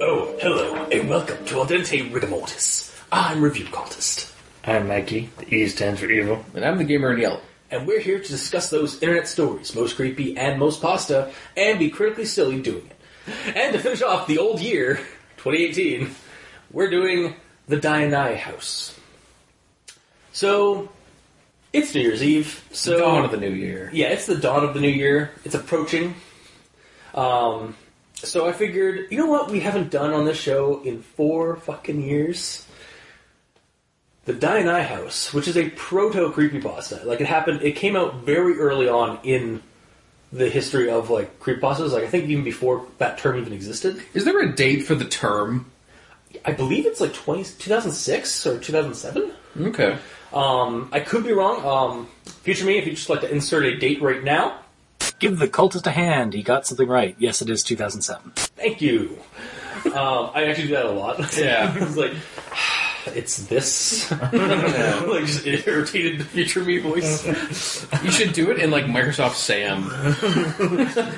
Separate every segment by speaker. Speaker 1: Oh, hello, and welcome to Audente Rigamortis. I'm Review Cultist,
Speaker 2: I'm Mikey. The E stands for evil.
Speaker 3: And I'm the gamer in yellow.
Speaker 1: and we're here to discuss those internet stories, most creepy and most pasta, and be critically silly doing it. And to finish off the old year, 2018, we're doing the Dianai House. So, it's New Year's Eve, so...
Speaker 3: Dawn of the new year.
Speaker 1: Yeah, it's the dawn of the new year. It's approaching. Um, so I figured, you know what we haven't done on this show in four fucking years? The Die and I House, which is a proto creepypasta. Like it happened, it came out very early on in the history of like creepypastas. Like I think even before that term even existed.
Speaker 3: Is there a date for the term?
Speaker 1: I believe it's like 20, 2006 or 2007.
Speaker 3: Okay.
Speaker 1: Um, I could be wrong. Um, future me, if you just like to insert a date right now,
Speaker 4: Give the cultist a hand. He got something right. Yes, it is 2007.
Speaker 1: Thank you. um, I actually do that a lot.
Speaker 3: Yeah.
Speaker 1: it's like, it's this. like, just irritated future me voice.
Speaker 3: You should do it in like Microsoft Sam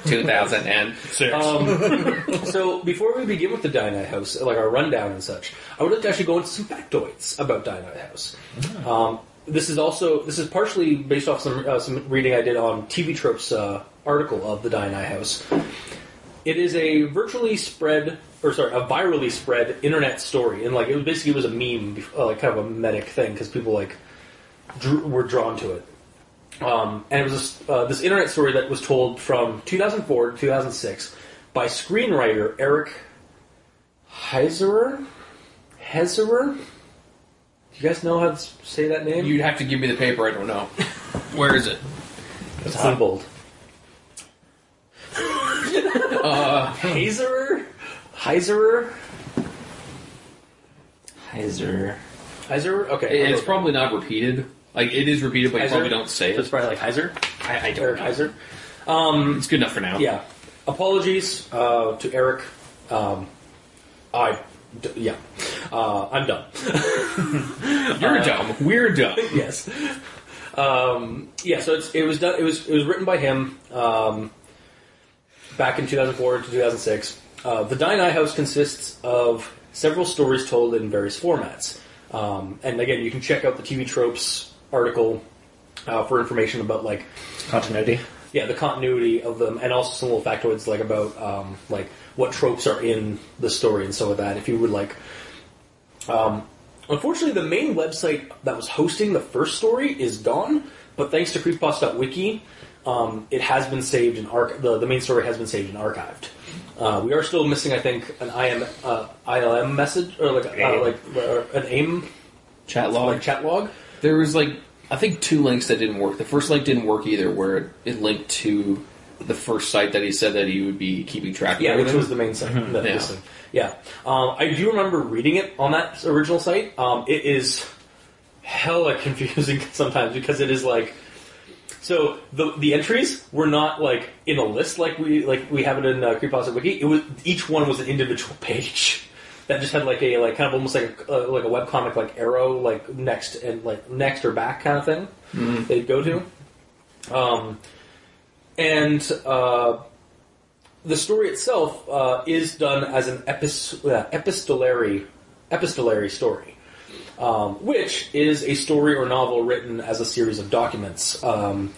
Speaker 3: 2000 and Um,
Speaker 1: so, before we begin with the Dynite House, like our rundown and such, I would like to actually go into some factoids about Dynite House. Um, this is also this is partially based off some uh, some reading I did on TV Trope's uh, article of the Dynite House. It is a virtually spread, or sorry, a virally spread internet story, and like it was basically was a meme, bef- uh, like kind of a memetic thing because people like drew, were drawn to it. Um, and it was this, uh, this internet story that was told from 2004 to 2006 by screenwriter Eric Heiserer. Heiserer. Do you guys know how to s- say that name?
Speaker 3: you'd have to give me the paper. I don't know. Where is it?
Speaker 1: it's Humboldt. Uh, hmm. Heiserer. Heiserer.
Speaker 2: Heiser.
Speaker 1: Heiserer.
Speaker 3: It-
Speaker 1: Okay,
Speaker 3: It's probably not repeated. Like it is repeated, but you
Speaker 1: Heiser?
Speaker 3: probably don't say
Speaker 1: It's
Speaker 3: it.
Speaker 1: probably like Heiser.
Speaker 3: I, I don't.
Speaker 1: Eric
Speaker 3: Know.
Speaker 1: Heiser.
Speaker 3: It's good enough for now.
Speaker 1: Yeah. Apologies uh, to Eric. Um, I. D- yeah. Uh, I'm done.
Speaker 3: You're dumb. We're dumb.
Speaker 1: yes. Um, yeah, so it's, it was done. It was it was written by him um, back in 2004 to 2006. Uh, the Dine Eye House consists of several stories told in various formats, um, and again, you can check out the TV Tropes article uh, for information about like
Speaker 2: Continuity.
Speaker 1: yeah, the continuity of them, and also some little factoids like about um, like what tropes are in the story and some of that. If you would like, um, unfortunately, the main website that was hosting the first story is gone, but thanks to creepypasta.wiki, um, it has been saved and arch- the, the main story has been saved and archived. Uh, we are still missing, I think, an IM, uh, ILM message or like uh,
Speaker 2: AIM.
Speaker 1: like uh, an AIM
Speaker 3: Chat log.
Speaker 1: like chat log.
Speaker 3: There was like I think two links that didn't work. The first link didn't work either, where it, it linked to the first site that he said that he would be keeping track of.
Speaker 1: Yeah, which
Speaker 3: everything.
Speaker 1: was the main site. the-
Speaker 3: Yeah.
Speaker 1: this thing. yeah. Um, I do remember reading it on that original site. Um, it is hella confusing sometimes because it is like so the the entries were not like in a list like we like we have it in uh, Creepypasta Wiki. It was each one was an individual page that just had like a like kind of almost like a, uh, like a webcomic like arrow like next and like next or back kind of thing they'd go to. Um, and uh, the story itself uh, is done as an epis- uh, epistolary epistolary story, um, which is a story or novel written as a series of documents. Um,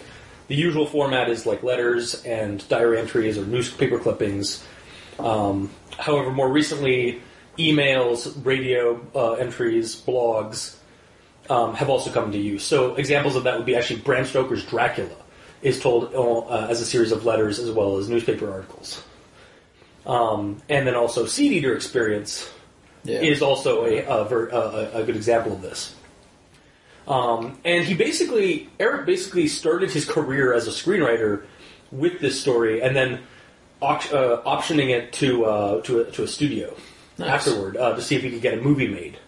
Speaker 1: the usual format is like letters and diary entries or newspaper clippings. Um, however, more recently, emails, radio uh, entries, blogs um, have also come to use. So examples of that would be actually Bram Stoker's Dracula is told uh, as a series of letters as well as newspaper articles. Um, and then also Seed Eater Experience
Speaker 3: Yeah.
Speaker 1: is also a, a, ver- a, a- a good example of this. Um, and he basically, Eric basically started his career as a screenwriter with this story, and then opt- uh, optioning it to uh, to, a, to a studio afterward uh, to see if he could get a movie made,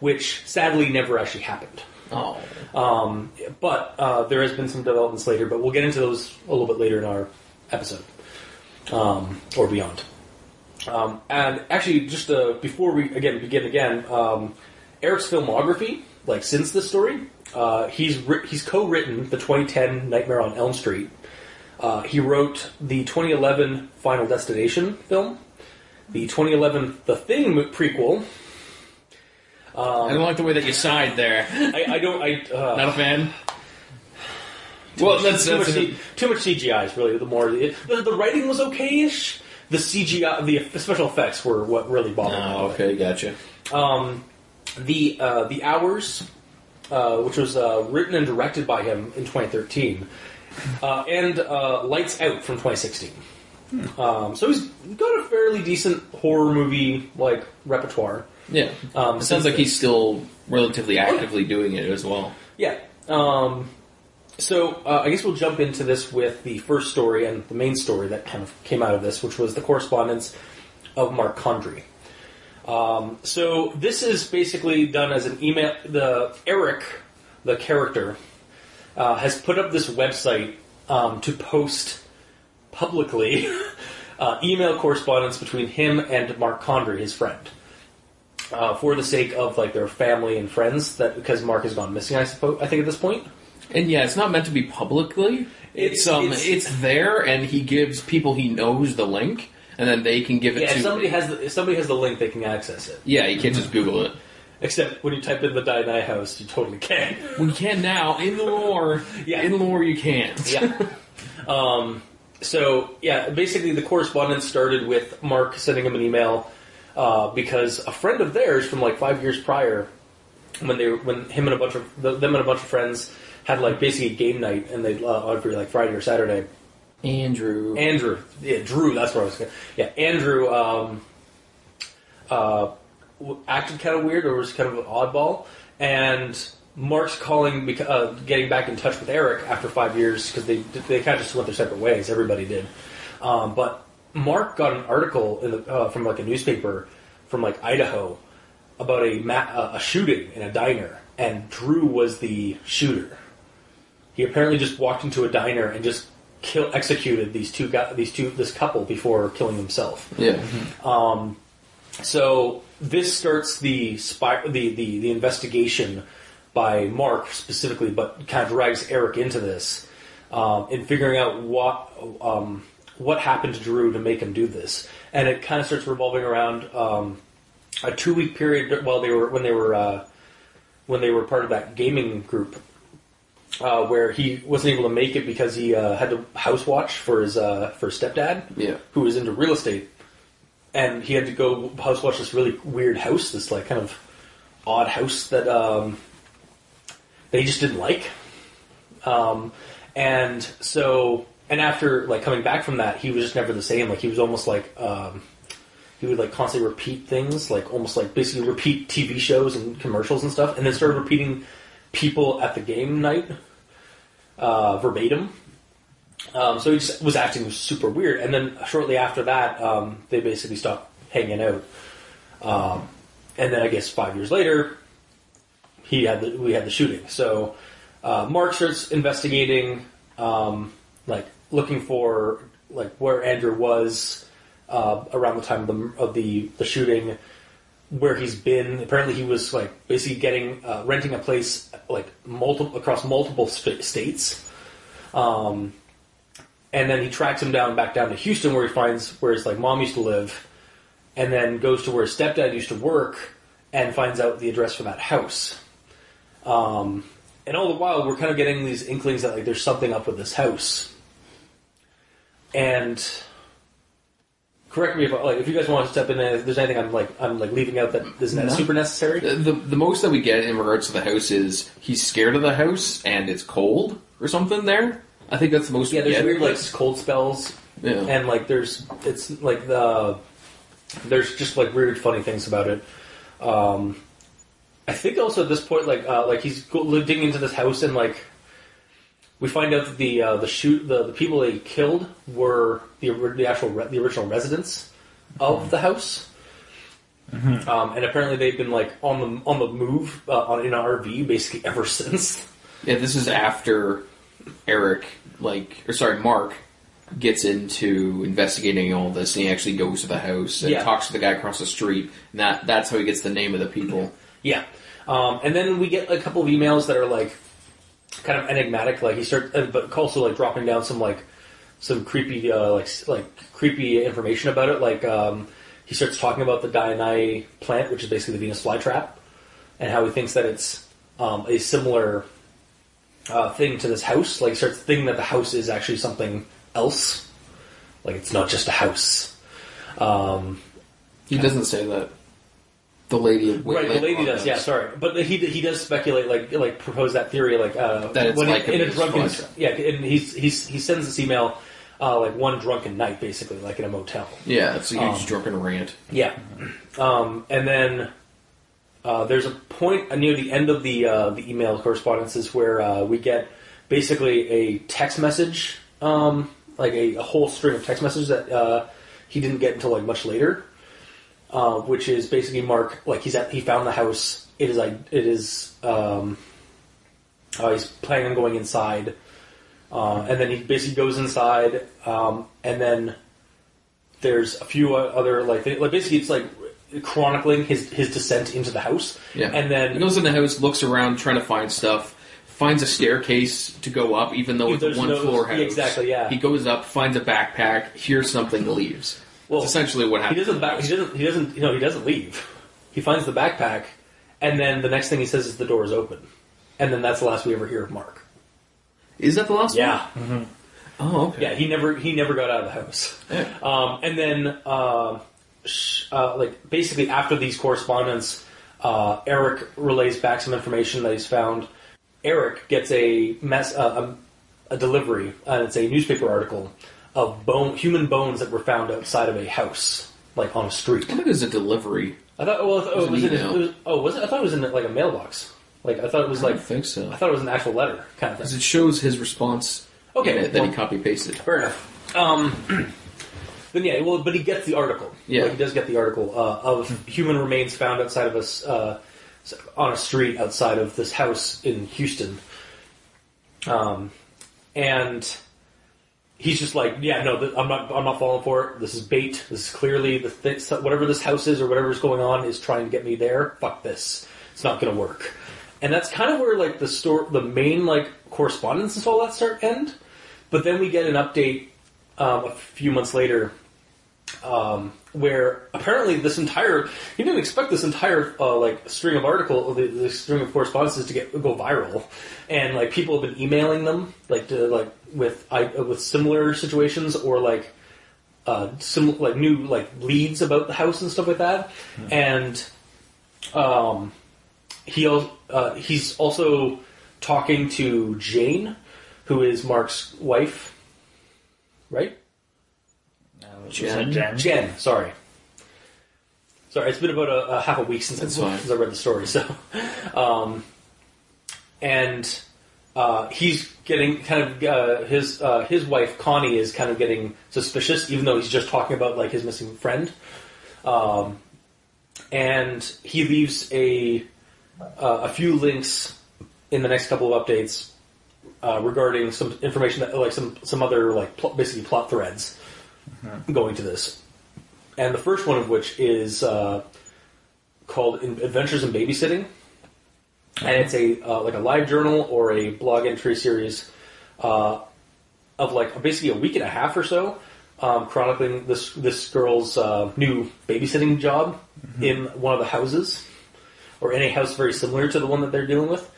Speaker 1: which sadly never actually happened.
Speaker 3: oh.
Speaker 1: But uh, there has been some developments later, but we'll get into those a little bit later in our episode. um, or beyond. Um, and actually, just uh, before we again begin again, um, Eric's filmography, like since this story, uh, he's ri- he's co-written the 2010 Nightmare on Elm Street. Uh, he wrote the 2011 Final Destination film, the 2011 The Thing mo- prequel.
Speaker 3: I don't like the way that you sighed there.
Speaker 1: I, I don't. I uh,
Speaker 3: Not a fan. Well, that's,
Speaker 1: too, much,
Speaker 3: that's
Speaker 1: C- too much CGI is really the more it, the, the writing was okay-ish. The CGI, the special effects were what really bothered me.
Speaker 3: Oh, okay, gotcha.
Speaker 1: Um, the uh, the hours, uh, which was uh, written and directed by him in 2013, uh, and uh, Lights Out from 2016.
Speaker 3: Hmm.
Speaker 1: Um, so he's got a fairly decent horror movie like repertoire.
Speaker 3: Yeah.
Speaker 1: Um,
Speaker 3: it sounds like he's still relatively actively doing it as well.
Speaker 1: Yeah. Um, so uh, I guess we'll jump into this with the first story and the main story that kind of came out of this, which was the correspondence of Mark Condrey. Um, so this is basically done as an email. The Eric, the character, uh, has put up this website um, to post publicly uh, email correspondence between him and Mark Condrey, his friend uh, for the sake of like their family and friends that because Mark has gone missing. I suppose I think at this point.
Speaker 3: And yeah, it's not meant to be publicly.
Speaker 1: It's-
Speaker 3: It's um, it's,
Speaker 1: it's-
Speaker 3: there, and he gives people he knows the link, and then they can give it
Speaker 1: Yeah,
Speaker 3: to.
Speaker 1: if somebody has the, if somebody has the link, they can access it.
Speaker 3: yeah, you can't just Google it.
Speaker 1: Except when you type in the Dianai house, you totally can.
Speaker 3: We can now in the lore.
Speaker 1: Yeah.
Speaker 3: in lore you can.
Speaker 1: yeah. Um, so yeah, basically the correspondence started with Mark sending him an email uh, because a friend of theirs from like five years prior, when they were- when him and a bunch of the, them and a bunch of friends had like basically game night and they uh, every like Friday or Saturday,
Speaker 3: Andrew.
Speaker 1: Andrew. Yeah, Drew. That's what I was. Gonna, yeah, Andrew. Um, uh, w- acted kind of weird, or was kind of an oddball, and Mark's calling, beca- uh, getting back in touch with Eric after five years because they they kind of just went their separate ways. Everybody did, um, but Mark got an article in the, uh, from like a newspaper from like Idaho about a ma- uh, a shooting in a diner, and Drew was the shooter. He apparently just walked into a diner and just kill executed these two guys, these two this couple before killing himself.
Speaker 3: yeah,
Speaker 1: So this starts the spy, the, the the investigation by Mark specifically, but kind of drags Eric into this um, in figuring out what um, what happened to Drew to make him do this, and it kind of starts revolving around um, a two week period while they were when they were uh, when they were part of that gaming group. Uh, where he wasn't able to make it because he uh, had to house watch for his uh, for his stepdad,
Speaker 3: Yeah.
Speaker 1: who was into real estate, and he had to go house watch this really weird house, this like kind of odd house that um, they just didn't like. Um, and so, and after like coming back from that, he was just never the same. Like he was almost like um, he would like constantly repeat things, like almost like basically repeat TV shows and commercials and stuff, and then started repeating people at the game night uh, verbatim. Um, so he just was acting super weird. And then shortly after that, um, they basically stopped hanging out. Um, and then I guess five years later, he had the, we had the shooting. So uh, Mark starts investigating, um, like looking for like where Andrew was uh, around the time of the of the, the shooting, where he's been. Apparently, he was like basically getting uh, renting a place like multiple across multiple sp- states and then he tracks him down back down to Houston, where he finds where his like mom used to live, and then goes to where his stepdad used to work and finds out the address for that house. Um, and all the while, we're kind of getting these inklings that like there's something up with this house. And correct me if I- like if you guys want to step in, if there's anything I'm like I'm like leaving out that isn't that
Speaker 3: No.
Speaker 1: super necessary.
Speaker 3: the, the the most that we get in regards to the house is he's scared of the house and it's cold or something. There, I think that's the most.
Speaker 1: Yeah,
Speaker 3: we
Speaker 1: there's
Speaker 3: get.
Speaker 1: weird like cold spells,
Speaker 3: Yeah.
Speaker 1: and like there's it's like the there's just like weird funny things about it. Um, I think also at this point, like uh, like he's go- digging into this house and like we find out that the uh, the shoot the, the people they killed were the ori- the actual re- the original residents of the house. Um, and apparently they've been like on the on the move uh, on in an RV basically ever since.
Speaker 3: Yeah, this is after Eric, like, or sorry, Mark gets into investigating all this, and he actually goes to the house and
Speaker 1: Yeah.
Speaker 3: talks to the guy across the street. And that that's how he gets the name of the people.
Speaker 1: Yeah, um, and then we get a couple of emails that are like kind of enigmatic. Like he starts, uh, but also like dropping down some like some creepy uh, like s- like creepy information about it. Like um, he starts talking about the Dionyte plant, which is basically the Venus flytrap, and how he thinks that it's um, a similar uh, thing to this house. Like starts thinking that the house is actually something else. Like it's not just a house. Um,
Speaker 3: He doesn't say that. The lady, of
Speaker 1: Right, the
Speaker 3: Whitley-
Speaker 1: lady does. Yeah, sorry, but he he does speculate, like like propose that theory, like uh,
Speaker 3: That it's
Speaker 1: when he-
Speaker 3: like a
Speaker 1: in a
Speaker 3: Venus
Speaker 1: drunken,
Speaker 3: flytrap.
Speaker 1: yeah, and he's he's he sends this email, uh, like one drunken night, basically, like in a motel.
Speaker 3: Yeah, it's a huge
Speaker 1: Um,
Speaker 3: drunken rant.
Speaker 1: Yeah, um, and then uh, there's a point near the end of the uh, the email correspondences where uh, we get basically a text message, um, like a, a whole string of text messages that uh, he didn't get until like much later, uh, which is basically Mark like he's at he found the house. It is like it is. Um, uh, he's planning on going inside, uh, and then he basically goes inside, um, and then there's a few o- other like, thi- like basically it's like chronicling his his descent into the house,
Speaker 3: Yeah,
Speaker 1: and
Speaker 3: he
Speaker 1: then
Speaker 3: goes in the house, looks around, trying to find stuff. Finds a staircase to go up, even though it's a
Speaker 1: There's
Speaker 3: one
Speaker 1: no-
Speaker 3: floor house.
Speaker 1: yeah, exactly, yeah.
Speaker 3: He goes up, finds a backpack, hears something, leaves.
Speaker 1: Well,
Speaker 3: That's essentially what
Speaker 1: he
Speaker 3: happens.
Speaker 1: doesn't back, he doesn't he doesn't you know he doesn't leave. He finds the backpack, and then the next thing he says is the door is open, and then that's the last we ever hear of Mark.
Speaker 3: Is that the last
Speaker 1: Yeah,
Speaker 3: one? Oh, okay.
Speaker 1: yeah. He never he never got out of the house.
Speaker 3: Yeah.
Speaker 1: Um, and then, uh, sh- uh, like, basically after these correspondence, uh, Eric relays back some information that he's found. Eric gets a mess, uh, a, a delivery, and it's a newspaper article of bone, human bones that were found outside of a house, like on a street.
Speaker 3: I thought it was a delivery.
Speaker 1: I thought, well, I thought- oh,
Speaker 3: It was
Speaker 1: it
Speaker 3: an
Speaker 1: was in,
Speaker 3: email.
Speaker 1: it was, oh, was it? I thought it was in like a mailbox. Like I thought it was
Speaker 3: I
Speaker 1: like
Speaker 3: don't think so.
Speaker 1: I thought it was an actual letter kind of
Speaker 3: 'Cause
Speaker 1: thing.
Speaker 3: it shows his response
Speaker 1: Okay,
Speaker 3: in it that he
Speaker 1: well-
Speaker 3: copy pasted.
Speaker 1: Fair enough. Um, then yeah, well, but he gets the article.
Speaker 3: Yeah.
Speaker 1: Like, he does get the article uh, of human remains found outside of us uh, s- on a street outside of this house in Houston. Um, and he's just like, yeah, no, th- I'm not, I'm not falling for it. This is bait. This is clearly the thi- so- whatever this house is or whatever's going on is trying to get me there. Fuck this. It's not going to work. And that's kind of where like the store, the main like correspondence is all that start end. But then we get an update um, a few months later um, where apparently this entire you didn't expect this entire uh, like string of article the, the string of correspondences to get go viral, and like people have been emailing them like to like with I, with similar situations or like uh, some like new like leads about the house and stuff like that, and um, he al- uh, he's also talking to Jane, who is Mark's wife, right?
Speaker 3: Jen?
Speaker 2: Jen?
Speaker 1: Jen, sorry. Sorry, it's been about a, a half a week since, I,
Speaker 3: That's fine.
Speaker 1: since I read the story, so. Um, and uh, he's getting kind of uh, his uh, his wife Connie is kind of getting suspicious, even though he's just talking about like his missing friend. Um, and he leaves a uh, a few links in the next couple of updates uh, regarding some information that like some some other like pl- basically plot threads
Speaker 3: Mm-hmm.
Speaker 1: going to this, and the first one of which is uh, called in- Adventures in Babysitting, and it's a uh, like a live journal or a blog entry series uh, of like basically a week and a half or so, um, chronicling this this girl's uh, new babysitting job in one of the houses, or in a house very similar to the one that they're dealing with.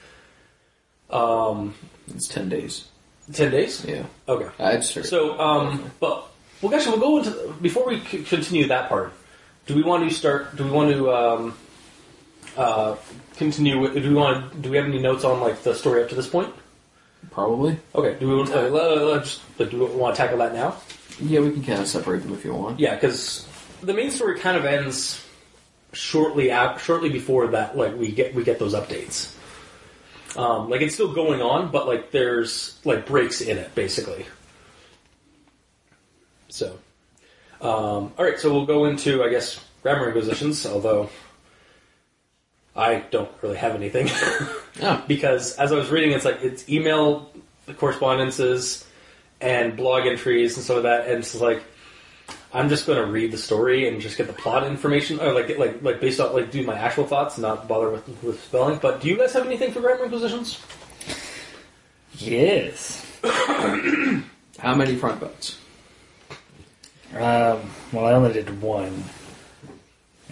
Speaker 3: It's ten days.
Speaker 1: Ten days.
Speaker 3: Yeah,
Speaker 1: Okay.
Speaker 3: I just heard.
Speaker 1: So, um, but well, actually, we'll go into before we c- continue that part. Do we want to start? Do we want to um, uh, continue? With, do we want? Do we have any notes on like the story up to this point?
Speaker 3: probably.
Speaker 1: Okay. Do we want to? let's, like, do we want to tackle that now?
Speaker 3: Yeah, we can kind of separate them if you want.
Speaker 1: Yeah, because the main story kind of ends shortly ap- shortly before that. Like we get we get those updates. Um, like it's still going on, but like there's like breaks in it basically. So, um, all right. So we'll go into I guess grammar inquisitions, although I don't really have anything.
Speaker 3: Ah,
Speaker 1: because as I was reading, it's like it's email correspondences, and blog entries and some of that, and it's just like I'm just going to read the story and just get the plot information, or like like like based off like do my actual thoughts, not bother with with spelling. But do you guys have anything for grammar inquisitions?
Speaker 2: Yes.
Speaker 3: How many front boats?
Speaker 2: Um, well, I only did one.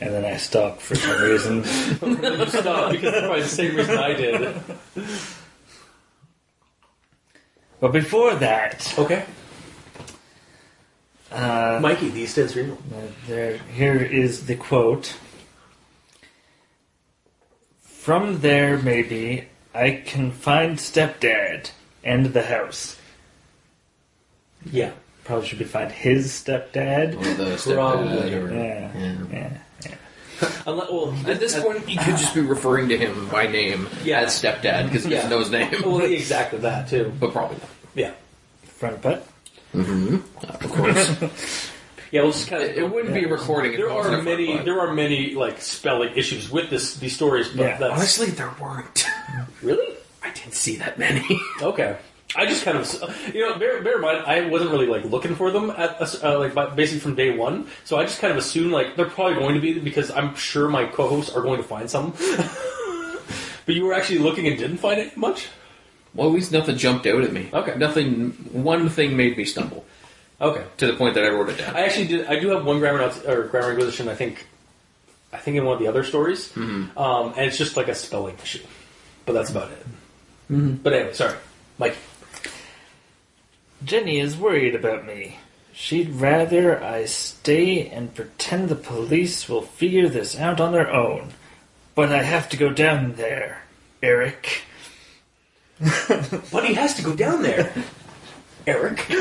Speaker 2: And then I stopped for some reason.
Speaker 1: Stop, uh, because it's probably the same reason I did.
Speaker 2: but before that,
Speaker 1: Okay,
Speaker 2: uh,
Speaker 1: Mikey, these stands for you.
Speaker 2: There, here is the quote. From there, maybe I can find stepdad and the house.
Speaker 1: Yeah,
Speaker 2: Probably should be find his stepdad.
Speaker 3: Or the stepdad
Speaker 1: Probably.
Speaker 3: or-
Speaker 2: Yeah,
Speaker 3: yeah.
Speaker 2: yeah.
Speaker 1: Unle- well,
Speaker 3: At this
Speaker 1: uh,
Speaker 3: point, you could just be referring to him by name
Speaker 1: Yeah.
Speaker 3: as stepdad because he
Speaker 1: Yeah.
Speaker 3: doesn't know his name.
Speaker 1: well, exactly that too.
Speaker 3: but probably not.
Speaker 1: Yeah,
Speaker 2: Front butt.
Speaker 3: Of course.
Speaker 1: yeah. We'll just kind of
Speaker 3: it wouldn't be a recording. if
Speaker 1: There
Speaker 3: it wasn't
Speaker 1: are
Speaker 3: a front
Speaker 1: many.
Speaker 3: butt.
Speaker 1: There are many like spelling issues with this these stories, but
Speaker 2: Yeah.
Speaker 1: that's
Speaker 3: Honestly, there weren't.
Speaker 1: really
Speaker 3: I didn't see that many.
Speaker 1: okay. I just kind of, you know, bear, bear in mind, I wasn't really like looking for them at uh, like but basically from day one, so I just kind of assumed like they're probably going to be because I'm sure my co-hosts are going to find some. but you were actually looking and didn't find it much.
Speaker 3: Well, at least nothing jumped out at me.
Speaker 1: Okay.
Speaker 3: Nothing. One thing made me stumble
Speaker 1: Okay,
Speaker 3: to the point that I wrote it down.
Speaker 1: I actually did. I do have one grammar notes, or grammar inquisition. I think, I think in one of the other stories, um, and it's just like a spelling issue, but that's about it. But anyway, sorry, Mike.
Speaker 2: Jenny is worried about me. She'd rather I stay and pretend the police will figure this out on their own. But I have to go down there, Eric.
Speaker 1: But he has to go down there. Eric.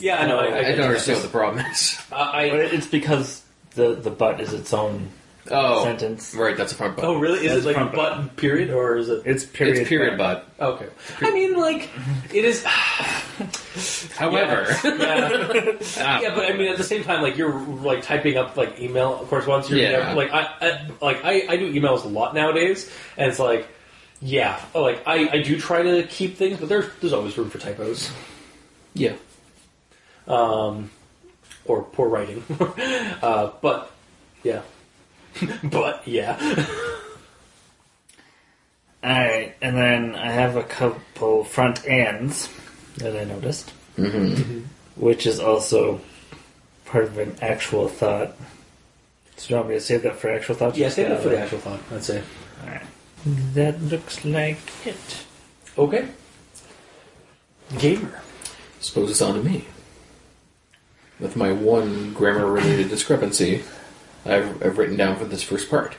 Speaker 1: yeah, I know. I, I,
Speaker 3: I don't understand what the problem is.
Speaker 1: I, I-
Speaker 2: It's because the the butt is its own
Speaker 3: Oh,
Speaker 2: Sentence.
Speaker 3: Right, that's a front butt.
Speaker 1: oh, really? Is
Speaker 2: That's
Speaker 1: it like
Speaker 2: front butt.
Speaker 1: button period or is it?
Speaker 2: It's period.
Speaker 3: it's period butt.
Speaker 1: Okay. I mean, like it is.
Speaker 3: However,
Speaker 1: Yeah.
Speaker 3: Ah.
Speaker 1: yeah, but I mean, at the same time, like you're like typing up like email, of course. Once you're
Speaker 3: Yeah.
Speaker 1: like I, I like I, I do emails a lot nowadays, and it's like yeah, Oh, like I, I do try to keep things, but there's there's always room for typos
Speaker 3: yeah,
Speaker 1: or poor writing, uh, but yeah, but yeah,
Speaker 2: Alright, and then I have a couple front ends that I noticed. Mm-hmm. Which is also part of an actual thought. So you want me to save that for actual thoughts?
Speaker 1: yeah. Save it for the actual thought. I'd say
Speaker 2: Alright. That looks like it.
Speaker 1: okay. Gamer.
Speaker 3: suppose it's on to me. With my one grammar-related discrepancy, I've, I've written down for this first part.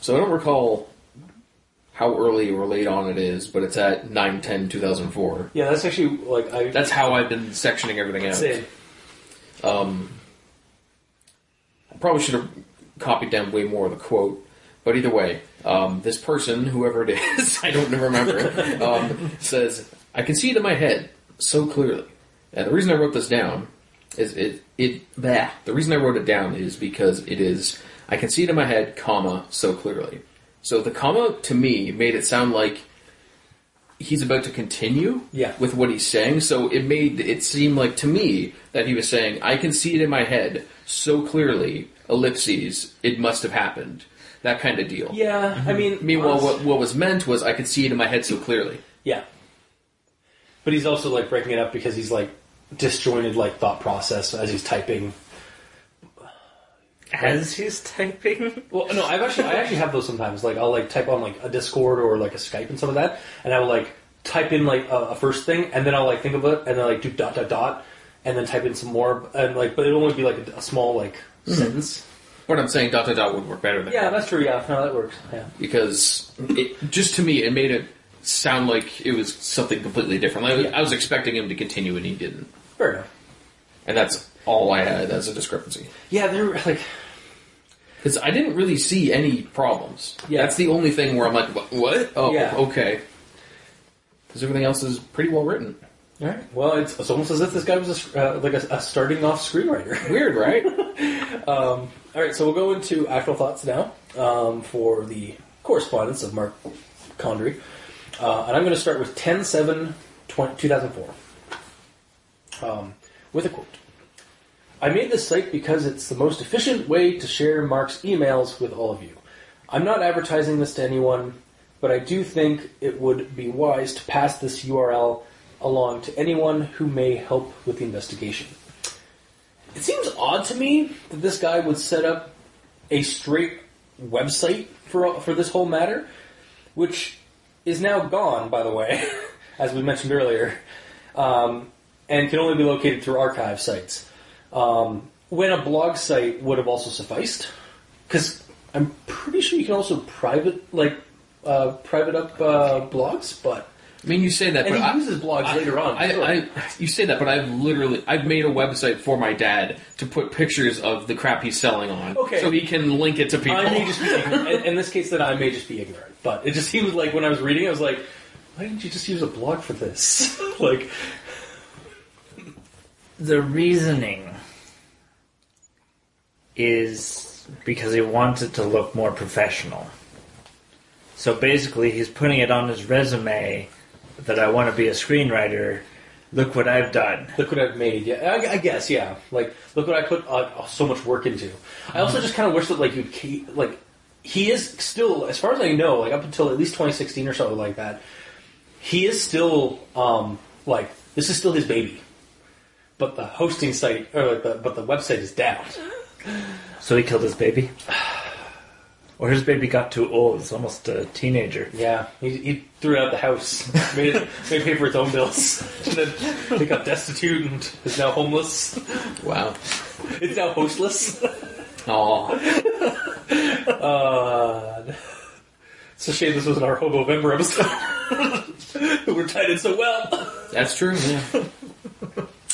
Speaker 3: So I don't recall how early or late on it is, but it's at 9-10-2004.
Speaker 1: Yeah, that's actually like I.
Speaker 3: That's how I've been sectioning everything out.
Speaker 1: same.
Speaker 3: probably should have copied down way more of the quote. But either way, um, this person, whoever it is, I don't remember, um, says, I can see it in my head so clearly. And the reason I wrote this down is it, it, bleh. the reason I wrote it down is because it is, I can see it in my head, comma, so clearly. So the comma to me made it sound like he's about to continue
Speaker 1: Yeah.
Speaker 3: with what he's saying. So it made it seem like to me that he was saying, I can see it in my head so clearly, ellipses, it must have happened. That kind of deal.
Speaker 1: Yeah, I mean.
Speaker 3: Mm-hmm. Meanwhile,
Speaker 1: honestly-
Speaker 3: what, what was meant was I could see it in my head so clearly.
Speaker 1: Yeah. But he's also like breaking it up because he's like disjointed like thought process as he's typing.
Speaker 2: As he's typing?
Speaker 1: Well, no, I've actually I actually have those sometimes. Like I'll like type on like a Discord or like a Skype and some of that, and I will like type in like a, a first thing, and then I'll like think of it, and then like do dot dot dot, and then type in some more, and like but it'll only be like a, a small like sentence.
Speaker 3: But I'm saying dot dot dot would work better than
Speaker 1: Mm-hmm. Yeah,
Speaker 3: that.
Speaker 1: that's true. Yeah, no, that works. Yeah.
Speaker 3: because it, just to me, it made it sound like it was something completely different. Like,
Speaker 1: Yeah.
Speaker 3: I was expecting him to continue, and he didn't.
Speaker 1: Fair enough.
Speaker 3: And that's all I had as a discrepancy.
Speaker 1: Yeah, they're like
Speaker 3: Because I didn't really see any problems.
Speaker 1: Yeah.
Speaker 3: That's the only thing where I'm like, "Wha- what? Oh,
Speaker 1: Yeah.
Speaker 3: okay. Because everything else is pretty well written.
Speaker 1: all right. Well, it's, it's almost as if this guy was a, uh, like a, a starting off screenwriter.
Speaker 3: Weird, right?
Speaker 1: All right, so we'll go into actual thoughts now um, for the correspondence of Mark Condry. Uh, and I'm going to start with 10 7 2004 um, with a quote. I made this site because it's the most efficient way to share Mark's emails with all of you. I'm not advertising this to anyone, but I do think it would be wise to pass this URL along to anyone who may help with the investigation. It seems odd to me that this guy would set up a straight website for for this whole matter, which is now gone, by the way, as we mentioned earlier, um, and can only be located through archive sites. Um, when a blog site would have also sufficed, because I'm pretty sure you can also private like uh, private up uh, blogs, but
Speaker 3: I mean, you say that,
Speaker 1: and
Speaker 3: but
Speaker 1: he
Speaker 3: I,
Speaker 1: uses blogs
Speaker 3: I-
Speaker 1: later on. too.
Speaker 3: I, I, you say that, but I've literally I've made a website for my dad to put pictures of the crap he's selling on,
Speaker 1: Okay.
Speaker 3: so he can link it to people.
Speaker 1: I may just be ignorant. in, in this case, then I may just be ignorant. But it just seems like when I was reading, it, I was like, why didn't you just use a blog for this? like,
Speaker 2: The reasoning is because he wants it to look more professional. So basically, he's putting it on his resume that I want to be a screenwriter. Look what I've done.
Speaker 1: look what I've made. Yeah, I, I guess. Yeah, like look what I put uh, so much work into. I also just kind of wish that like you'd keep like he is still, as far as I know, like up until at least 2016 or something like that, he is still um like this is still his baby. But the hosting site, or like the, but the website is down.
Speaker 2: So he killed his baby. Or his baby got too old. It's almost a teenager.
Speaker 1: Yeah, he, he threw it out the house, made it made it pay for its own bills, and then he got destitute and is now homeless.
Speaker 3: wow.
Speaker 1: It's now hostless.
Speaker 3: Oh,
Speaker 1: Uh, it's a shame this wasn't our Hobo November episode. We're tied in so well.
Speaker 3: that's true.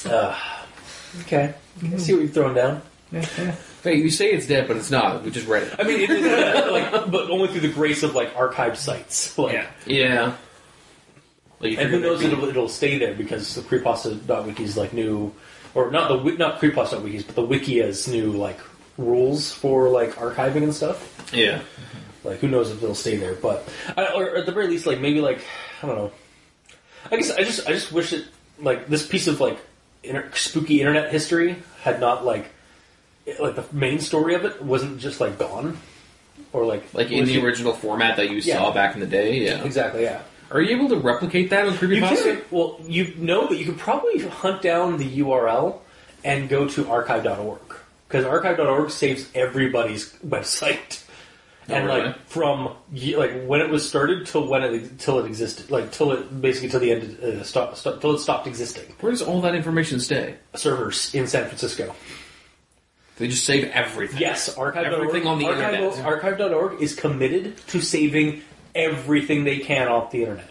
Speaker 3: Yeah.
Speaker 1: Okay, I see what you've thrown down.
Speaker 3: Hey, you say it's dead, but it's not. We just read it.
Speaker 1: I mean, it is like, but only through the grace of like archived sites. Like,
Speaker 2: Yeah.
Speaker 3: Yeah. Well, you
Speaker 1: And who
Speaker 3: figured
Speaker 1: knows
Speaker 3: it'd be-
Speaker 1: it'll, it'll stay there because the creepypasta.wiki's like new, or not the wi- not creepypasta.wikis, but the wiki has new like rules for like archiving and stuff.
Speaker 3: Yeah.
Speaker 1: Like, who knows if they'll stay there? But I, or at the very least, like maybe like I don't know. I guess I just I just wish it like this piece of like inter- spooky internet history had not like it- like the main story of it wasn't just like gone or like
Speaker 3: Like in
Speaker 1: was
Speaker 3: the
Speaker 1: it-
Speaker 3: original format that you
Speaker 1: Yeah.
Speaker 3: saw back in the day. Yeah.
Speaker 1: exactly yeah.
Speaker 3: Are you able to replicate that on
Speaker 1: You
Speaker 3: Creepypasta?
Speaker 1: can, well, you know, but you could probably hunt down the URL and go to archive.org because archive.org saves everybody's website.
Speaker 3: Oh,
Speaker 1: and
Speaker 3: really?
Speaker 1: like from ye- like when it was started till when it till it existed, like till it basically till the end uh, stop, stop till it stopped existing.
Speaker 3: Where does all that information stay?
Speaker 1: Servers in San Francisco.
Speaker 3: They just save everything.
Speaker 1: Yes, archive.org.
Speaker 3: Everything on the
Speaker 1: archive,
Speaker 3: internet.
Speaker 1: Archive.org is committed to saving everything they can off the internet.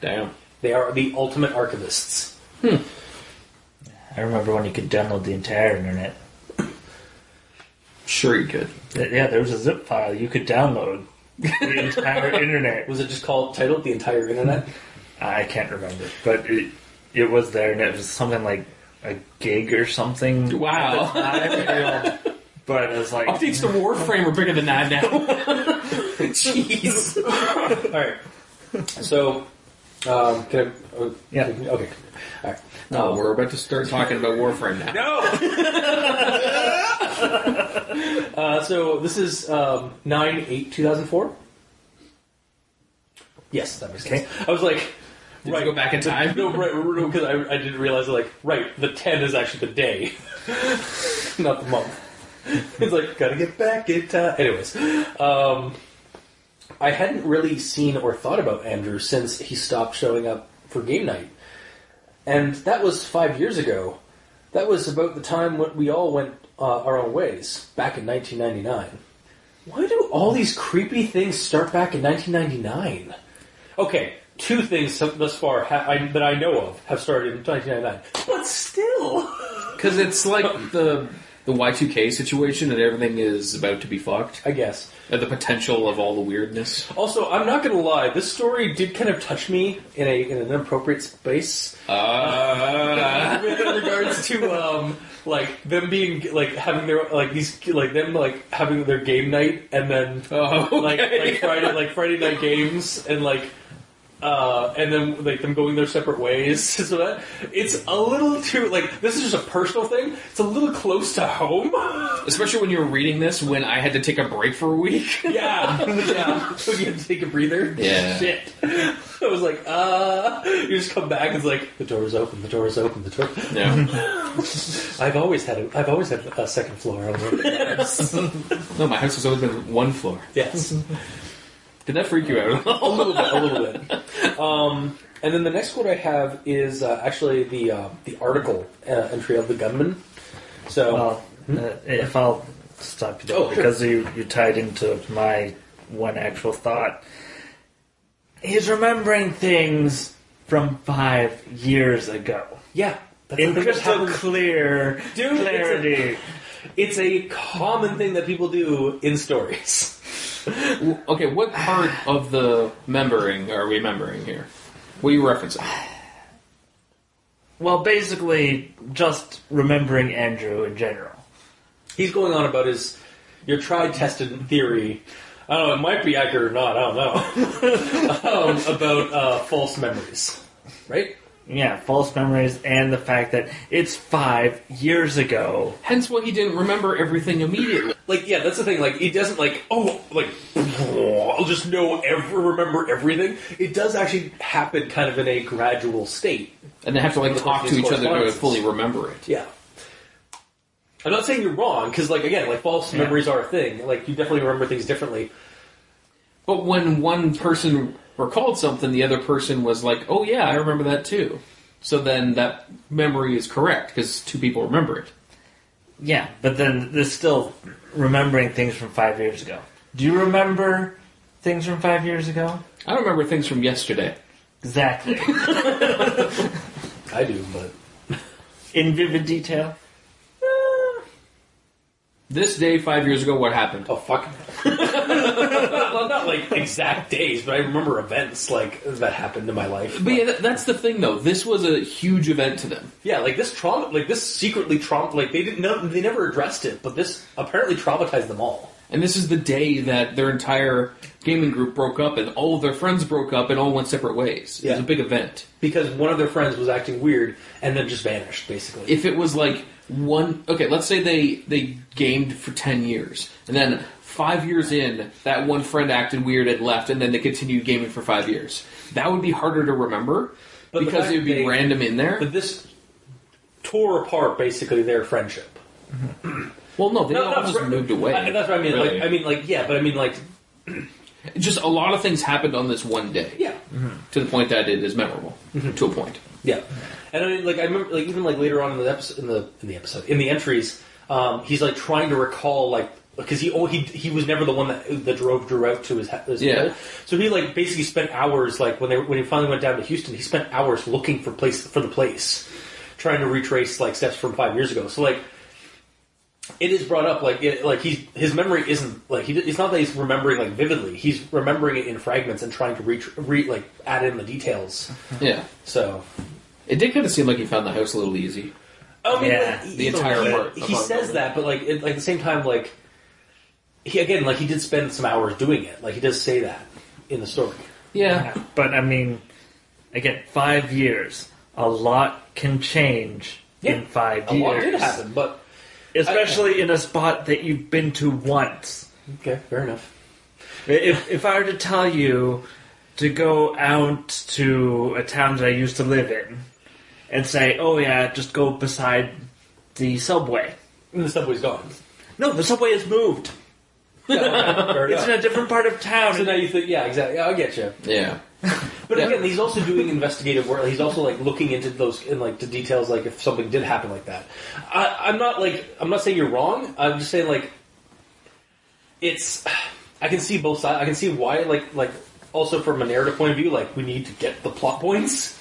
Speaker 3: Damn.
Speaker 1: They are the ultimate archivists.
Speaker 2: I remember when you could download the entire internet.
Speaker 3: Sure you could.
Speaker 2: Th- Yeah, there was a zip file you could download. The entire internet.
Speaker 1: Was it just called titled the entire internet?
Speaker 2: I can't remember, but it, it was there, and it was something like a gig or something.
Speaker 3: Wow.
Speaker 2: I feel- but it was like
Speaker 3: Updates to Warframe are bigger than that now.
Speaker 1: Jeez. All right. So, um, can I? oh,
Speaker 2: Yeah.
Speaker 1: Okay. All right.
Speaker 3: No, we're about to start talking about Warframe now.
Speaker 1: Uh, so this is um, nine eight two thousand four. Yes, that makes sense. I was like,
Speaker 3: Did
Speaker 1: right.
Speaker 3: you go back in
Speaker 1: I
Speaker 3: time?
Speaker 1: no, right, no, because I, I didn't realize like right. The ten is actually the day, not the month. It's like gotta get back in time. Anyways, um, I hadn't really seen or thought about Andrew since he stopped showing up for game night, and that was five years ago. That was about the time when we all went uh, our own ways back in 1999. Why do all these creepy things start back in 1999? Okay, two things thus far ha- I, that I know of have started in 1999, but still.
Speaker 3: Because it's like the the Y2K situation and everything is about to be fucked.
Speaker 1: I guess.
Speaker 3: Uh, the potential of all the weirdness.
Speaker 1: Also, I'm not gonna lie. This story did kind of touch me in a in an inappropriate space
Speaker 3: Uh,
Speaker 1: with regards to um like them being like having their like these like them like having their game night and then
Speaker 3: oh,
Speaker 1: like
Speaker 3: okay.
Speaker 1: like Friday like Friday night games and like uh, and then like them going their separate ways. So that it's a little too like this is just a personal thing. It's a little close to home.
Speaker 3: Especially when you were reading this when I had to take a break for a week.
Speaker 1: yeah, yeah. So you had to take a breather.
Speaker 3: Yeah.
Speaker 1: Shit. I was like, uh, you just come back and it's like the door is open, the door is open, the door.
Speaker 3: No.
Speaker 1: I've always had a, I've always had a second floor.
Speaker 3: No, my house has always been one floor.
Speaker 1: yes.
Speaker 3: Did that freak you out?
Speaker 1: a little bit, a little bit. Um, and then the next quote I have is uh, actually the uh, the article uh, entry of the gunman. So
Speaker 2: Well, uh, if I'll stop you there,
Speaker 1: Oh, sure.
Speaker 2: because you, you tied into my one actual thought. He's remembering things from five years ago.
Speaker 1: yeah, that's the
Speaker 2: In
Speaker 1: thing that's
Speaker 2: crystal
Speaker 1: happened.
Speaker 2: clear
Speaker 1: Dude, it's a-
Speaker 2: clarity.
Speaker 1: it's a common thing that people do in stories.
Speaker 3: W- okay, what part of the membering are we membering here? What are you referencing?
Speaker 2: Well, basically, just remembering Andrew in general.
Speaker 1: He's going on about his your tried tested theory. I don't know. It might be accurate or not. I don't know um, about uh, false memories, right?
Speaker 2: Yeah, false memories and the fact that it's five years ago.
Speaker 3: Hence why he didn't remember everything immediately.
Speaker 1: Like, yeah, that's the thing. Like, it doesn't like, oh, like, I'll just know, ever remember everything. It does actually happen kind of in a gradual state.
Speaker 3: And they have to like talk to each other to fully remember it.
Speaker 1: Yeah. I'm not saying you're wrong because, like, again, like false memories are a thing. Like, you definitely remember things differently.
Speaker 3: But when one person recalled something, the other person was like, "Oh yeah, I remember that too." So then that memory is correct because two people remember it.
Speaker 2: Yeah, but then there's still remembering things from five years ago. Do you remember things from five years ago?
Speaker 3: I don't remember things from yesterday.
Speaker 2: Exactly.
Speaker 1: I do, but
Speaker 2: in vivid detail.
Speaker 3: This day five years ago, what happened?
Speaker 1: oh fuck. well, not like exact days, but I remember events like that happened in my life.
Speaker 3: But yeah, that, that's the thing though. This was a huge event to them.
Speaker 1: Yeah, like this trauma, like this secretly trauma, like they didn't know, they never addressed it, but this apparently traumatized them all.
Speaker 3: And this is the day that their entire gaming group broke up and all of their friends broke up and all went separate ways. It
Speaker 1: Yeah.
Speaker 3: was a big event.
Speaker 1: Because one of their friends was acting weird and then just vanished, basically.
Speaker 3: If it was like one, okay, let's say they, they gamed for 10 years and then five years in, that one friend acted weird and left and then they continued gaming for five years. That would be harder to remember
Speaker 1: But the
Speaker 3: because
Speaker 1: fact
Speaker 3: it would be
Speaker 1: they-
Speaker 3: random in there.
Speaker 1: but this tore apart basically their friendship.
Speaker 3: Well, no, they
Speaker 1: No,
Speaker 3: all
Speaker 1: no,
Speaker 3: just
Speaker 1: fri-
Speaker 3: moved away.
Speaker 1: I- that's what I mean.
Speaker 3: really.
Speaker 1: Like, I mean, like, yeah, but I mean, like,
Speaker 3: just a lot of things happened on this one day
Speaker 1: yeah, Mm-hmm.
Speaker 3: to the point that it is memorable to a point.
Speaker 1: yeah. And I mean, like, I remember, like, even like later on in the episode, in the in the episode, in the entries, um, he's like trying to recall, like, because he oh he he was never the one that that drove Drew out to his, ha- his
Speaker 3: Yeah.
Speaker 1: So he like basically spent hours, like, when they when he finally went down to Houston, he spent hours looking for place for the place, trying to retrace like steps from five years ago. So like. it is brought up like it, like he's his memory isn't like he, it's not that he's remembering like vividly he's remembering it in fragments and trying to re, re like add in the details
Speaker 3: Yeah.
Speaker 1: so
Speaker 3: It did kind of seem like he found the house a little easy.
Speaker 1: I mean,
Speaker 2: Yeah,
Speaker 1: like,
Speaker 3: the
Speaker 1: he-
Speaker 3: entire
Speaker 1: he,
Speaker 3: part of
Speaker 1: he
Speaker 3: our
Speaker 1: says
Speaker 3: building.
Speaker 1: that but like it, like at the same time like he again like he did spend some hours doing it like he does say that in the story
Speaker 3: Yeah.
Speaker 2: But I mean, again, five years. A lot can change in
Speaker 1: Yeah,
Speaker 2: five
Speaker 1: a
Speaker 2: years.
Speaker 1: lot did happen but
Speaker 2: Especially in a spot that you've been to once.
Speaker 1: okay fair enough
Speaker 2: If, if I were to tell you to go out to a town that I used to live in and say, oh yeah, just go beside the subway.
Speaker 1: and the subway's gone
Speaker 2: No, the subway has moved.
Speaker 1: yeah, okay, fair
Speaker 2: It's in
Speaker 1: enough.
Speaker 2: a different part of town.
Speaker 1: so now you think yeah exactly yeah, I get you
Speaker 3: Yeah.
Speaker 1: But
Speaker 3: Yeah.
Speaker 1: again, he's also doing investigative work. He's also like looking into those and like the details, like if something did happen like that. I, I'm not like I'm not saying you're wrong. I'm just saying like it's. I can see both sides. I can see why like like also from a narrative point of view, like we need to get the plot points.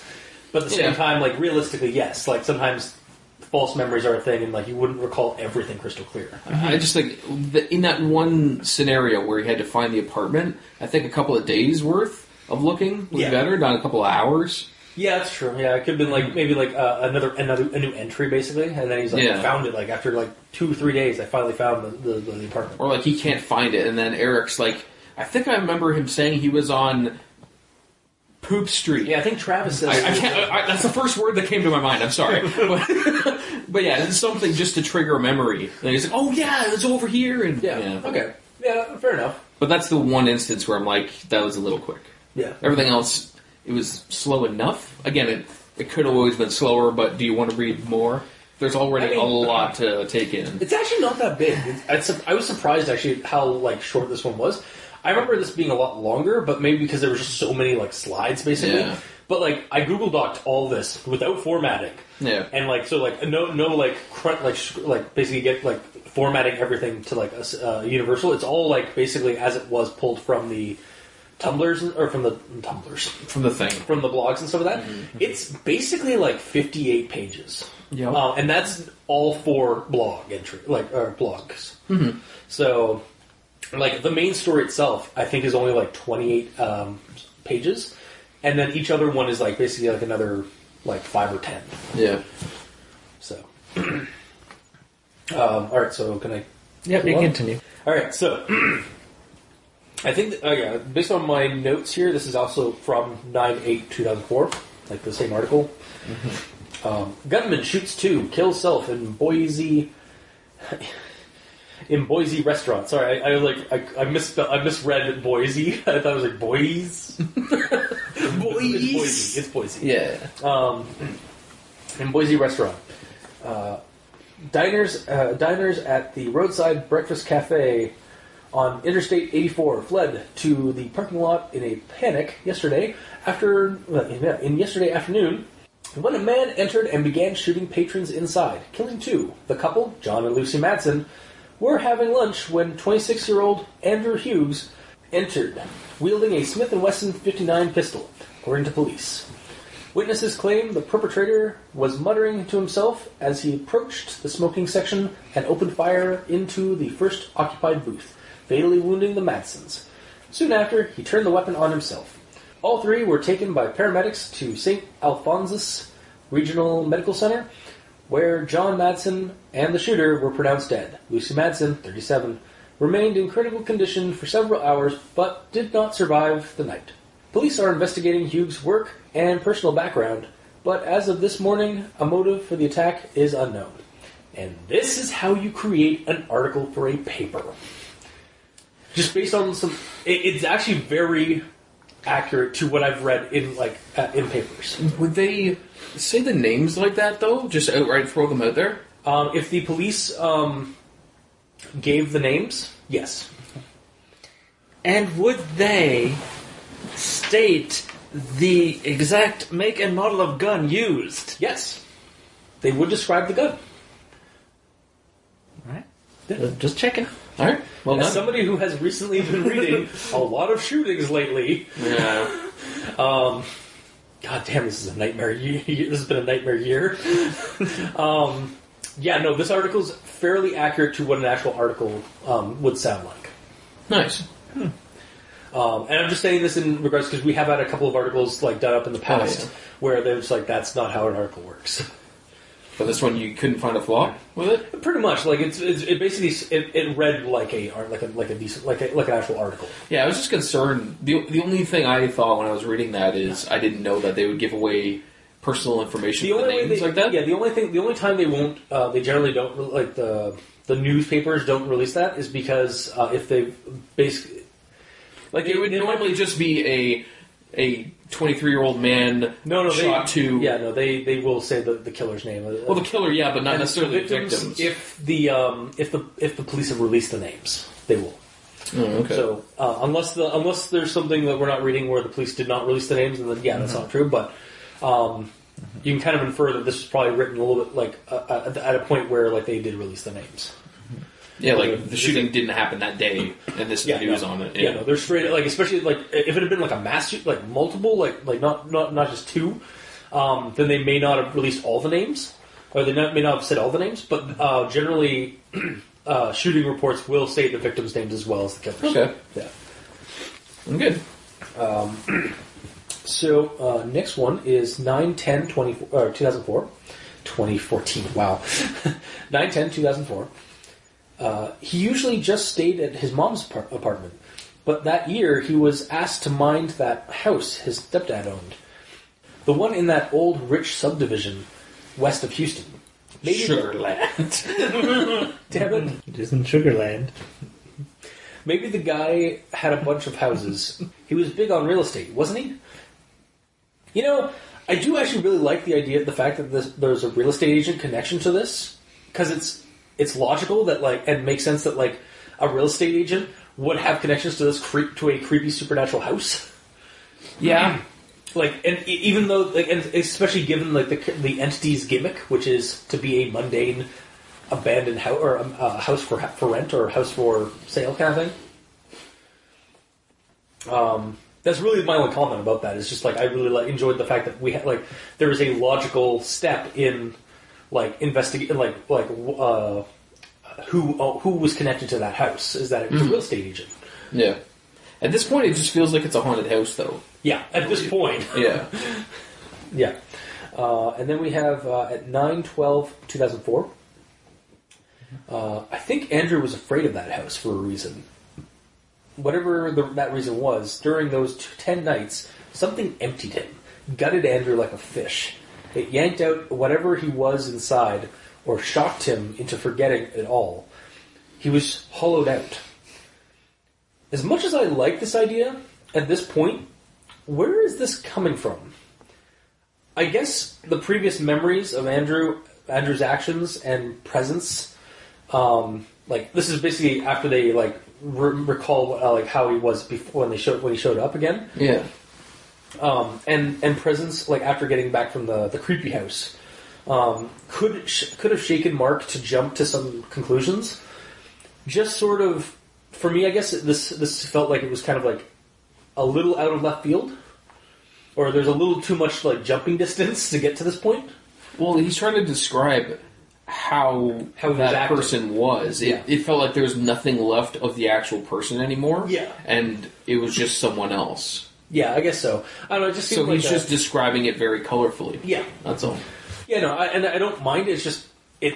Speaker 1: But at the same
Speaker 3: Yeah.
Speaker 1: time, like realistically, yes, like sometimes false memories are a thing, and like you wouldn't recall everything crystal clear.
Speaker 3: I just think the, in that one scenario where he had to find the apartment, I think a couple of days worth of looking was
Speaker 1: Yeah.
Speaker 3: better, not a couple of hours.
Speaker 1: Yeah, that's true. Yeah, it could have been like maybe like uh, another another a new entry basically, and then he's like
Speaker 3: Yeah.
Speaker 1: I found it like after like two three days. I finally found the the, the apartment.
Speaker 3: Or like he can't find it, and then Eric's like, I think I remember him saying he was on poop street.
Speaker 1: Yeah, I think Travis says.
Speaker 3: I, I can't, I, I- that's the first word that came to my mind. I'm sorry, but, but yeah, it's something just to trigger a memory. And he's like, "Oh yeah, it's over here." And
Speaker 1: yeah. Okay. Yeah. Fair enough.
Speaker 3: But that's the one instance where I'm like, that was a little quick.
Speaker 1: Yeah.
Speaker 3: Everything else, it was slow enough. Again, it it could have always been slower. But do you want to read more? There's already
Speaker 1: I mean-
Speaker 3: a lot to take in.
Speaker 1: It's actually not that big. It's, I'd sup- I was surprised actually how like short this one was. I remember this being a lot longer, but maybe because there were just so many like slides basically.
Speaker 3: Yeah.
Speaker 1: But like I Google docked all this without formatting.
Speaker 3: Yeah.
Speaker 1: And like so like no no like crun- like sh- like basically get like formatting everything to like a s- uh, universal. It's all like basically as it was pulled from the tumblers and- or from the tumblers
Speaker 3: From the thing,
Speaker 1: from the blogs and stuff like that. It's basically like 58 pages.
Speaker 3: Yep.
Speaker 1: Um, and that's all for blog entry, like or blogs. So, like the main story itself, I think is only like 28 um, pages, and then each other one is like basically like another like five or ten.
Speaker 3: yeah.
Speaker 1: So, um, all right. So can I
Speaker 2: Yep, you
Speaker 1: What?
Speaker 2: continue.
Speaker 1: all right, so I think that, oh yeah, based on my notes here, this is also from 9 8 2004, like the same article. Um, gunman shoots two, kills self in Boise. In Boise restaurant. Sorry, I, I like I, I mis I misread Boise. I thought it was like boys. It's Boise. It's Boise
Speaker 3: Yeah.
Speaker 1: in Boise restaurant. Uh, diners, uh, diners at the roadside breakfast cafe on Interstate 84 fled to the parking lot in a panic yesterday after well, in, in yesterday afternoon when a man entered and began shooting patrons inside, killing two. The couple, John and Lucy Matson, were having lunch when 26-year-old Andrew Hughes entered, wielding a Smith & Wesson 59 pistol, according to police. Witnesses claim the perpetrator was muttering to himself as he approached the smoking section and opened fire into the first occupied booth, fatally wounding the Madsons. Soon after, he turned the weapon on himself. All three were taken by paramedics to St. Alphonsus Regional Medical Center, where John Madsen and the shooter were pronounced dead. Lucy Madsen, 37, remained in critical condition for several hours but did not survive the night. Police are investigating Hughes' work and personal background, but as of this morning, a motive for the attack is unknown. And this is how you create an article for a paper. Just based on some, it, it's actually very accurate to what I've read in like uh, in papers.
Speaker 3: Would they say the names like that though? Just outright throw them out there?
Speaker 1: Um, if the police um, gave the names, yes.
Speaker 2: And would they state the exact make and model of gun used?
Speaker 1: Yes. They would describe the gun.
Speaker 2: Right. Just checking.
Speaker 3: All right. Well
Speaker 1: As
Speaker 3: done.
Speaker 1: somebody who has recently been reading a lot of shootings lately,
Speaker 3: Yeah.
Speaker 1: God damn, this is a nightmare. Year. This has been a nightmare year. um, yeah, no, this article's fairly accurate to what an actual article um, would sound like.
Speaker 3: Nice.
Speaker 1: Um, and I'm just saying this in regards because we have had a couple of articles like done up in the past
Speaker 3: Oh, yeah.
Speaker 1: where they're just like, that's not how an article works.
Speaker 3: But this one you couldn't find a flaw with it.
Speaker 1: Pretty much, like it's, it's it basically it, it read like a art like a like a decent like a, like an actual article.
Speaker 3: Yeah, I was just concerned. The, the only thing I thought when I was reading that is I didn't know that they would give away personal information
Speaker 1: The
Speaker 3: with
Speaker 1: only
Speaker 3: the
Speaker 1: way
Speaker 3: names
Speaker 1: they,
Speaker 3: like that.
Speaker 1: yeah, the only thing the only time they won't uh, they generally don't re- like the the newspapers don't release that is because uh, if they basically
Speaker 3: like it would
Speaker 1: they- they
Speaker 3: normally just be a a 23 year old man
Speaker 1: no no
Speaker 3: shot
Speaker 1: they,
Speaker 3: to
Speaker 1: yeah no they they will say the, the killer's name
Speaker 3: well the killer yeah, but not
Speaker 1: And
Speaker 3: necessarily the victims.
Speaker 1: if the um if the if the police have released the names they will
Speaker 3: Oh, okay.
Speaker 1: So uh, unless the unless there's something that we're not reading where the police did not release the names, and then yeah,
Speaker 3: Mm-hmm.
Speaker 1: that's not true. But um, you can kind of infer that this was probably written a little bit like uh, uh, at- at a point where like they did release the names.
Speaker 3: yeah, like the shooting didn't happen that day, and this is the news
Speaker 1: no.
Speaker 3: on it.
Speaker 1: Yeah, no, they're straight like especially like if it had been like a mass shoot, like multiple, like like not not not just two, um, then they may not have released all the names, or they not, may not have said all the names. But uh, generally, uh, shooting reports will say the victims' names as well as the killers.
Speaker 3: Okay,
Speaker 1: Yeah.
Speaker 3: I'm good.
Speaker 1: So uh, next one is 9 10 24, or 2004. 2014, wow. 9 10 2004. Uh, he usually just stayed at his mom's par- apartment. But that year, he was asked to mind that house his stepdad owned, the one in that old rich subdivision west of Houston. Maybe-
Speaker 3: Sugarland.
Speaker 1: Damn it.
Speaker 2: It is in Sugarland.
Speaker 1: Maybe the guy had a bunch of houses. he was big on real estate, wasn't he? You know, I do actually really like the idea of the fact that this, there's a real estate agent connection to this because it's it's logical that like and makes sense that like a real estate agent would have connections to this creep to a creepy supernatural house.
Speaker 3: yeah.
Speaker 1: Like and e- even though like and especially given like the the entity's gimmick, which is to be a mundane abandoned house or um, a house for for rent or a house for sale kind of thing. That's really my only comment about that. Is just like I really like, enjoyed the fact that we had like there was a logical step in like investigating like like w- uh, who uh, who was connected to that house. Is that it was a real estate agent?
Speaker 3: Yeah. At this point, it just feels like it's a haunted house, though.
Speaker 1: Yeah, at this point.
Speaker 3: Yeah.
Speaker 1: Yeah. Uh, and then we have uh, at 9 12 2004. Uh, I think Andrew was afraid of that house for a reason. Whatever the, that reason was, during those two, 10 nights, something emptied him, gutted Andrew like a fish. It yanked out whatever he was inside, or shocked him into forgetting it all. He was hollowed out. As much as I like this idea, at this point, where is this coming from? I guess the previous memories of Andrew, Andrew's actions and presence, um, like this is basically after they like re- recall uh, like how he was before when they showed when he showed up again,
Speaker 3: Yeah.
Speaker 1: um, and and presence like after getting back from the the creepy house, um, could sh- could have shaken Mark to jump to some conclusions. Just sort of for me, I guess this this felt like it was kind of like a little out of left field, or there's a little too much like jumping distance to get to this point.
Speaker 3: Well, he's trying to describe how,
Speaker 1: How he was
Speaker 3: that
Speaker 1: acting.
Speaker 3: person was. It,
Speaker 1: Yeah.
Speaker 3: it felt like there was nothing left of the actual person anymore.
Speaker 1: Yeah.
Speaker 3: And it was just someone else.
Speaker 1: Yeah, I guess so. I don't know. It just seemed
Speaker 3: So
Speaker 1: like
Speaker 3: he's
Speaker 1: a-
Speaker 3: just describing it very colorfully.
Speaker 1: yeah,
Speaker 3: That's all.
Speaker 1: yeah. No, I, and I don't mind. it, It's just it.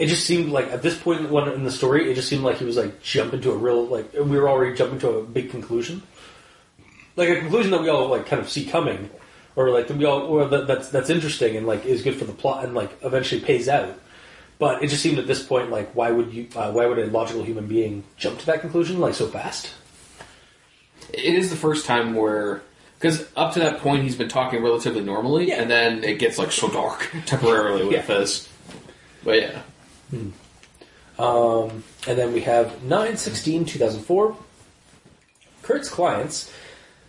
Speaker 1: It just seemed like at this point when in the story, it just seemed like he was like jumping to a real like we were already jumping to a big conclusion, like a conclusion that we all like kind of see coming, or like that we all or that, that's that's interesting and like is good for the plot and like eventually pays out. But it just seemed at this point like why would you uh, why would a logical human being jump to that conclusion like so fast?
Speaker 3: It is the first time where. Because up to that point, he's been talking relatively normally,
Speaker 1: Yeah.
Speaker 3: and then it gets like so dark temporarily with
Speaker 1: Yeah.
Speaker 3: this. But yeah.
Speaker 1: And then we have 9 16 2004. Kurt's clients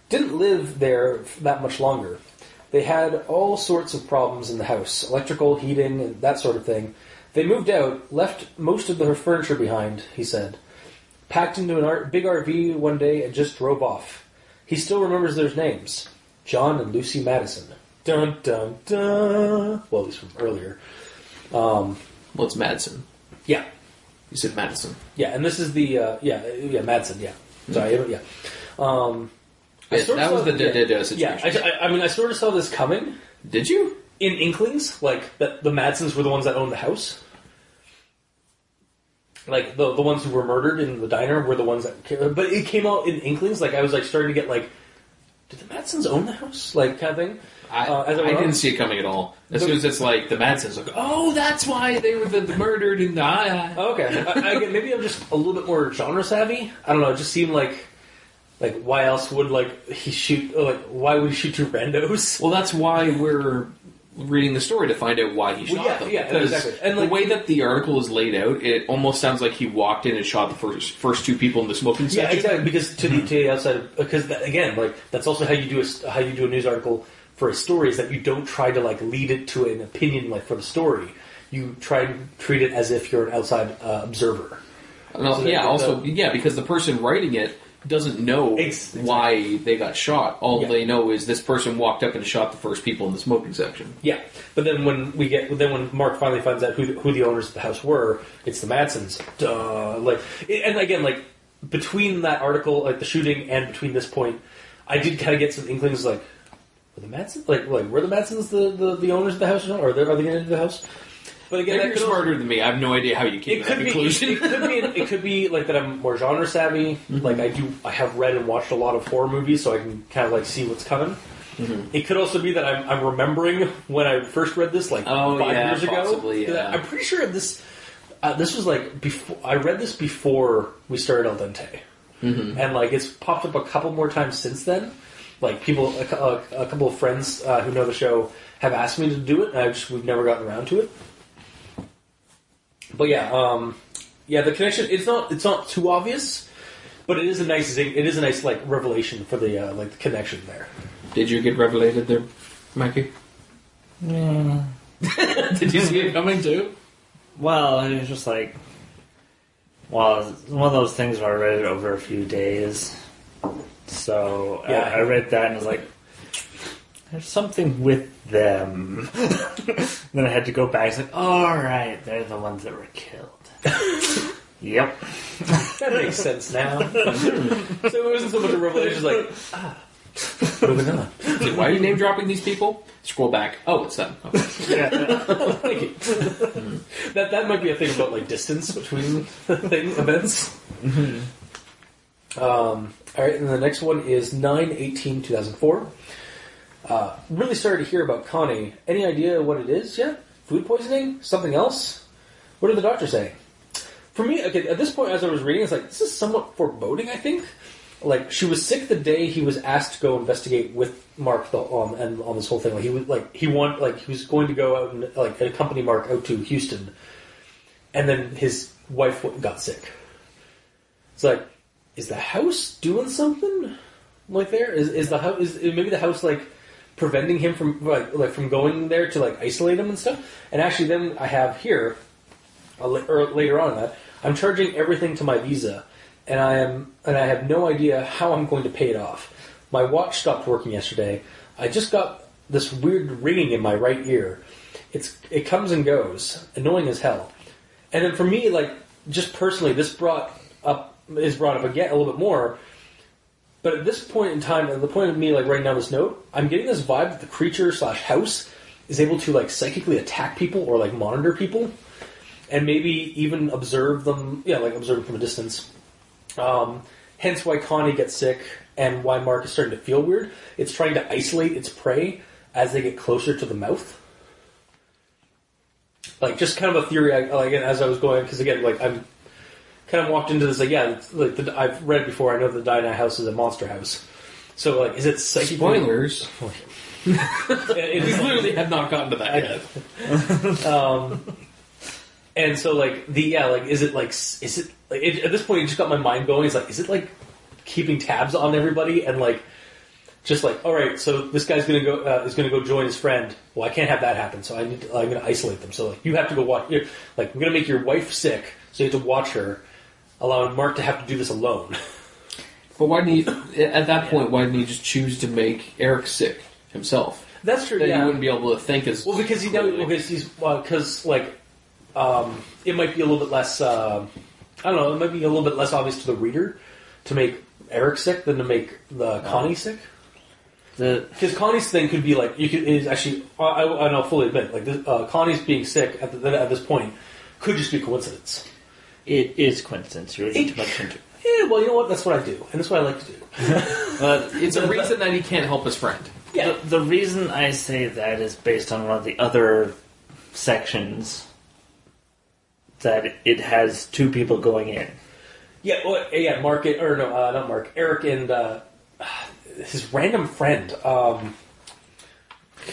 Speaker 1: didn't live there that much longer. They had all sorts of problems in the house electrical, heating, and that sort of thing. They moved out, left most of their furniture behind, he said. Packed into an R- big RV one day and just drove off. He still remembers their names John and Lucy Madison. Dun dun dun. Well, at least from earlier.
Speaker 3: Well, it's Madison.
Speaker 1: Yeah,
Speaker 3: You said Madison.
Speaker 1: Yeah, and this is the uh, yeah uh, yeah Madsen yeah sorry yeah. Um, I
Speaker 3: Yeah,
Speaker 1: sort of
Speaker 3: that was
Speaker 1: saw-
Speaker 3: the da da
Speaker 1: yeah.
Speaker 3: da
Speaker 1: Yeah,
Speaker 3: situation.
Speaker 1: I, I- I mean, I sort of saw this coming
Speaker 3: Did you?
Speaker 1: in inklings, like that the Madsens were the ones that owned the house. Like the the ones who were murdered in the diner were the ones that, ca- but it came out in inklings. Like I was like starting to get like, did the Madsens own the house? Like kind of thing.
Speaker 3: I,
Speaker 1: Uh, as it
Speaker 3: I
Speaker 1: went on.
Speaker 3: didn't see it coming at all. As
Speaker 1: The-
Speaker 3: soon as it's like the Madsens, like, oh, that's why they were the, the murdered in the eye.
Speaker 1: Oh, Okay, I, I get- maybe I'm just a little bit more genre savvy. I don't know. It just seemed like like why else would like he shoot like why would he shoot two randos?
Speaker 3: Well, that's why we're reading the story to find out why he shot
Speaker 1: Well, yeah,
Speaker 3: them.
Speaker 1: yeah,
Speaker 3: Because
Speaker 1: exactly. And, like-
Speaker 3: the way that the article is laid out, it almost sounds like he walked in and shot the first first two people in the smoking
Speaker 1: Yeah,
Speaker 3: section.
Speaker 1: exactly. Because to the, to the outside, because that, again, like that's also how you do a, s- how you do a news article for a story is that you don't try to like lead it to an opinion like for the story. You try and treat it as if you're an outside uh, observer.
Speaker 3: And also-
Speaker 1: So they
Speaker 3: yeah,
Speaker 1: did
Speaker 3: also,
Speaker 1: the-
Speaker 3: yeah, because the person writing it doesn't know
Speaker 1: Ex- exactly.
Speaker 3: why they got shot. All
Speaker 1: Yeah.
Speaker 3: they know is this person walked up and shot the first people in the smoking section.
Speaker 1: Yeah, but then when we get then when Mark finally finds out who the, who the owners of the house were, it's the Madsons. Duh. Like, it- and again, like between that article, like the shooting, and between this point, I did kind of get some inklings like, were the Madsons like like were the Madsons the, the, the owners of the house or not? Or are they, are they going to the house? But again, that
Speaker 3: Maybe you're
Speaker 1: could also-
Speaker 3: smarter than me. I have no idea how you came
Speaker 1: it
Speaker 3: to that
Speaker 1: could be.
Speaker 3: conclusion.
Speaker 1: It could be. It could be like that. I'm more genre savvy. Like I do. I have read and watched a lot of horror movies, so I can kind of like see what's coming. It could also be that I'm, I'm remembering when I first read this, like
Speaker 3: Oh,
Speaker 1: five
Speaker 3: yeah,
Speaker 1: years ago.
Speaker 3: possibly,
Speaker 1: 'Cause I-
Speaker 3: yeah.
Speaker 1: I'm pretty sure this. Uh, this was like before. I read this before we started El Dente,
Speaker 3: Mm-hmm.
Speaker 1: and like it's popped up a couple more times since then. Like people, a, cou- a, a couple of friends uh, who know the show have asked me to do it, and I just we've never gotten around to it. But yeah, um, yeah, the connection. It's not. It's not too obvious, but it is a nice. Zing, it is a nice like revelation for the uh, like the connection there.
Speaker 3: Did you get revelated there, Mikey?
Speaker 2: Yeah.
Speaker 3: Did you see it coming too?
Speaker 2: Well, it was just like, well, it's one of those things where I read it over a few days. So
Speaker 1: Yeah.
Speaker 2: I, I read that and was like, there's something with them. then I had to go back. It's like, all right, they're the ones that were killed. yep.
Speaker 1: That makes sense now. so it wasn't so much a revelation. It's like ah, moving on.
Speaker 3: Why are you name dropping these people? Scroll back. Oh, it's them. Okay.
Speaker 2: Yeah.
Speaker 1: Thank you. that that might be a thing about like distance between thing events. Um, all right, and the next one is 9-18-2004. Uh, really sorry to hear about Connie. Any idea what it is yet? Food poisoning? Something else? What did the doctor say? For me, okay, at this point, as I was reading, it's like this is somewhat foreboding. I think, like she was sick the day he was asked to go investigate with Mark the, um, and on this whole thing. Like he was like he want like he was going to go out and like accompany Mark out to Houston, and then his wife w- got sick. It's like, is the house doing something? Like there is is the house is maybe the house like preventing him from like like from going there to like isolate him and stuff. And actually, then I have here uh, la- or later on in that, I'm charging everything to my Visa, and I am and I have no idea how I'm going to pay it off. My watch stopped working yesterday. I just got this weird ringing in my right ear. It's it comes and goes, annoying as hell. And then for me, like just personally, this brought up is brought up again a little bit more. But at this point in time, at the point of me like writing down this note, I'm getting this vibe that the creature slash house is able to like psychically attack people or like monitor people and maybe even observe them. Yeah, like observe them from a distance. Um, hence, why Connie gets sick and why Mark is starting to feel weird. It's trying to isolate its prey as they get closer to the mouth. Like just kind of a theory. I, like as I was going, because again, like I'm kind of walked into this. Like yeah, it's like the, I've read before. I know the Dinah House is a monster house. So like, is it psychic?
Speaker 3: Spoilers. We
Speaker 1: It's
Speaker 3: literally have not gotten to that yet.
Speaker 1: um, and so like the yeah like is it like s- is it, like, it at this point it just got my mind going it's like is it like keeping tabs on everybody and like just like all right so this guy's gonna go uh, is gonna go join his friend well i can't have that happen so i need to, i'm gonna isolate them so like you have to go watch you're, like i'm gonna make your wife sick so you have to watch her allowing mark to have to do this alone
Speaker 3: But why didn't he, at that point, why didn't he just choose to make Eric sick himself?
Speaker 1: that's true
Speaker 3: Then he wouldn't be able to think as
Speaker 1: Well, because he now
Speaker 3: clearly.
Speaker 1: because he's because like um, it might be a little bit less. Uh, I don't know. It might be a little bit less obvious to the reader to make Eric sick than to make the Connie sick.
Speaker 2: The,
Speaker 1: Because Connie's thing could be like you could is actually I, I, and I'll fully admit like this, uh, Connie's being sick at, the, at this point could just be coincidence.
Speaker 2: it is coincidence. You're reading
Speaker 1: It-
Speaker 2: too much into it.
Speaker 1: Yeah, well, you know what? That's what I do, and that's what I like to do.
Speaker 2: But
Speaker 3: it's a reason that he can't help his friend.
Speaker 1: Yeah,
Speaker 2: The, the reason I say that is based on one of the other sections that it has two people going in.
Speaker 1: yeah, well, yeah. Mark it or no, uh, not Mark. Eric and uh, his random friend. Um,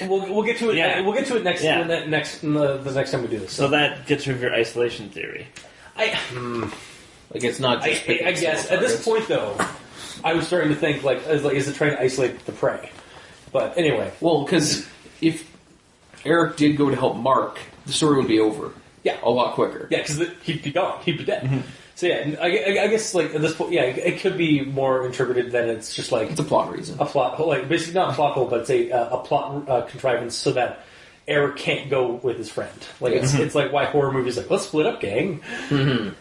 Speaker 1: we'll, we'll get to it.
Speaker 2: Yeah.
Speaker 1: We'll get to it next
Speaker 2: Yeah.
Speaker 1: in the, next in the, the next time we do this.
Speaker 2: So that gets rid of your isolation theory.
Speaker 1: I,
Speaker 3: Like it's not
Speaker 1: I,
Speaker 3: just.
Speaker 1: I,
Speaker 3: picking
Speaker 1: I guess
Speaker 3: small
Speaker 1: at this
Speaker 3: targets.
Speaker 1: point though, I was starting to think like is, like, is it trying to isolate the prey? But anyway,
Speaker 3: Well, because if Eric did go to help Mark, the story would be over.
Speaker 1: Yeah.
Speaker 3: a lot quicker.
Speaker 1: yeah, because he'd be gone, he'd be dead. So yeah, I, I- I guess like at this point, yeah, it, it could be more interpreted than it's just like
Speaker 3: it's a plot reason.
Speaker 1: a plot hole, like basically not a plot hole, but it's a, uh, a plot uh, contrivance so that Eric can't go with his friend. Like it's, it's like why horror movies like let's split up, gang.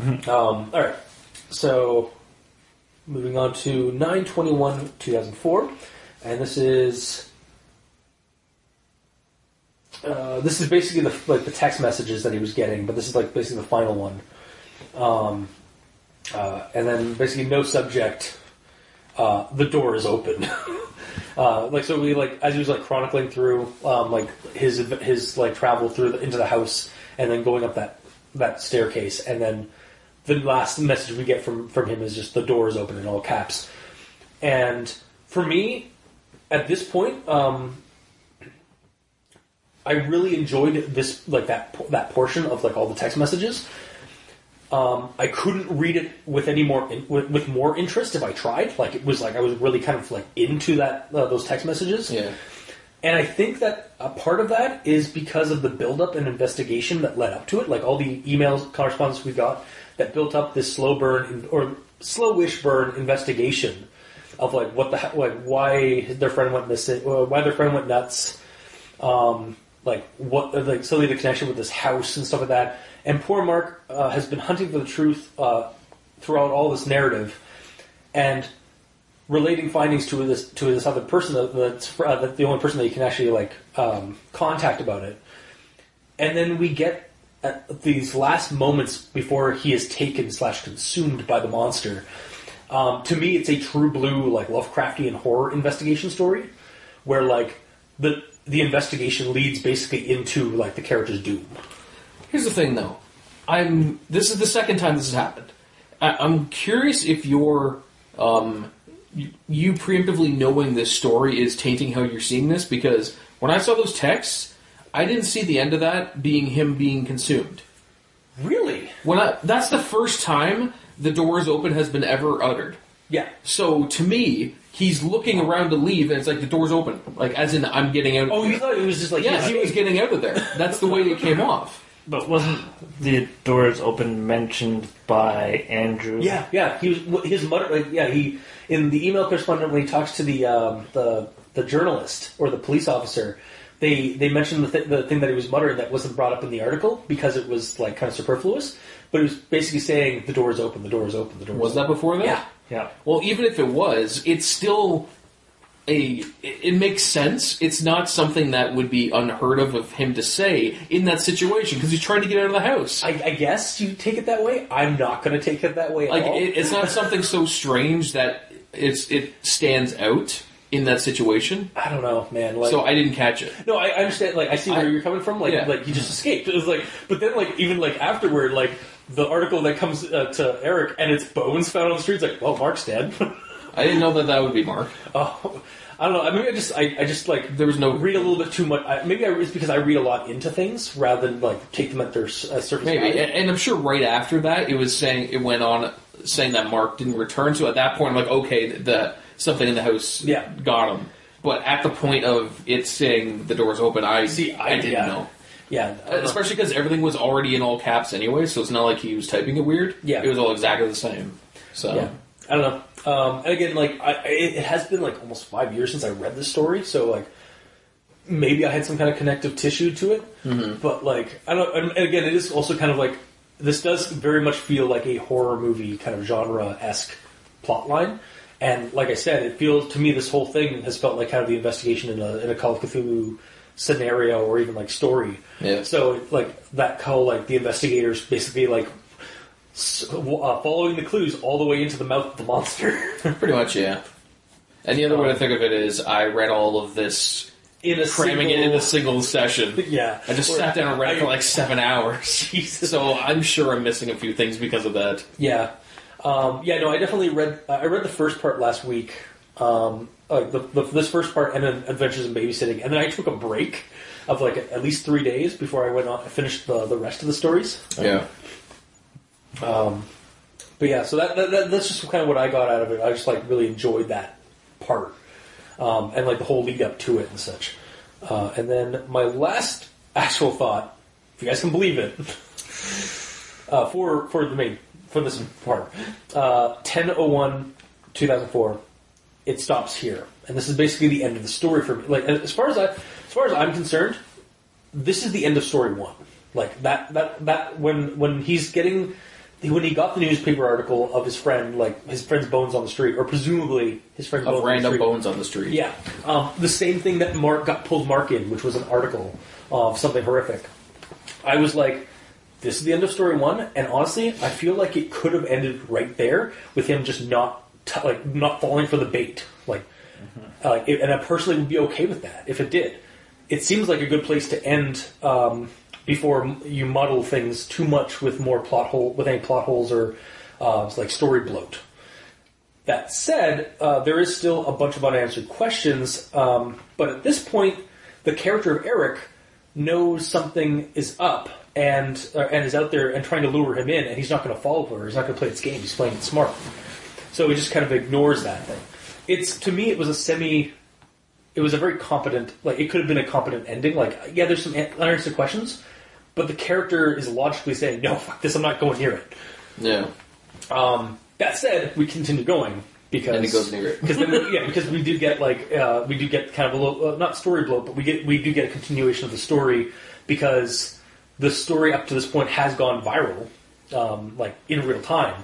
Speaker 1: um, all right, so moving on to nine twenty one two thousand four, and this is uh, this is basically the like the text messages that he was getting, but this is like basically the final one. Um, uh, and then basically no subject. Uh, the door is open. uh, like so, we like as he was like chronicling through um, like his his like travel through the, into the house and then going up that that staircase, and then the last message we get from from him is just the door is open in all caps. And for me, at this point, um, I really enjoyed this like that that portion of like all the text messages. Um, I couldn't read it with any more in, with, with more interest if I tried. Like it was like I was really kind of like into that uh, those text messages.
Speaker 3: Yeah.
Speaker 1: And I think that a part of that is because of the buildup and investigation that led up to it, like all the emails correspondence we got that built up this slow burn or slowish burn investigation of like what the he- like why their friend went missing, uh, why their friend went nuts, um, like what like suddenly the connection with this house and stuff like that. And poor Mark uh, has been hunting for the truth uh, throughout all this narrative, and relating findings to this to this other person that- that's fr- uh, that the only person that you can actually like um, contact about it. And then we get at these last moments before he is taken slash consumed by the monster. Um, to me, it's a true blue like Lovecraftian horror investigation story, where like the the investigation leads basically into like the character's doom.
Speaker 3: Here's the thing, though. I'm. This is the second time this has happened. I, I'm curious if your um, you, you preemptively knowing this story is tainting how you're seeing this because when I saw those texts, I didn't see the end of that being him being consumed.
Speaker 1: Really?
Speaker 3: When I, that's the first time the doors open has been ever uttered.
Speaker 1: Yeah.
Speaker 3: So to me, he's looking around to leave, and it's like the door's open, like as in I'm getting out.
Speaker 1: Oh, you thought it was just like
Speaker 3: yeah, he was getting out of there. That's the way it came off.
Speaker 2: But wasn't the doors open mentioned by Andrew?
Speaker 1: Yeah, yeah. He was wh- his mother. Like, yeah, he in the email correspondent when he talks to the um, the the journalist or the police officer. They they mentioned the, th- the thing that he was muttering that wasn't brought up in the article because it was like kind of superfluous. But he was basically saying the door is open, the door is open, the door.
Speaker 3: Was
Speaker 1: is open.
Speaker 3: that before that?
Speaker 1: Yeah.
Speaker 2: Yeah.
Speaker 3: Well, even if it was, it's still a. It, it makes sense. It's not something that would be unheard of of him to say in that situation because he's trying to get out of the house.
Speaker 1: I, I guess you take it that way. I'm not going to take it that way. At
Speaker 3: like
Speaker 1: all.
Speaker 3: it, it's not something so strange that it's it stands out in that situation.
Speaker 1: I don't know, man. Like,
Speaker 3: So I didn't catch it.
Speaker 1: No, I, I understand. Like, I see where
Speaker 3: I-
Speaker 1: you're coming from. Like,
Speaker 3: Yeah.
Speaker 1: like he just escaped. It was like, but then, like, even like afterward, like the article that comes uh, to Eric and it's bones found on the streets. Like, well, Mark's dead.
Speaker 3: I didn't know that that would be Mark.
Speaker 1: oh, I don't know. I mean, I just, I, I just like
Speaker 3: There was no-
Speaker 1: read a little bit too much. I, maybe I, it's because I read a lot into things rather than like take them at their s- uh, surface.
Speaker 3: Maybe,
Speaker 1: value.
Speaker 3: and, and I'm sure right after that, it was saying it went on saying that Mark didn't return. So at that point, I'm like, okay, the something in the house
Speaker 1: Yeah.
Speaker 3: got him. But at the point of it saying the door's open, I
Speaker 1: See, I-
Speaker 3: didn't
Speaker 1: yeah.
Speaker 3: know.
Speaker 1: Yeah, I don't know.
Speaker 3: Especially because everything was already in all caps anyway, so it's not like he was typing it weird.
Speaker 1: Yeah.
Speaker 3: it was all exactly the same. So
Speaker 1: yeah. I don't know. Um, and again, like I, I- it it has been like almost five years since I read this story, so like maybe I had some kind of connective tissue to it.
Speaker 3: Mm-hmm.
Speaker 1: But like I don't. And and again, it is also kind of like this does very much feel like a horror movie kind of genre esque plot line. And like I said, it feels to me this whole thing has felt like kind of the investigation in a in a Call of Cthulhu scenario or even like story.
Speaker 3: Yeah.
Speaker 1: So like that call, like the investigators basically like s- uh, following the clues all the way into the mouth of the monster
Speaker 3: pretty much, yeah. And the other way to think of it is, I read all of this,
Speaker 1: in a
Speaker 3: cramming it in
Speaker 1: single-
Speaker 3: a single session.
Speaker 1: yeah.
Speaker 3: I just
Speaker 1: Or-
Speaker 3: sat down and read it for
Speaker 1: I-
Speaker 3: like seven hours.
Speaker 1: Jesus.
Speaker 3: So I'm sure I'm missing a few things because of that.
Speaker 1: Yeah, um, yeah. No, I definitely read. I read the first part last week. Um, uh, the, the, this first part and then Adventures in Babysitting, and then I took a break of like at least three days before I went on finished the the rest of the stories.
Speaker 3: Yeah.
Speaker 1: But yeah, so that, that, that that's just kind of what I got out of it. I just like really enjoyed that part um, and like the whole lead up to it and such. Uh, and then my last actual thought, if you guys can believe it, uh, for for the main for this part, ten oh one two thousand four, it stops here, and this is basically the end of the story for me. Like as far as I as far as I'm concerned, this is the end of story one. Like that that that when when he's getting when he got the newspaper article of his friend, like his friend's bones on the street, or presumably his friend's bones
Speaker 3: Of
Speaker 1: on the
Speaker 3: random
Speaker 1: street.
Speaker 3: bones on the street.
Speaker 1: Yeah, um, the same thing that Mark got pulled Mark in, which was an article of something horrific. I was like, this is the end of story one, and honestly, I feel like it could have ended right there with him just not t- like not falling for the bait. Like, uh, it, and I personally would be okay with that if it did. It seems like a good place to end um, before m- you muddle things too much with more plot hole with any plot holes or uh, like story bloat. That said, uh, there is still a bunch of unanswered questions, um, but at this point, the character of Eric knows something is up and uh, and is out there and trying to lure him in, and he's not going to fall for it. He's not going to play its game. He's playing it smart, so he just kind of ignores that thing. It's to me, it was a semi. It was a very competent, like it could have been a competent ending. Like, yeah, there's some an- unanswered questions, but the character is logically saying, "No, fuck this. I'm not going near it."
Speaker 3: Yeah.
Speaker 1: Um, that said, we continue going because
Speaker 3: And it goes near it.
Speaker 1: because then we, yeah because we do get like uh, we do get kind of a little uh, not story bloat but we get we do get a continuation of the story because the story up to this point has gone viral um, like in real time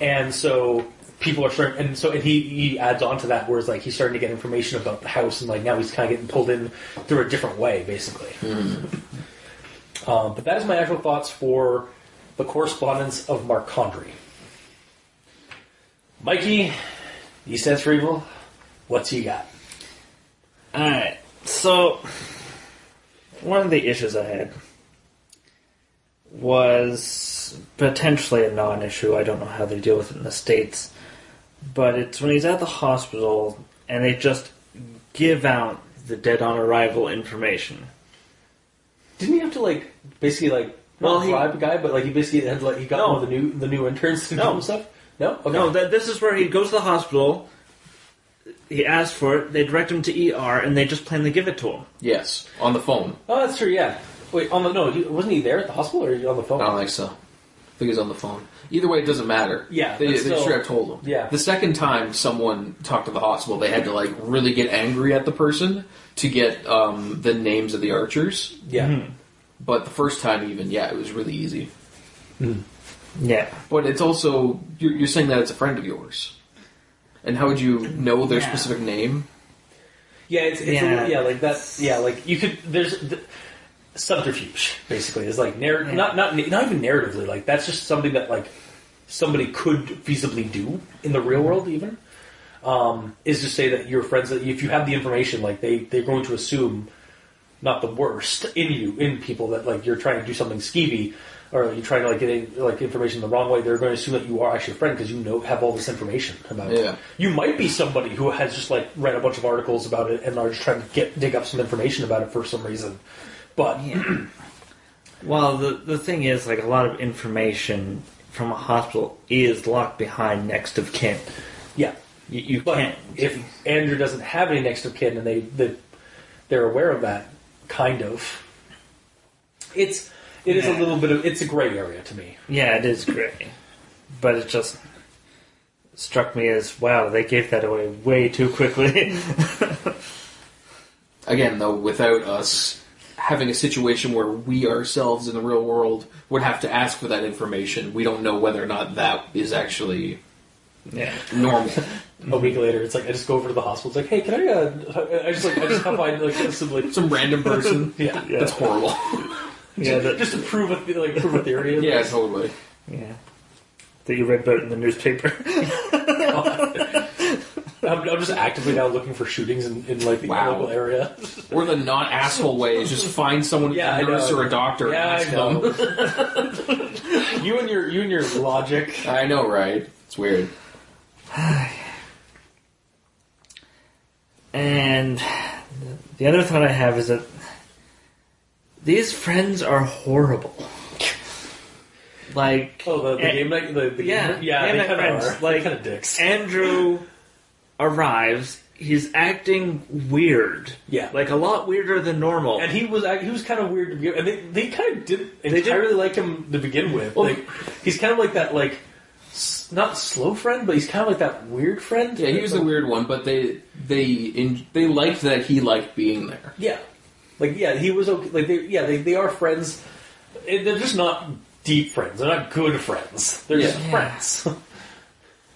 Speaker 1: and so people are starting and so and he he adds on to that where it's like he's starting to get information about the house and like now he's kind of getting pulled in through a different way basically
Speaker 3: Mm-hmm.
Speaker 1: um, but that is my actual thoughts for the correspondence of Mark Condrey. Mikey, he stands for evil. What's he got?
Speaker 2: Alright, so one of the issues I had was potentially a non issue. I don't know how they deal with it in the States. But it's when he's at the hospital and they just give out the dead on arrival information.
Speaker 1: Didn't he have to like basically like
Speaker 2: Well,
Speaker 1: well,
Speaker 2: he-
Speaker 1: bribe a guy, but like he basically had to, like he got
Speaker 2: No.
Speaker 1: one of the new the new interns to do
Speaker 2: No.
Speaker 1: some stuff. No, okay.
Speaker 2: No, that this is where he goes to the hospital. He asks for it. They direct him to ER, and they just plainly give it to him.
Speaker 3: Yes. On the phone.
Speaker 1: oh, that's true. Yeah. Wait, on the no, he, wasn't he there at the hospital or on the phone?
Speaker 3: I
Speaker 2: Oh,
Speaker 3: don't think so. I think he's on the phone. Either way, it doesn't matter.
Speaker 1: Yeah,
Speaker 3: they,
Speaker 1: but
Speaker 3: they
Speaker 1: still-
Speaker 3: should have told him.
Speaker 1: Yeah.
Speaker 3: The second time someone talked to the hospital, they had to like really get angry at the person to get um, the names of the archers.
Speaker 1: yeah.
Speaker 2: Mm-hmm.
Speaker 3: But the first time, even yeah, it was really easy.
Speaker 2: Yeah.
Speaker 3: But it's also you're, you're saying that it's a friend of yours, and how would you know their
Speaker 2: Yeah.
Speaker 3: specific name?
Speaker 1: Yeah, it's, it's yeah.
Speaker 2: Yeah.
Speaker 1: A, little- yeah, like that's yeah, like you could there's th- subterfuge basically. It's like narr-
Speaker 2: Yeah.
Speaker 1: not not not even narratively. Like that's just something that like somebody could feasibly do in the real world. Even um, is to say that your friends that if you have the information, like they they're going to assume not the worst in you in people that like you're trying to do something skeevy. Or you're trying to like get in, like information the wrong way. They're going to assume that you are actually a friend because you know have all this information about it.
Speaker 3: Yeah.
Speaker 1: You might be somebody who has just like read a bunch of articles about it and are just trying to get dig up some information about it for some reason. But
Speaker 2: Well, the the thing is, like a lot of information from a hospital is locked behind next of kin.
Speaker 1: yeah,
Speaker 2: You, you
Speaker 1: but
Speaker 2: can't.
Speaker 1: if Andrew doesn't have any next of kin and they, they they're aware of that, kind of, it's it is a
Speaker 2: Yeah.
Speaker 1: little bit of it's a gray area to me.
Speaker 2: yeah, it is great, but it just struck me as wow, they gave that away way too quickly.
Speaker 3: Again, though, without us having a situation where we ourselves in the real world would have to ask for that information, we don't know whether or not that is actually
Speaker 2: yeah.
Speaker 3: normal.
Speaker 1: A week later, it's like I just go over to the hospital. It's like, hey, can I? Uh, I just like I just have my like some like
Speaker 3: Some random person.
Speaker 1: yeah,
Speaker 2: Yeah.
Speaker 3: That's horrible.
Speaker 2: Yeah, that,
Speaker 1: just to prove a the- like prove a theory. of
Speaker 3: yeah,
Speaker 1: this.
Speaker 3: totally.
Speaker 2: yeah. That you read about in the newspaper.
Speaker 1: I'm, I'm just actively now looking for shootings in, in like the
Speaker 3: Wow.
Speaker 1: local area.
Speaker 3: Or the not asshole way is just find someone,
Speaker 1: Yeah, I
Speaker 3: a nurse
Speaker 1: know.
Speaker 3: or a doctor,
Speaker 1: Yeah,
Speaker 3: and ask
Speaker 1: I know.
Speaker 3: them.
Speaker 1: You and your you and your logic.
Speaker 3: I know, right? It's weird.
Speaker 2: And the other thought I have is that these friends are horrible. Like
Speaker 1: Oh, the, the
Speaker 2: Eh,
Speaker 1: game night. The, the
Speaker 2: yeah,
Speaker 1: game, yeah,
Speaker 2: game
Speaker 1: they
Speaker 2: night
Speaker 1: kind
Speaker 2: friends,
Speaker 1: of are.
Speaker 2: like-
Speaker 1: Like kind of dicks.
Speaker 2: Andrew arrives, he's acting weird.
Speaker 1: Yeah.
Speaker 2: like a lot weirder than normal.
Speaker 1: and he was act- he was kind of weird to begin. And they they kind of did
Speaker 2: did.
Speaker 1: entirely like him to begin with.
Speaker 3: Well-
Speaker 1: like he's kind of like that like s- not slow friend, but he's kind of like that weird friend.
Speaker 3: Yeah, he was the weird one, but they they in, they liked that he liked being there.
Speaker 1: Yeah, like yeah, he was okay. Like they yeah they they are friends. Eh, They're just not deep friends. They're not good friends. They're just
Speaker 3: Yeah.
Speaker 1: friends.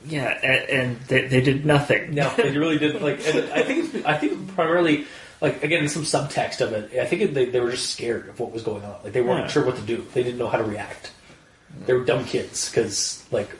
Speaker 2: yeah, and, and they, they did nothing.
Speaker 1: No, they really did. Like, and I think it's, I think primarily like again in some subtext of it. I think it, they, they were just scared of what was going on. Like they weren't
Speaker 2: Yeah.
Speaker 1: sure what to do. They didn't know how to react. They were dumb kids because like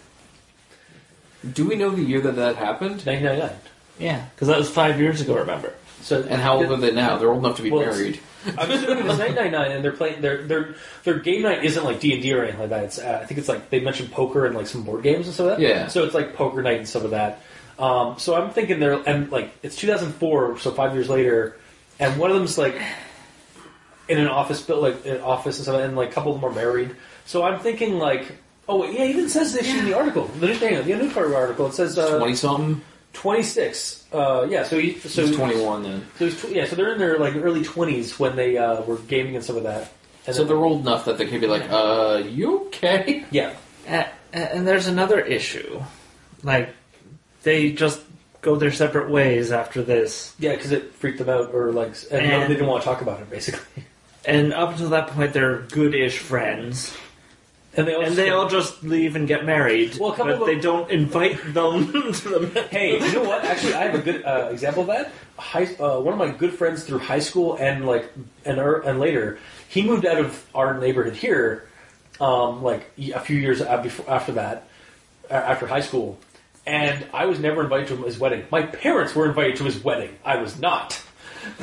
Speaker 3: Do we know the year that that happened?
Speaker 1: 1999.
Speaker 2: Yeah, because that was five years ago. Remember?
Speaker 1: So
Speaker 3: And how old are they now? They're old enough to be
Speaker 1: Well, it's-
Speaker 3: married.
Speaker 1: I'm assuming it's 999, and they're playing their their their game night isn't like D and D or anything like that. It's uh, I think it's like they mentioned poker and like some board games and stuff like that.
Speaker 3: Yeah.
Speaker 1: So it's like poker night and some of that. Um, so I'm thinking they're and like it's 2004, so five years later, and one of them's like in an office built like in an office and stuff, and like a couple of them are married. So I'm thinking like. Oh wait, yeah, it even says this in the article. The new thing, the new part of the article, it says uh,
Speaker 3: Twenty something.
Speaker 1: 26. Uh, yeah, so he,
Speaker 3: So
Speaker 1: so
Speaker 3: he's twenty one then.
Speaker 1: so it's tw- yeah, so they're in their like early twenties when they uh, were gaming and some of that. And
Speaker 3: So
Speaker 1: then-
Speaker 3: they're old enough that they could be like, "Uh, you okay?"
Speaker 1: yeah,
Speaker 2: And, and there's another issue. Like, they just go their separate ways after this.
Speaker 1: yeah, because it freaked them out, or like, and,
Speaker 2: And-
Speaker 1: they didn't want to talk about it basically.
Speaker 2: And up until that point, they're good-ish friends.
Speaker 1: And they all,
Speaker 2: And they all just leave and get married.
Speaker 1: Well, a couple
Speaker 2: but
Speaker 1: of them-
Speaker 2: they don't invite them to the
Speaker 1: hey, you know what? Actually, I have a good uh, example of that. High, uh, one of my good friends through high school and like and er, and later, he moved out of our neighborhood here, um, like a few years a- before after that, a- after high school, and I was never invited to his wedding. My parents were invited to his wedding. I was not.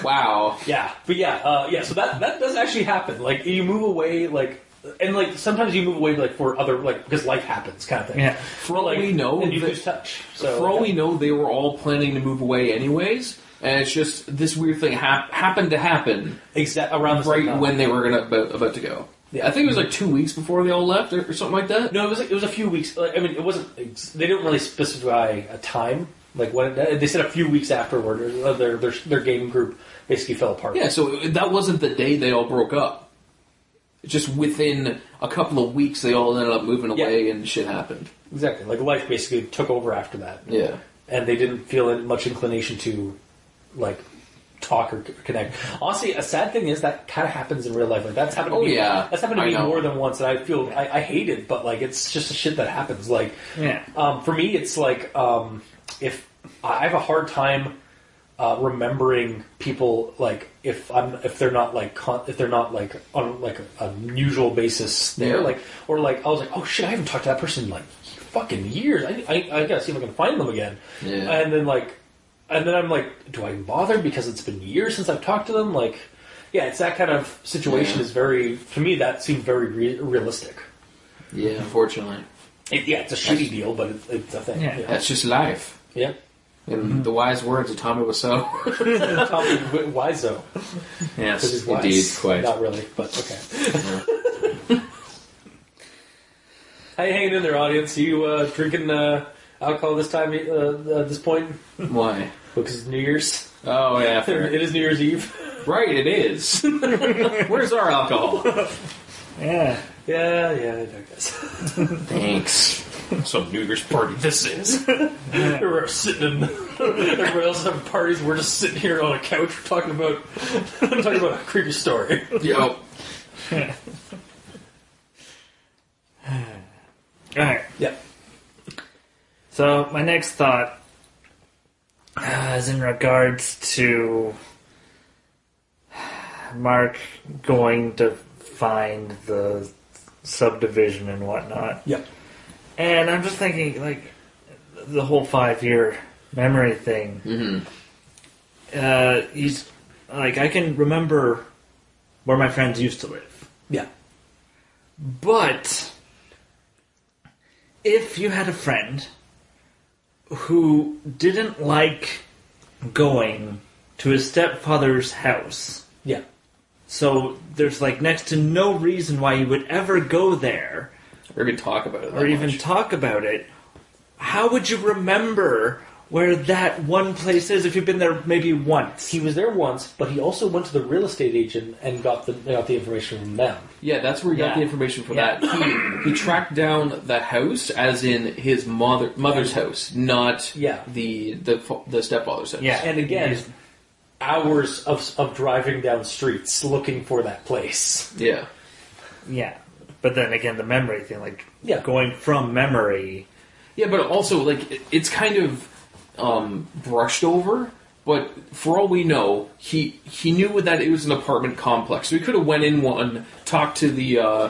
Speaker 3: Wow.
Speaker 1: Yeah, but yeah, uh, yeah. So that that does actually happen. Like you move away, like and like sometimes you move away, like for other, like because life happens, kind of thing.
Speaker 2: Yeah.
Speaker 1: For
Speaker 3: all
Speaker 1: like,
Speaker 3: we know,
Speaker 1: and you
Speaker 3: the-
Speaker 1: lose touch. So
Speaker 3: For all we know, they were all planning to move away anyways, and it's just this weird thing hap- happened to happen
Speaker 1: exact around the
Speaker 3: right
Speaker 1: same time.
Speaker 3: when they were gonna about, about to go.
Speaker 1: Yeah.
Speaker 3: I think it was like two weeks before they all left, or, or something like that.
Speaker 1: No, it was like, it was a few weeks. Like, I mean, it wasn't. ex- They didn't really specify a time. Like when it, they said a few weeks afterward, or uh, their their their game group basically fell apart.
Speaker 3: Yeah, so it- that wasn't the day they all broke up. Just within a couple of weeks, they all ended up moving
Speaker 1: Yeah.
Speaker 3: away, and shit happened.
Speaker 1: exactly. Like life basically took over after that,
Speaker 3: Yeah.
Speaker 1: and they didn't feel much inclination to like talk or c- connect. Honestly, a sad thing is that kind of happens in real life. Like that's happened. To
Speaker 3: Oh,
Speaker 1: me,
Speaker 3: yeah.
Speaker 1: that's happened to
Speaker 3: I
Speaker 1: me
Speaker 3: know.
Speaker 1: more than once, and I feel I, I hate it, but like it's just a shit that happens. Like,
Speaker 2: Yeah.
Speaker 1: um, for me, it's like um, if I have a hard time uh, remembering people, like if I'm if they're not like con- if they're not like on like a unusual basis there,
Speaker 3: Yeah.
Speaker 1: like or like I was like, oh shit, I haven't talked to that person in like fucking years. I, I, I gotta see if I can find them again.
Speaker 3: Yeah.
Speaker 1: And then like, and then I'm like, do I bother because it's been years since I've talked to them? Like, yeah, it's that kind of situation
Speaker 3: Yeah.
Speaker 1: is very to me that seemed very re- realistic.
Speaker 3: Yeah, unfortunately.
Speaker 1: It, yeah, it's a shitty deal, but it, it's a thing.
Speaker 2: Yeah.
Speaker 1: yeah.
Speaker 3: That's just life.
Speaker 1: yeah.
Speaker 3: In the wise words of Tommy Wiseau.
Speaker 1: Tommy W- Wiseau.
Speaker 3: yes,
Speaker 1: 'cause he's wise.
Speaker 3: indeed, quite.
Speaker 1: Not really, but okay. How you hanging in there, audience? You uh, drinking uh, alcohol this time, uh, uh, this point?
Speaker 3: Why?
Speaker 1: Because it's New Year's.
Speaker 3: Oh yeah,
Speaker 1: it
Speaker 3: fair.
Speaker 1: is New Year's Eve.
Speaker 3: right. It is. Where's our alcohol?
Speaker 2: Yeah.
Speaker 1: Yeah, yeah, I guess.
Speaker 3: Thanks. Some New Year's party. This is.
Speaker 1: We're sitting in. Everybody else is having parties. We're just sitting here on a couch talking about talking about a creepy story.
Speaker 3: Yo.
Speaker 2: All right.
Speaker 1: Yeah.
Speaker 2: So my next thought uh, is in regards to Mark going to find the subdivision and whatnot,
Speaker 1: Yeah.
Speaker 2: and I'm just thinking like the whole five year memory thing. Uh, he's like I can remember where my friends used to live.
Speaker 1: Yeah.
Speaker 2: But if you had a friend who didn't like going to his stepfather's house,
Speaker 1: Yeah.
Speaker 2: so there's like next to no reason why you would ever go there
Speaker 3: Or even talk about it. that
Speaker 2: or even
Speaker 3: much.
Speaker 2: talk about it, how would you remember where that one place is if you've been there maybe once?
Speaker 1: He was there once, but he also went to the real estate agent and got the got the information from them.
Speaker 3: yeah, that's where he got
Speaker 2: Yeah.
Speaker 3: the information for
Speaker 2: Yeah.
Speaker 3: that. He he tracked down the house, as in his mother mother's house, not
Speaker 1: Yeah.
Speaker 3: the the fa- the stepfather's house.
Speaker 2: Yeah.
Speaker 1: And again, hours of, of driving down streets looking for that place.
Speaker 3: yeah.
Speaker 2: Yeah. But then again, the memory thing, like
Speaker 1: Yeah.
Speaker 2: going from memory.
Speaker 3: Yeah, but also like it- it's kind of um, brushed over But for all we know, he he knew that it was an apartment complex, so he could have went in one, talked to the uh,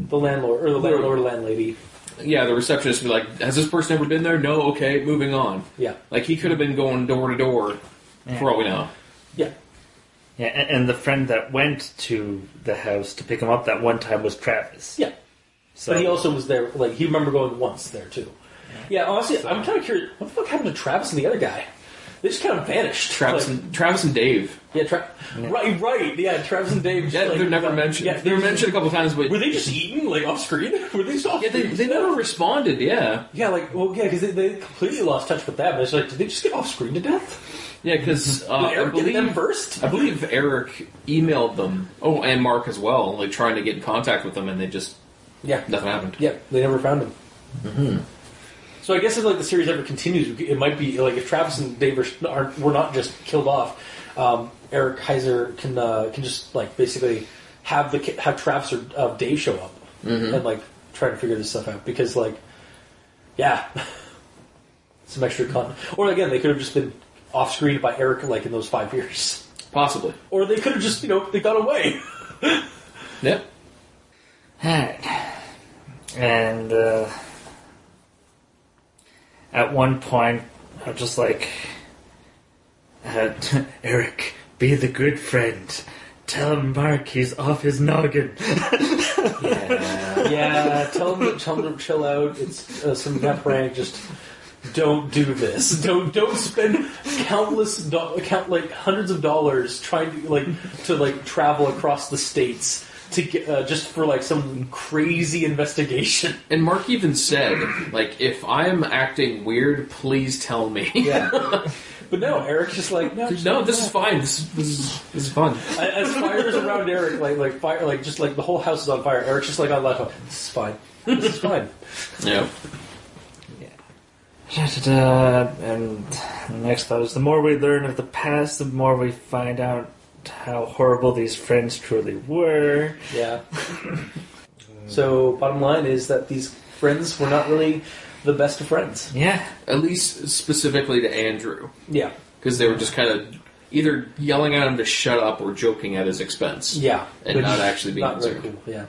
Speaker 1: The landlord or the landlord landlady.
Speaker 3: yeah the receptionist, and be like, "Has this person ever been there? No. Okay, moving on."
Speaker 1: Yeah.
Speaker 3: Like he could have been going door to door, for all we know.
Speaker 1: Yeah.
Speaker 2: Yeah, a- and the friend that went to the house to pick him up that one time was Travis.
Speaker 1: Yeah.
Speaker 2: so
Speaker 1: But he also was there like he remember going once there too. Yeah, honestly, I'm kinda curious what the fuck happened to Travis and the other guy? They just kind of vanished.
Speaker 3: Travis
Speaker 1: Like,
Speaker 3: and Travis and Dave.
Speaker 1: yeah, Tra- right, right, yeah. Travis and Dave. Just,
Speaker 3: Yeah,
Speaker 1: like,
Speaker 3: they're never
Speaker 1: uh,
Speaker 3: mentioned.
Speaker 1: Yeah,
Speaker 3: they were mentioned a couple times, but
Speaker 1: Were they just eaten like off screen? Were they just off?
Speaker 3: yeah, they,
Speaker 1: screen?
Speaker 3: they never responded. Yeah,
Speaker 1: Yeah, like well, yeah, because they, they completely lost touch with that. But it's like, did they just get off screen to death?
Speaker 3: yeah, because
Speaker 1: Did
Speaker 3: uh, I
Speaker 1: Eric get them
Speaker 3: believe
Speaker 1: first?
Speaker 3: I believe Eric emailed them. Oh, and Mark as well, like trying to get in contact with them, and they just
Speaker 1: Yeah,
Speaker 3: nothing happened.
Speaker 1: yeah, they never found him. So I guess if like the series ever continues, it might be like if Travis and Dave are, are were not just killed off, um, Eric Heiser can uh, can just like basically have the ki- have Travis or uh, Dave show up and like try to figure this stuff out because like yeah, some extra content. Or again, they could have just been off screen by Eric like in those five years.
Speaker 3: Possibly.
Speaker 1: Or they could have just, you know, they got away.
Speaker 3: Yep.
Speaker 2: Alright. And uh, at one point, I'm just like, uh, Eric, be the good friend. Tell Mark he's off his noggin.
Speaker 1: Yeah, tell them, tell them to chill out. It's uh, some death rank. Just don't do this. Don't don't spend countless do- count like hundreds of dollars trying to like to like travel across the states to get uh, just for like some crazy investigation.
Speaker 3: And Mark even said, like, if I'm acting weird, please tell me.
Speaker 1: But no, Eric's just like no. just-
Speaker 3: no, this is fine. This is, this is, this is fun.
Speaker 1: As fire is around Eric, like like fire, like just like the whole house is on fire. Eric's just like on laptop. This is fine. This is fine.
Speaker 3: Yeah.
Speaker 2: Da-da-da. And the next thought is the more we learn of the past, the more we find out how horrible these friends truly were.
Speaker 1: Yeah. so, bottom line is that these friends were not really the best of friends.
Speaker 2: Yeah.
Speaker 3: At least specifically to Andrew,
Speaker 1: Yeah.
Speaker 3: because they were just kind of either yelling at him to shut up or joking at his expense.
Speaker 1: Yeah.
Speaker 3: And
Speaker 1: Which
Speaker 3: not
Speaker 1: is
Speaker 3: actually being
Speaker 1: not very
Speaker 3: concerned.
Speaker 1: cool. Yeah.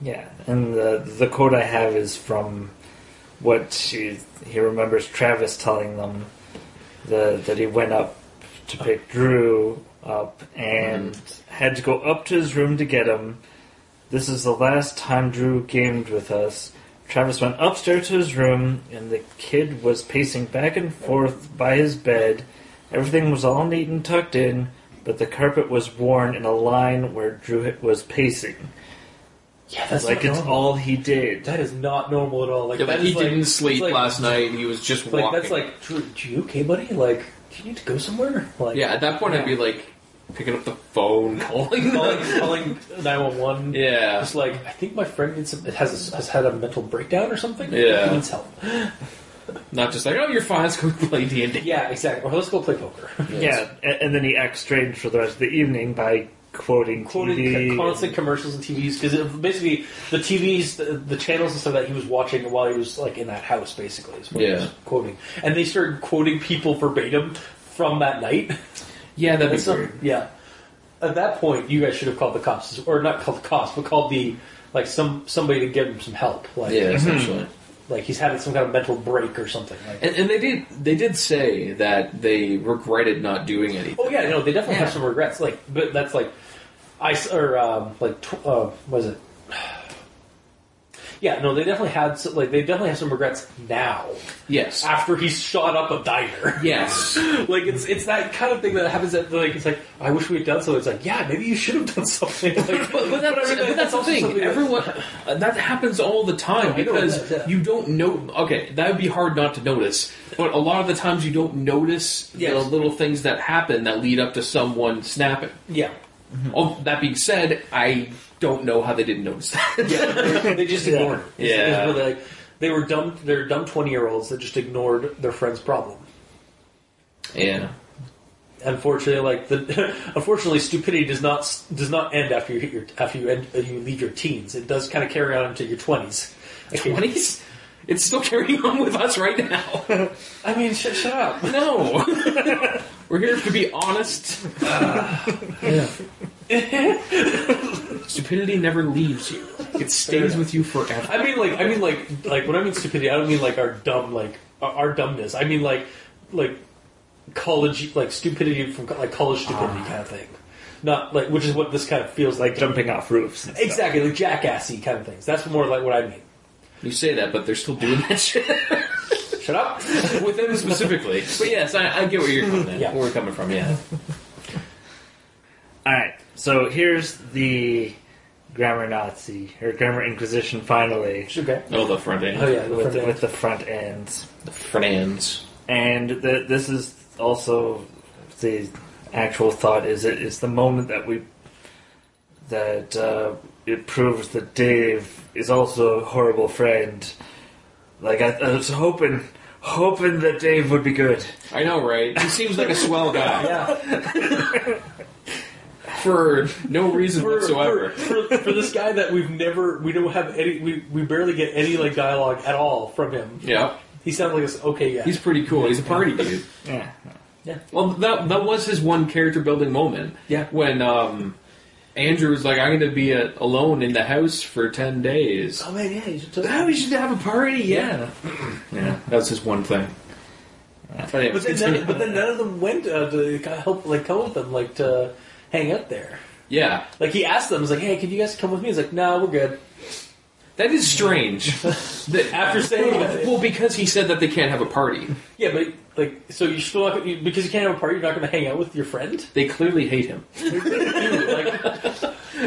Speaker 2: Yeah, and the the quote I have is from what she, he remembers Travis telling them the, that he went up to pick Drew up and had to go up to his room to get him. This is the last time Drew gamed with us. Travis went upstairs to his room, and the kid was pacing back and forth by his bed. Everything was all neat and tucked in, but the carpet was worn in a line where Drew was pacing
Speaker 1: Yeah, that's not
Speaker 2: like it's
Speaker 1: normal.
Speaker 2: all he did.
Speaker 1: That is not normal at all. Like,
Speaker 3: Yeah,
Speaker 1: that
Speaker 3: like,
Speaker 1: is
Speaker 3: he
Speaker 1: like-
Speaker 3: didn't sleep
Speaker 1: it's like-
Speaker 3: last night. He was just
Speaker 1: Like
Speaker 3: walking.
Speaker 1: that's like, Drew, do you okay, buddy? Like, do you need to go somewhere? Like,
Speaker 3: yeah. At that point, I'd be like picking up the phone, calling.
Speaker 1: calling
Speaker 3: them.
Speaker 1: calling nine one one.
Speaker 3: yeah.
Speaker 1: Just like I think my friend needs some, has has had a mental breakdown or something.
Speaker 3: Yeah.
Speaker 1: he needs help.
Speaker 3: Not just like, oh, you're fine. Let's go play D and D.
Speaker 1: Yeah, exactly. Or let's go play poker.
Speaker 2: Yeah, and, and then he acts strange for the rest of the evening by quoting
Speaker 1: quoted
Speaker 2: TV.
Speaker 1: co- constant commercials and TVs because basically the TVs, the, the channels and stuff that he was watching while he was like in that house, basically is what he
Speaker 3: Yeah.
Speaker 1: was quoting. And they started quoting people verbatim from that night.
Speaker 3: Yeah, that'd be
Speaker 1: That's not-
Speaker 3: weird.
Speaker 1: yeah. At that point, you guys should have called the cops, or not called the cops, but called the like some somebody to give him some help. Like,
Speaker 3: Yeah, essentially.
Speaker 1: like he's having some kind of mental break or something. Like,
Speaker 3: And, and they did they did say that they regretted not doing anything.
Speaker 1: oh yeah, no, they definitely have some regrets. Like, but that's like, I s- or um, like, tw- uh, was it? Yeah, no, they definitely had some, like they definitely have some regrets now
Speaker 3: Yes.
Speaker 1: after he's shot up a diner.
Speaker 3: Yes.
Speaker 1: like it's it's that kind of thing that happens at like it's like I wish we had done something. It's like yeah, maybe you should have done something. Like,
Speaker 3: But, but, that's,
Speaker 1: I mean,
Speaker 3: but that's the
Speaker 1: also
Speaker 3: thing.
Speaker 1: something that-
Speaker 3: Everyone uh, that happens all the time
Speaker 1: I know uh,
Speaker 3: because
Speaker 1: that, yeah.
Speaker 3: you don't know. Okay, that would be hard not to notice. But a lot of the times you don't notice the
Speaker 1: Yes.
Speaker 3: little things that happen that lead up to someone snapping.
Speaker 1: yeah.
Speaker 3: Oh, that being said, I don't know how they didn't notice that.
Speaker 1: Yeah, they- they just ignored it. It's- it's
Speaker 3: Yeah.
Speaker 1: really like, they were dumb. They're dumb twenty-year-olds that just ignored their friend's problem.
Speaker 3: yeah.
Speaker 1: Unfortunately, like the unfortunately, stupidity does not s- does not end after you hit your after you end uh, you leave your teens. It does kind of carry on into your twenties.
Speaker 3: Twenties. It's still carrying on with us right now.
Speaker 1: I mean, shut, shut up.
Speaker 3: No. We're here to be honest. Stupidity never leaves you. It stays with you forever.
Speaker 1: I mean, like, I mean, like, like when I mean stupidity, I don't mean like our dumb, like our, our dumbness. I mean, like, like college, like stupidity from co- like college stupidity kind of thing. Not like, which is what this kind of feels like.
Speaker 2: Jumping off roofs. and stuff.
Speaker 1: Exactly, like jackassy kind of things. That's more like what I mean.
Speaker 3: You say that, but they're still doing that shit.
Speaker 1: Shut up.
Speaker 3: with them specifically. But yes, I, I get where you're coming, at,
Speaker 1: Yeah.
Speaker 3: where we're coming from. Yeah.
Speaker 2: All right. So here's the grammar Nazi or grammar Inquisition finally
Speaker 1: Okay.
Speaker 3: Oh, the front end.
Speaker 1: Oh yeah, the
Speaker 2: with
Speaker 1: front
Speaker 2: the,
Speaker 1: end.
Speaker 2: with the front ends,
Speaker 3: The front ends.
Speaker 2: and the, this is also the actual thought is it is the moment that we that uh, it proves that Dave is also a horrible friend. Like I, I was hoping, hoping that Dave would be good.
Speaker 3: I know, right? He seems like a swell guy.
Speaker 1: yeah,
Speaker 3: For no reason
Speaker 1: for,
Speaker 3: whatsoever.
Speaker 1: for, for, for this guy that we've never, we don't have any, we, we barely get any like dialogue at all from him.
Speaker 3: Yeah.
Speaker 1: He sounds like this okay guy.
Speaker 3: He's pretty cool. He's a party dude.
Speaker 2: Yeah.
Speaker 3: Well, that that was his one character building moment.
Speaker 1: Yeah.
Speaker 3: When um, Andrew was like, "I'm going to be uh alone in the house for ten days."
Speaker 1: oh man, yeah, you should.
Speaker 3: Oh, we should have a party. Yeah. yeah. That was his one thing. But, anyway,
Speaker 1: But then,
Speaker 3: it's
Speaker 1: none,
Speaker 3: been-
Speaker 1: but then none of them went uh, to kind of help, like, come with them, like to hang out there.
Speaker 3: yeah,
Speaker 1: Like he asked them, he's like, "Hey, can you guys come with me?" He's like, "No, nah, we're good."
Speaker 3: that is strange. that
Speaker 1: After saying that-
Speaker 3: well, because he said that they can't have a party.
Speaker 1: Yeah, but like, so you're still not gonna, because you can't have a party, you're not going to hang out with your friend.
Speaker 3: They clearly hate him.
Speaker 1: Like,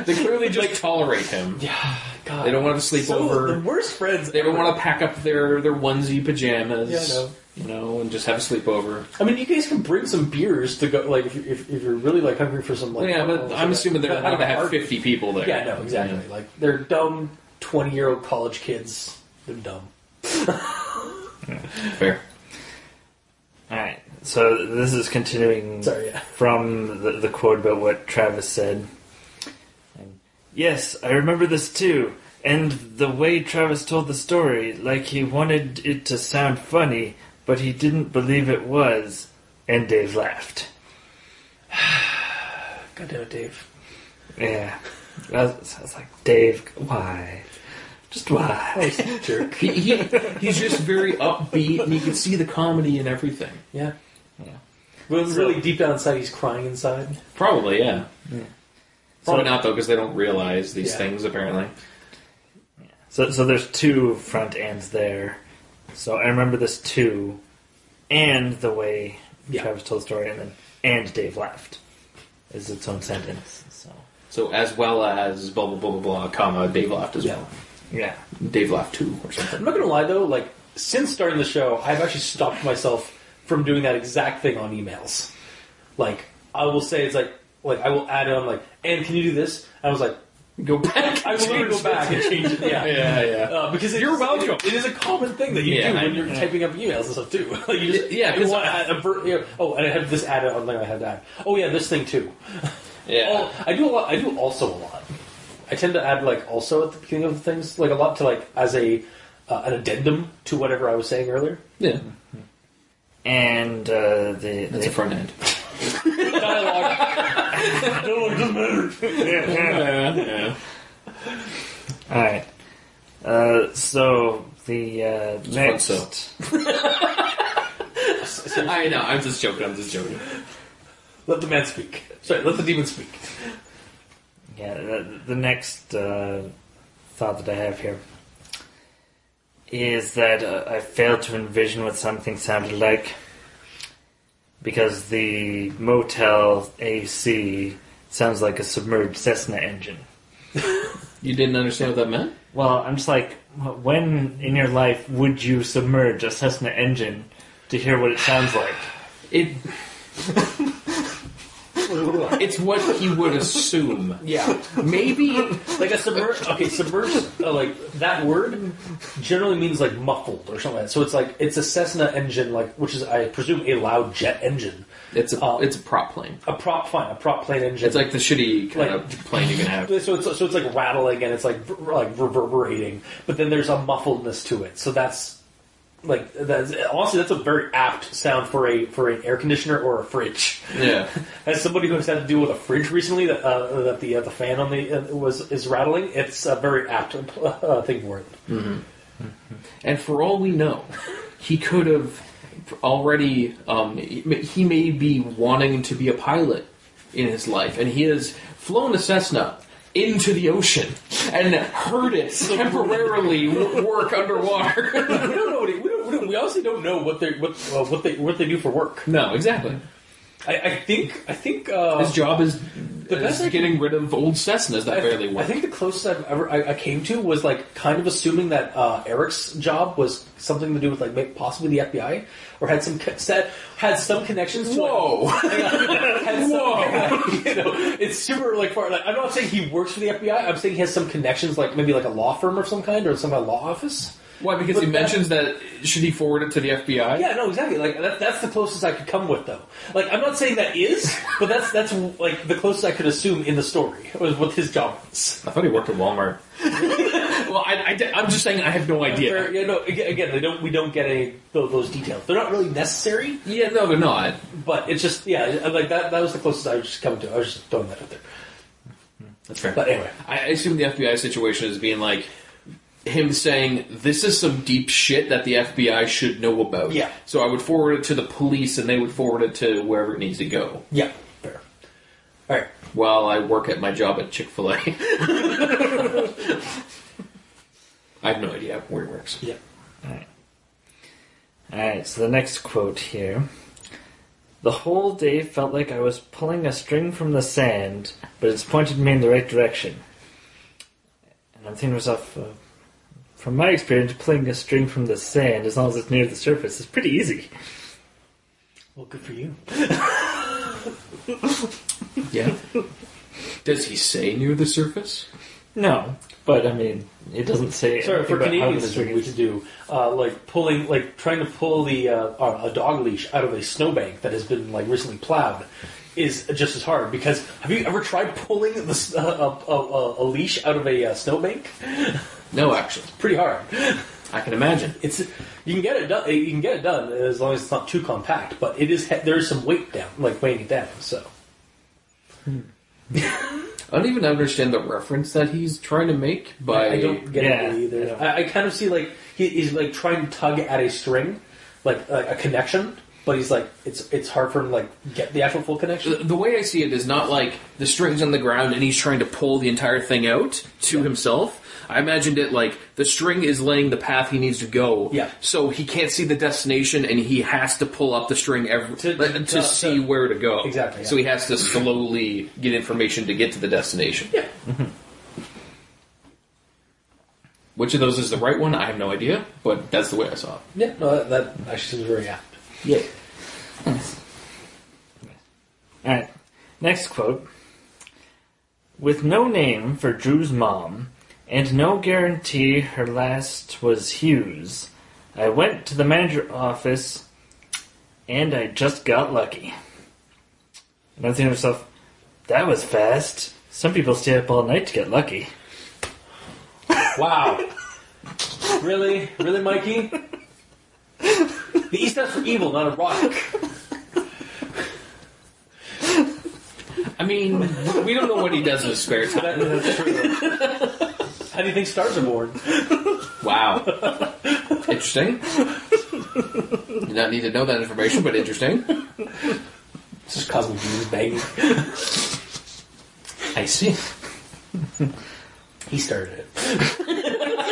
Speaker 3: They clearly just tolerate him.
Speaker 1: yeah, God,
Speaker 3: They don't want to sleep
Speaker 1: so
Speaker 3: over.
Speaker 1: The worst friends.
Speaker 3: They don't want to pack up their, their onesie pajamas,
Speaker 1: Yeah, I know.
Speaker 3: you know, and just have a sleepover.
Speaker 1: I mean, you guys can bring some beers to go. Like, if, if, if you're really like hungry for some, like, oh,
Speaker 3: yeah, but I'm assuming they're
Speaker 1: not
Speaker 3: allowed to have 50 people there.
Speaker 1: Yeah, no, exactly.
Speaker 3: Yeah.
Speaker 1: Like, they're dumb twenty-year-old college kids. They're dumb.
Speaker 3: Fair.
Speaker 2: All right. So this is continuing
Speaker 1: Sorry, yeah.
Speaker 2: from the, the quote about what Travis said. And, yes, I remember this too. And the way Travis told the story, like he wanted it to sound funny, but he didn't believe it was. And Dave laughed.
Speaker 1: God damn it, Dave.
Speaker 2: Yeah. I was, I was like, Dave, why? Just why?
Speaker 1: Jerk.
Speaker 3: He, he, he's just very upbeat, and you can see the comedy and everything.
Speaker 1: Yeah.
Speaker 2: Yeah.
Speaker 1: Well, really deep down inside, he's crying inside.
Speaker 3: Probably, yeah. Probably
Speaker 2: So-
Speaker 3: not, though, because they don't realize these
Speaker 1: Yeah.
Speaker 3: things, apparently.
Speaker 2: So, so there's two front ends there. So I remember this too, and the way
Speaker 1: Yeah.
Speaker 2: Travis told the story, and then and Dave laughed is its own sentence. So
Speaker 3: So, as well as blah, blah, blah, blah, blah, comma, Dave laughed as
Speaker 1: Yeah.
Speaker 3: well.
Speaker 2: yeah,
Speaker 3: Dave laughed too, or
Speaker 1: I'm
Speaker 3: something.
Speaker 1: not gonna lie though, like since starting the show, I've actually stopped myself from doing that exact thing on emails. Like I will say it's like like I will add on like, and can you do this? I was like,
Speaker 3: Go back.
Speaker 1: I will never go back and change it. Yeah.
Speaker 3: Yeah, yeah.
Speaker 1: Uh, because it
Speaker 3: You're
Speaker 1: is-
Speaker 3: welcome.
Speaker 1: It is a common thing that you
Speaker 3: Yeah,
Speaker 1: do
Speaker 3: I-
Speaker 1: when you're typing up emails and stuff too. like you just,
Speaker 3: Yeah, 'cause-
Speaker 1: you want to add a ver- you know, oh, and I have this added on there. I have that. Oh yeah, this thing too.
Speaker 3: yeah.
Speaker 1: Oh, I do a lot. I do also a lot. I tend to add like also at the beginning of things, like a lot to like as a uh, an addendum to whatever I was saying earlier.
Speaker 3: yeah.
Speaker 2: and uh, the,
Speaker 3: That's a
Speaker 2: the
Speaker 3: front end.
Speaker 1: Dialogue.
Speaker 3: Yeah, yeah.
Speaker 2: all right. Uh, so the uh, next
Speaker 3: so. I know. I'm just joking. I'm just joking.
Speaker 1: let the man speak. Sorry, let the demon speak.
Speaker 2: Yeah, the, the next uh, thought that I have here is that uh, I failed to envision what something sounded like because the motel AC sounds like a submerged Cessna engine.
Speaker 3: You didn't understand what that meant?
Speaker 2: Well, I'm just like, wh- when in your life would you submerge a Cessna engine to hear what it sounds like?
Speaker 3: It. It's what he would assume.
Speaker 1: yeah,
Speaker 3: Maybe
Speaker 1: like a submerge. Okay, submerge. Uh, like that word generally means like muffled or something. like that. So it's like it's a Cessna engine, like which is I presume a loud jet engine.
Speaker 3: it's a
Speaker 1: Um,
Speaker 3: it's a prop plane.
Speaker 1: A prop, fine, a prop plane engine.
Speaker 3: It's like the shitty kind
Speaker 1: Like-
Speaker 3: of plane you can have.
Speaker 1: so it's so it's like rattling and it's like ver- like reverberating, but then there's a muffledness to it. So that's like that's honestly that's a very apt sound for a for an air conditioner or a fridge.
Speaker 3: Yeah.
Speaker 1: As somebody who has had to deal with a fridge recently that uh, that the uh, the fan on the uh, was is rattling, it's a very apt uh, thing for it.
Speaker 3: And for all we know, he could have already. Um, he may be wanting to be a pilot in his life, and he has flown a Cessna into the ocean and heard it temporarily w- work underwater.
Speaker 1: we don't know. What it, we, don't, we, don't, we honestly don't know what they what uh, what they what they do for work.
Speaker 3: no, exactly.
Speaker 1: I, I think I think uh,
Speaker 3: His job is,
Speaker 1: best
Speaker 3: is
Speaker 1: I can-
Speaker 3: getting rid of old Cessnas that
Speaker 1: I,
Speaker 3: barely
Speaker 1: I
Speaker 3: work.
Speaker 1: think the closest I've ever I, I came to was like kind of assuming that uh, Eric's job was something to do with like may- possibly the FBI or had some co- set had some connections to.
Speaker 3: Whoa!
Speaker 1: It. Had Whoa! you know, it's super like far. Like, I'm not saying he works for the FBI. I'm saying he has some connections, like maybe like a law firm of some kind or some kind of law office.
Speaker 3: Why? Because
Speaker 1: But
Speaker 3: he
Speaker 1: that-
Speaker 3: mentions that should he forward it to the FBI?
Speaker 1: Yeah, no, exactly. Like that, that's the closest I could come with, though. Like I'm not saying that is, but that's that's like the closest I could assume in the story was what his job was.
Speaker 3: I thought he worked at Walmart. well, I, am just saying I have no idea.
Speaker 1: Or, you know, aga- again, they don't. We don't get any tho- those details. They're not really necessary,
Speaker 3: Yeah, no, they're not.
Speaker 1: but it's just yeah. I- Like that. That was the closest I was just coming to. I was just throwing that out there.
Speaker 3: That's fair.
Speaker 1: But anyway,
Speaker 3: I I assume the FBI situation is being like him saying this is some deep shit that the FBI should know about.
Speaker 1: Yeah.
Speaker 3: So I would forward it to the police, and they would forward it to wherever it needs to go.
Speaker 1: yeah, fair. All right.
Speaker 3: While I work at my job at Chick Fil A. I have no idea where it works.
Speaker 1: Yeah.
Speaker 2: Alright. Alright, so the next quote here. The whole day felt like I was pulling a string from the sand, but it's pointed me in the right direction. And I'm thinking to myself, uh, from my experience, pulling a string from the sand, as long as it's near the surface, is pretty easy.
Speaker 1: Well, good for you.
Speaker 3: Yeah. Does he say near the surface?
Speaker 2: No, but I mean, it doesn't say.
Speaker 1: Sorry
Speaker 2: anything
Speaker 1: for
Speaker 2: about how the
Speaker 1: Canadians,
Speaker 2: string
Speaker 1: we
Speaker 2: is-
Speaker 1: should do uh, like pulling, like trying to pull the uh, uh, a dog leash out of a snowbank that has been like recently plowed is just as hard. Because have you ever tried pulling the, s- uh, a, a, a leash out of a uh, snowbank?
Speaker 3: No, actually.
Speaker 1: Pretty hard.
Speaker 3: I can imagine.
Speaker 1: It's you can get it done. You can get it done as long as it's not too compact. But it is there is some weight down, like weighing it down. So
Speaker 3: I don't even understand the reference that he's trying to make by.
Speaker 1: I don't get
Speaker 2: Yeah,
Speaker 1: it really either.
Speaker 2: I don't.
Speaker 1: I, I kind of see like he, he's like trying to tug at a string, like a, a connection, but he's like it's it's hard for him to, like get the actual full
Speaker 3: The-
Speaker 1: connection.
Speaker 3: the way I see it is not like the strings on the ground and he's trying to pull the entire thing out to himself. I imagined it like the string is laying the path he needs to go.
Speaker 1: Yeah.
Speaker 3: So he can't see the destination and he has to pull up the string every,
Speaker 1: To-
Speaker 3: to,
Speaker 1: to-
Speaker 3: see
Speaker 1: to-
Speaker 3: where to go.
Speaker 1: Exactly, yeah.
Speaker 3: So he has to slowly get information to get to the destination.
Speaker 1: Yeah,
Speaker 3: Which of those is the right one? I have no idea, but that's the way I saw it.
Speaker 1: yeah. No, that, that actually seems very apt.
Speaker 3: Yeah.
Speaker 2: Alright, next quote. With no name for Drew's mom, and no guarantee her last was Hughes, I went to the manager office and I just got lucky. And I'm thinking to myself, that was fast. Some people stay up all night to get lucky.
Speaker 1: Wow. really, really, Mikey. The E stands for evil, not a rock.
Speaker 3: I mean, we don't know what he does in his spare time.
Speaker 1: That- that's true. How do you think stars are born?
Speaker 3: Wow. interesting. Did not need to know that information, but interesting.
Speaker 1: It's just cosmic beams banging.
Speaker 3: I see.
Speaker 1: He started it.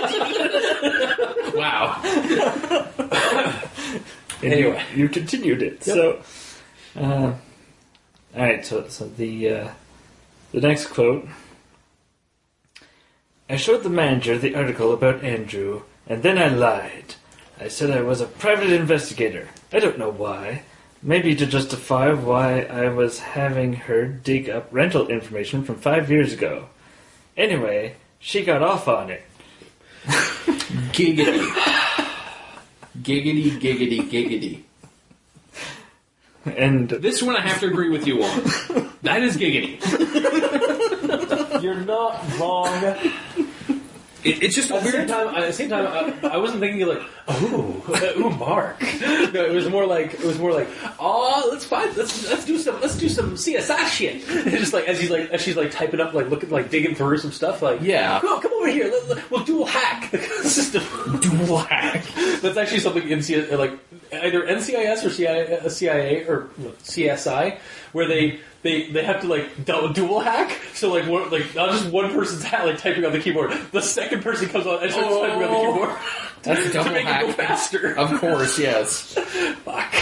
Speaker 3: Wow.
Speaker 2: And you-
Speaker 1: Anyway.
Speaker 2: you, continued it. So, uh, all right. So, so the uh, the next quote. I showed the manager the article about Andrew, and then I lied. I said I was a private investigator. I don't know why, Maybe to justify why I was having her dig up rental information from five years ago. Anyway, she got off on it.
Speaker 3: Giggity. giggity, giggity, giggity.
Speaker 2: And
Speaker 3: This one I have to agree with you on. That is giggity.
Speaker 1: You're not wrong. At
Speaker 3: It, it's just a
Speaker 1: the same
Speaker 3: weird.
Speaker 1: time, at the same time, I, I wasn't thinking like, ooh, ooh, Mark. No, it was more like, it was more like, oh, let's find, let's let's do some, let's do some CSI shit. It's just like as he's like, as she's like typing up, like looking, like digging through some stuff, like,
Speaker 3: Yeah.
Speaker 1: no, come over here, let, let- we'll dual hack the system. dual hack. That's actually something in C- like either NCIS or uh, CIA, CIA or no, CSI, where they. They, they have to like du- dual hack, so like one, like not just one person's hat like typing on the keyboard. The second person comes on and starts
Speaker 3: Oh.
Speaker 1: typing on the keyboard.
Speaker 3: That's double Oh.
Speaker 1: to make it go
Speaker 3: hack.
Speaker 1: faster.
Speaker 3: Of course, yes.
Speaker 1: Fuck.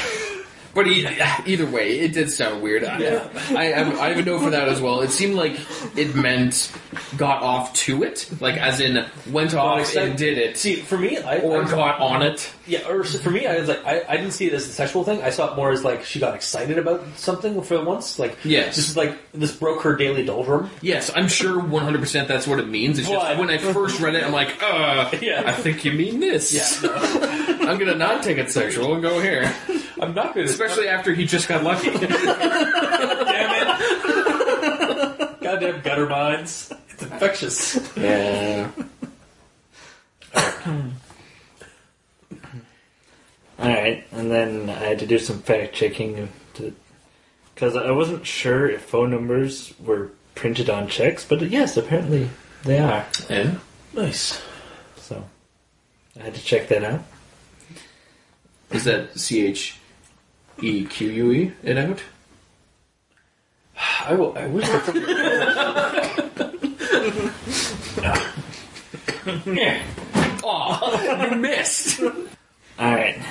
Speaker 3: But e- either way, it did sound weird. I, I, I, I have a no for that as well. It seemed like it meant got off to it, like as in went off
Speaker 1: except-
Speaker 3: and did Oh, it,
Speaker 1: See, for me, I,
Speaker 3: or
Speaker 1: I-
Speaker 3: got on it.
Speaker 1: yeah, or s- for me, I was like, I, I didn't see it as a sexual thing. I saw it more as like she got excited about something for once. Like,
Speaker 3: Yes.
Speaker 1: this is like this broke her daily doldrum.
Speaker 3: Yes, I'm sure 100 percent that's what it means. It's just
Speaker 1: But-
Speaker 3: when I first read it, I'm like, uh,
Speaker 1: Yeah.
Speaker 3: I think you mean this. I'm gonna not take it sexual and go here,
Speaker 1: I'm not good,
Speaker 3: especially after he just got lucky.
Speaker 1: damn it. Goddamn gutter minds. It's infectious.
Speaker 3: Yeah.
Speaker 2: alright, and then I had to do some fact checking because I wasn't sure if phone numbers were printed on checks, but yes, apparently they are.
Speaker 3: And
Speaker 1: Nice.
Speaker 2: So I had to check that out.
Speaker 3: is that C H E Q U E it out?
Speaker 1: I will. I wish. I could-
Speaker 3: Yeah. Aw, you missed.
Speaker 2: Alright,
Speaker 3: You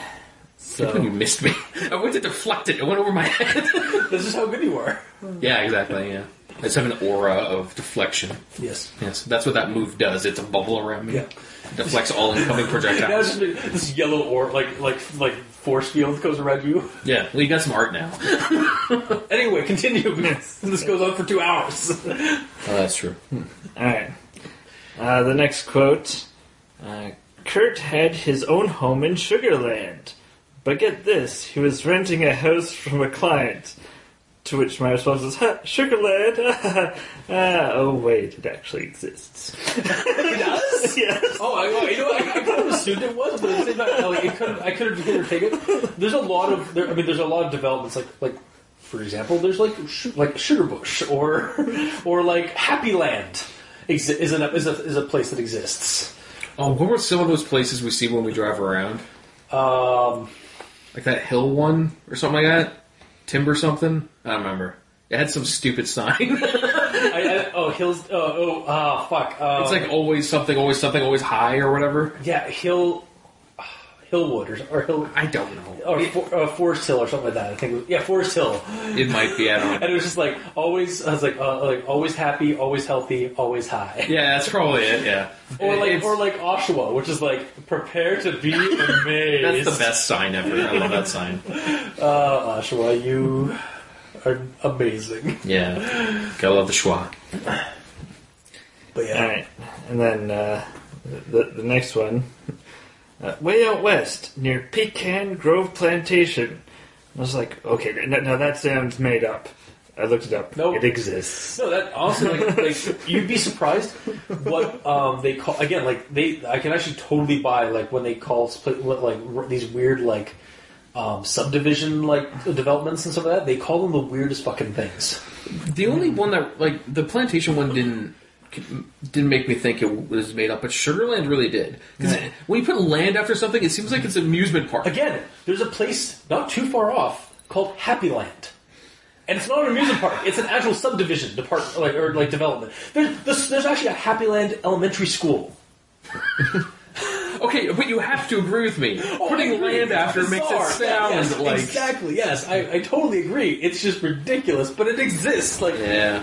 Speaker 2: so
Speaker 3: missed me. I went to deflect it. It went over my head.
Speaker 1: this is how good you are.
Speaker 3: yeah, exactly. Yeah. I just have an aura of deflection.
Speaker 1: Yes.
Speaker 3: Yes, that's what that move does. It's a bubble around me.
Speaker 1: Yeah.
Speaker 3: Deflects all incoming
Speaker 1: Now it's
Speaker 3: projectiles.
Speaker 1: just like this yellow or like like like force field goes around you.
Speaker 3: Yeah, well, you got some art now. Oh,
Speaker 1: Anyway, continue. This goes on for two hours.
Speaker 3: Oh, that's true.
Speaker 2: alright. Uh, the next quote uh, Kurt had his own home in Sugarland, but get this, he was renting a house from a client. To which my response was, "Ha, Sugarland! uh, oh, wait, it actually exists.
Speaker 1: It does.
Speaker 2: yes.
Speaker 1: Oh, I, well, you know, what? I, I kind of assumed it was, but at the same time, like, it could I could have taken it. There's a lot of, there, I mean, there's a lot of developments, like, like for example, there's like sh- like Sugarbush or or like Happy Land exi- is a is a is a place that exists.
Speaker 3: Oh, what were some of those places we see when we drive around?
Speaker 1: Um,
Speaker 3: Like that hill one or something like that? Timber something? I don't remember. It had some stupid sign.
Speaker 1: I, I, oh hills. Oh, oh ah, fuck. Um,
Speaker 3: It's like always something, always something, always high or whatever.
Speaker 1: yeah, Hill Hillwood or, or Hill.
Speaker 3: I don't know.
Speaker 1: Or for, uh, Forest Hill or something like that. I think it was, yeah, Forest Hill.
Speaker 3: It might be. I don't. know.
Speaker 1: And it was just like always. I was like, uh, like always happy, always healthy, always high.
Speaker 3: Yeah, that's probably it. Yeah.
Speaker 1: Or like,
Speaker 3: It's-
Speaker 1: or like Oshawa, which is like prepare to be amazed.
Speaker 3: that's the best sign ever. I love that sign.
Speaker 1: Uh, Oshawa, you are amazing.
Speaker 3: Yeah, gotta love the schwa.
Speaker 1: But yeah,
Speaker 2: Alright, and then uh, the, the next one. Uh, way out west, near Pecan Grove Plantation. I was like, okay, now, now that sounds made up. I looked it up.
Speaker 1: Nope.
Speaker 2: It exists.
Speaker 1: no, that honestly, like, like you'd be surprised what um, they call again. Like they, I can actually totally buy like when they call split what, like r- these weird like um, subdivision like developments and stuff like that. They call them the weirdest fucking things.
Speaker 3: The only one that like the plantation one didn't didn't make me think it was made up, but Sugarland really did. Because when you put land after something, it seems like it's an amusement park.
Speaker 1: Again, there's a place not too far off called Happy Land. And it's not an amusement park. It's an actual subdivision depart like or like development. There's there's, there's actually a Happy Land Elementary School.
Speaker 3: Okay, but you have to agree with me.
Speaker 1: Oh,
Speaker 3: Putting land Oh, after makes it
Speaker 1: Bizarre.
Speaker 3: sound
Speaker 1: Yes,
Speaker 3: like
Speaker 1: exactly. Yes, I, I totally agree. It's just ridiculous, but it exists. Like yeah.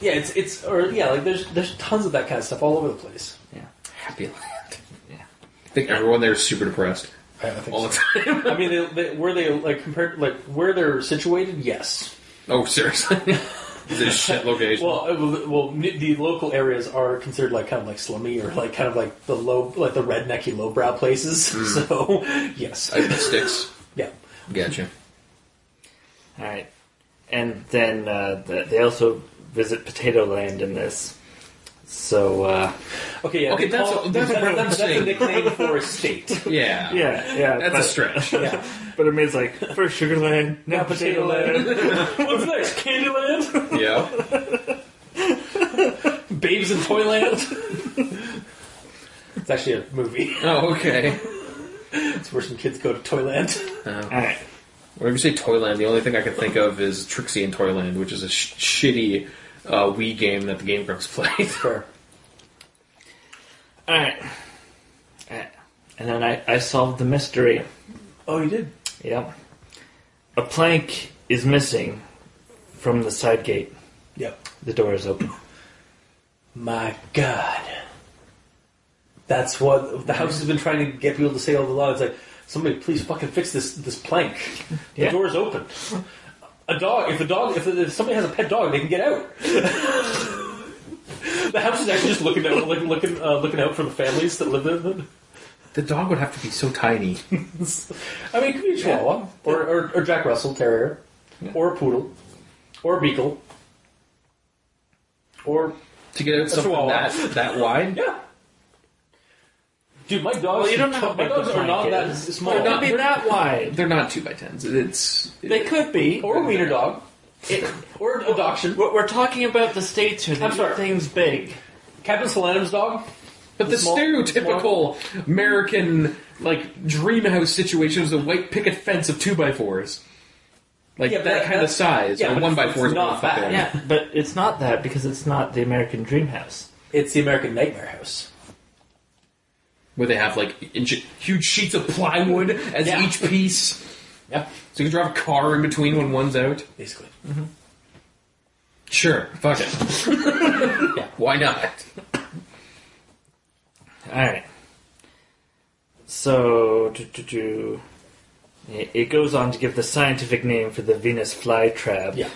Speaker 3: yeah,
Speaker 1: it's it's or yeah, like there's there's tons of that kind of stuff all over the place.
Speaker 2: Yeah.
Speaker 3: happy land. Yeah, I think everyone there is super depressed.
Speaker 5: I think
Speaker 3: all
Speaker 5: so.
Speaker 3: the time.
Speaker 1: I mean, they, they, were they like compared like where they're situated? Yes.
Speaker 3: oh, seriously. Is it a shit location?
Speaker 1: Well, uh, well, well, n- the local areas are considered like kind of like slummy or like kind of like the low, like the rednecky lowbrow places. So, yes,
Speaker 3: I, sticks.
Speaker 1: yeah.
Speaker 3: Gotcha.
Speaker 2: All right, and then uh, the, they also visit Potato Land in this. So uh,
Speaker 1: Okay, yeah.
Speaker 3: Okay,
Speaker 1: they
Speaker 3: that's
Speaker 1: call-
Speaker 3: a- that's a
Speaker 1: that- that's, that's a
Speaker 3: thing.
Speaker 1: nickname for a state.
Speaker 3: Yeah.
Speaker 2: yeah, yeah,
Speaker 3: That's
Speaker 2: but,
Speaker 3: a stretch.
Speaker 1: Yeah.
Speaker 2: But it means like first Sugar Land, now, Potato, Land.
Speaker 1: What's next? Candyland,
Speaker 3: yeah.
Speaker 1: Babes in Toyland. it's actually a movie.
Speaker 3: Oh, okay.
Speaker 1: It's where some kids go to Toyland.
Speaker 2: All right,
Speaker 3: Whenever you say Toyland, the only thing I can think of is Trixie and Toyland, which is a sh- shitty uh, Wii game that the Game Grumps played.
Speaker 1: Sure.
Speaker 2: all right, all right. and then I, I solved the mystery.
Speaker 1: Oh, you did.
Speaker 2: Yep, a plank is missing from the side gate.
Speaker 1: Yep.
Speaker 2: The door is open.
Speaker 1: My God. That's what the house has been trying to get people to say all the lot. It's like, somebody please fucking fix this this plank. The
Speaker 2: Yeah.
Speaker 1: door's open. A dog. If the dog, if, if somebody has a pet dog, they can get out. the house is actually just looking out, looking, looking, uh, looking out for the families that live in
Speaker 3: The dog would have to be so tiny.
Speaker 1: it. I mean, it could be a Chihuahua or, or, or Jack Russell Terrier, or a poodle, or a beagle, or
Speaker 3: To get out something
Speaker 1: Chihuahua.
Speaker 3: that, that wide?
Speaker 1: Yeah. Dude, my dogs.
Speaker 2: you don't know how
Speaker 1: my
Speaker 2: big the
Speaker 1: dogs are
Speaker 2: plank
Speaker 1: not that
Speaker 2: is.
Speaker 1: small.
Speaker 2: Might not be that wide.
Speaker 3: They're not 2 by 10s It's.
Speaker 2: They could be.
Speaker 1: or a wiener dog,
Speaker 2: It-
Speaker 1: or an adoption.
Speaker 2: We're we're talking about the states here.
Speaker 1: I'm
Speaker 2: That
Speaker 1: sorry.
Speaker 2: make things big.
Speaker 1: Captain Solanum's dog.
Speaker 3: But the
Speaker 1: Small-
Speaker 3: stereotypical American, like, dream house situation is the white picket fence of 2 by 4s Like,
Speaker 1: Yeah,
Speaker 3: that,
Speaker 1: but
Speaker 3: kind of
Speaker 1: that's-
Speaker 3: size.
Speaker 1: yeah,
Speaker 3: or
Speaker 1: but
Speaker 3: 1 by
Speaker 1: it's
Speaker 3: 4s
Speaker 1: not that.
Speaker 2: Yeah, but it's not that because it's not the American Dream House.
Speaker 1: It's the American Nightmare House.
Speaker 3: Where they have, like, inch- huge sheets of plywood as
Speaker 1: Yeah.
Speaker 3: each piece.
Speaker 1: Yeah,
Speaker 3: So you can drive a car in between when one's out.
Speaker 1: basically.
Speaker 2: Mm-hmm.
Speaker 3: Sure, fuck it. Why not?
Speaker 2: All right. So, do, do, do. It it goes on to give the scientific name for the Venus flytrap,
Speaker 1: Yeah,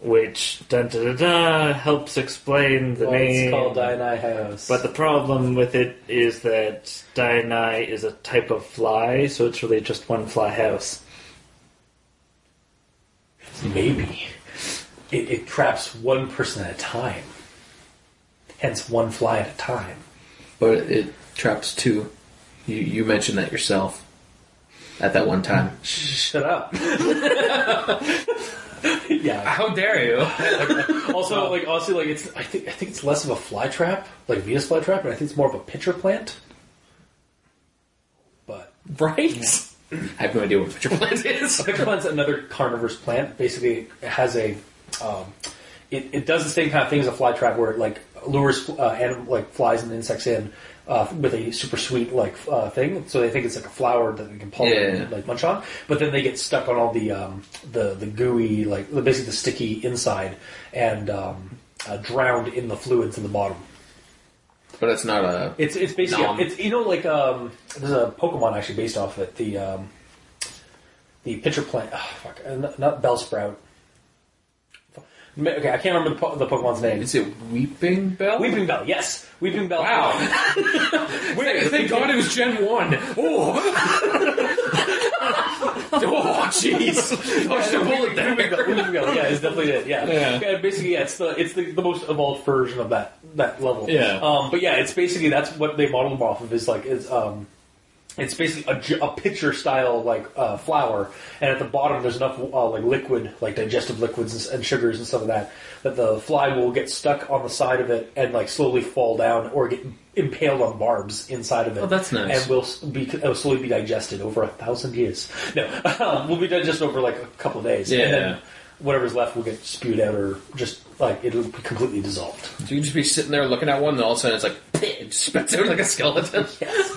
Speaker 2: which dun, da, da, da, helps explain the
Speaker 1: Well,
Speaker 2: name.
Speaker 1: it's called Dianai House.
Speaker 2: But the problem with it is that Dianai is a type of fly, so it's really just one fly house.
Speaker 1: maybe it, it traps one person at a time. Hence, one fly at a time.
Speaker 3: But it traps two. You, you mentioned that yourself at that one time.
Speaker 1: Shut up. yeah.
Speaker 3: How dare you?
Speaker 1: Also, like honestly, like it's I think I think it's less of a fly trap, like Venus fly trap, and I think it's more of a pitcher plant. But
Speaker 3: Right? I have no idea what your plant is.
Speaker 1: pitcher plant's another carnivorous plant. Basically, it has a um, it, it does the same kind of thing as a fly trap, where it like lures uh, anim- like flies and insects in uh, with a super sweet like f- uh, thing. So they think it's like a flower that they can pollinate
Speaker 3: Yeah.
Speaker 1: and like munch on. But then they get stuck on all the um, the the gooey like basically the sticky inside and um, uh, drowned in the fluids in the bottom.
Speaker 3: But it's not a.
Speaker 1: It's it's basically
Speaker 3: Nom.
Speaker 1: it's you know like um there's a Pokemon actually based off it the um the pitcher plant oh, fuck uh, not, not Bellsprout. Ma- Okay, I can't remember the, po- the Pokemon's name.
Speaker 3: Is it Weeping Bell?
Speaker 1: Weeping Bell, yes, Weeping Bell.
Speaker 3: Wow.
Speaker 1: Wait,
Speaker 3: Thank God it was Gen 1. Oh! oh, jeez. Dodged a bullet
Speaker 1: Weeping Bell,
Speaker 3: there.
Speaker 1: Weeping Bell, yeah, it's definitely it. Yeah,
Speaker 3: Yeah.
Speaker 1: basically, yeah, it's the it's the, the most evolved version of that that level.
Speaker 3: Yeah.
Speaker 1: um, but yeah, it's basically that's what they modeled them off of is like is um it's basically a, j- a pitcher style like uh, flour, and at the bottom there's enough uh, like liquid, like digestive liquids and, s- and sugars and stuff like that, that the fly will get stuck on the side of it and like slowly fall down or get impaled on barbs inside of it.
Speaker 3: Oh, that's nice.
Speaker 1: And will s- be uh, slowly be digested over a thousand years. No, um, will be digested over like a couple of days,
Speaker 3: Yeah.
Speaker 1: and then whatever's left will get spewed out or just like it'll be completely dissolved.
Speaker 3: So you just be sitting there looking at one, and all of a sudden it's like, it just spits out like a skeleton.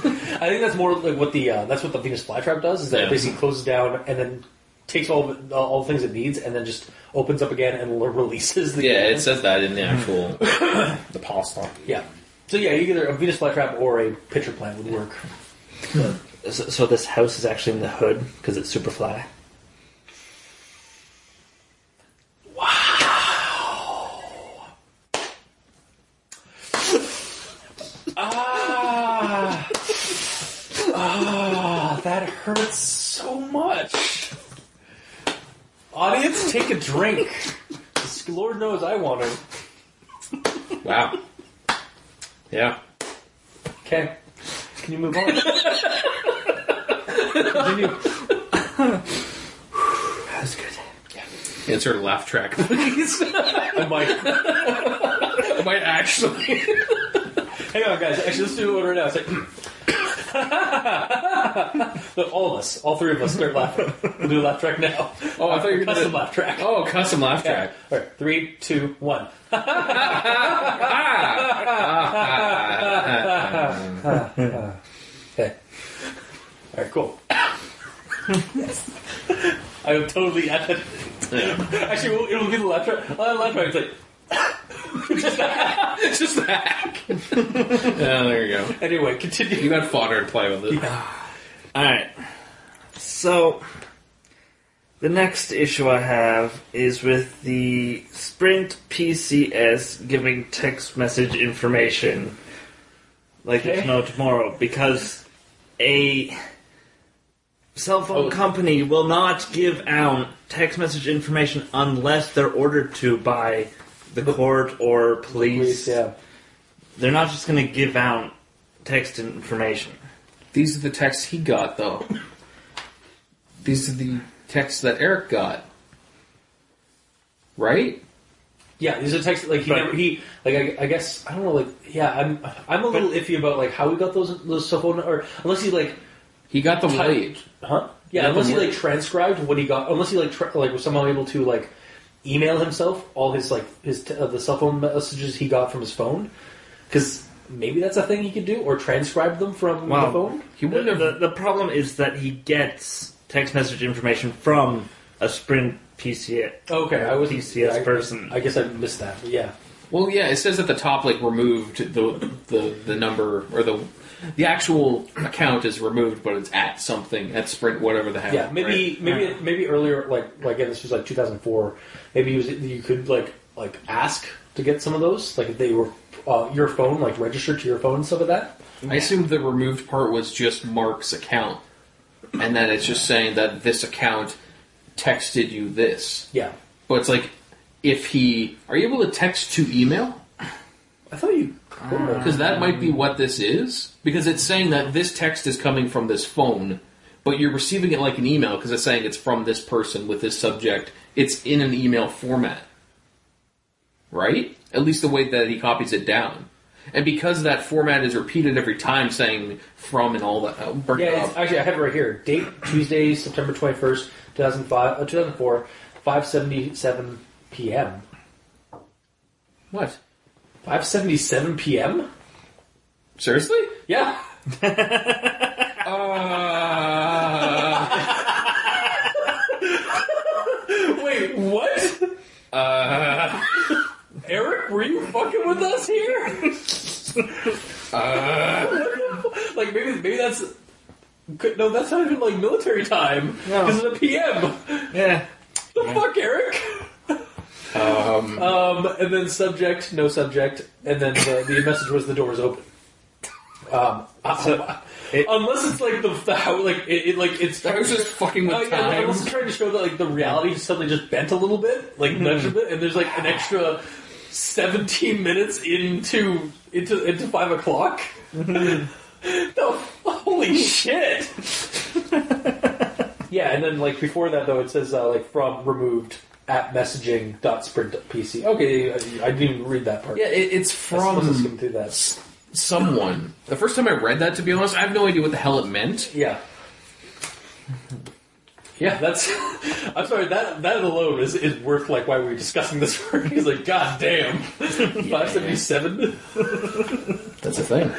Speaker 1: I think that's more like what the uh, that's what the Venus flytrap does is that
Speaker 3: Yeah.
Speaker 1: it basically closes down and then takes all of it, all the things it needs and then just opens up again and l- releases the
Speaker 3: Yeah, it says that in the actual. the pasta.
Speaker 1: yeah. So yeah, either a Venus flytrap or a pitcher plant would work.
Speaker 2: so, so this house is actually in the hood because it's Superfly.
Speaker 1: Ah, that hurts so much. Audience, take a drink. Lord knows I want to.
Speaker 3: Wow. Yeah.
Speaker 1: Okay. Can you move on? Continue.
Speaker 2: That was good.
Speaker 3: Insert a laugh track, please.
Speaker 1: I'm like,
Speaker 3: I might actually.
Speaker 1: hang on, guys. Actually, let's do it right now. It's like, Look, all of us, all three of us, start laughing. We'll do a laugh track now.
Speaker 3: Oh, I thought you were
Speaker 1: Custom
Speaker 3: gonna.
Speaker 1: laugh track.
Speaker 3: Oh, custom laugh track.
Speaker 1: All right, three, two, one. okay. All right, cool. I will totally add that.
Speaker 3: Yeah.
Speaker 1: Actually, it'll, it'll be the laugh track. I'll add a laugh track. It's like,
Speaker 3: Just the hack. yeah, there you go.
Speaker 1: anyway, continue.
Speaker 3: You got fodder to play with it.
Speaker 2: All right. So the next issue I have is with the Sprint PCS giving text message information like there's
Speaker 1: Okay.
Speaker 2: no tomorrow because a cell phone company will not give out text message information unless they're ordered to by the court or police. They're not just going to give out text information.
Speaker 3: These are the texts he got, though. These are the texts that Eric got. Right?
Speaker 1: Yeah, these are texts like he
Speaker 2: But-
Speaker 1: never he like I, I guess I don't know like yeah I'm I'm a little iffy about like how he got those those cell phone or unless he like
Speaker 3: He got them late.
Speaker 1: huh yeah
Speaker 3: Nothing
Speaker 1: unless he like
Speaker 3: worked.
Speaker 1: transcribed what he got unless he like tra- like was somehow able to like email himself all his like his t- uh, the cell phone messages he got from his phone because maybe that's a thing he could do or transcribe them from
Speaker 2: Wow.
Speaker 1: the phone
Speaker 3: He
Speaker 2: The,
Speaker 3: wouldn't have.
Speaker 2: the, the problem is that he gets text message information from a Sprint PCS.
Speaker 1: okay I was
Speaker 2: PCS person.
Speaker 1: I, guess I missed that but yeah
Speaker 3: Well, yeah, it says at the top, like, removed the, the, the number, or the the actual account is removed, but it's at something, at Sprint, whatever the heck.
Speaker 1: yeah maybe maybe maybe earlier like like again this was like 2004 maybe you, was, you could like like ask to get some of those like if they were uh, your phone like registered to your phone and stuff like that
Speaker 3: I assumed the removed part was just Mark's account, and then it's just saying that this account texted you this.
Speaker 1: yeah
Speaker 3: But it's like, if he. Are you able to text to email?
Speaker 1: i thought you
Speaker 3: Because that might be what this is. Because it's saying that this text is coming from this phone, but you're receiving it like an email because it's saying it's from this person with this subject. It's in an email format. Right? At least the way that he copies it down. And because that format is repeated every time, saying from and all that. Uh, burn
Speaker 1: yeah
Speaker 3: it
Speaker 1: it's,
Speaker 3: up.
Speaker 1: actually i have it right here date tuesday september 21st 2005 uh, 2004 577 p.m
Speaker 3: What?
Speaker 1: 577 p.m
Speaker 3: Seriously?
Speaker 1: yeah
Speaker 3: Uh,
Speaker 1: wait what uh Eric, were you fucking with us here? Uh, like maybe maybe that's could- no, that's not even like military time
Speaker 2: No.
Speaker 1: because it's a PM.
Speaker 2: Yeah.
Speaker 1: The fuck, Eric?
Speaker 3: um,
Speaker 1: Um, and then subject, no subject, and then the, the message was the door is open. Um, I-
Speaker 2: it-
Speaker 1: unless it's like the, the how like it, it like it's
Speaker 3: I was just fucking
Speaker 1: Oh,
Speaker 3: with
Speaker 1: yeah, like,
Speaker 3: time.
Speaker 1: unless it's trying to show that like the reality suddenly just bent a little bit, like
Speaker 3: Hmm.
Speaker 1: nudged a bit, and there's like an extra seventeen minutes into into into five o'clock.
Speaker 3: Hmm.
Speaker 1: No, holy shit! yeah, and then like before that though, it says uh, like from removed at messaging dot sprint PC. Okay, I, I didn't even read that part.
Speaker 3: Yeah, it, it's
Speaker 1: I
Speaker 3: from.
Speaker 1: was skim through that.
Speaker 3: someone. The first time I read that, to be honest, I have no idea what the hell it meant.
Speaker 1: Yeah. Yeah, that's. I'm sorry. That that alone is, is worth like why we were discussing this. word. He's like, God damn, five seventy seven.
Speaker 3: That's a thing.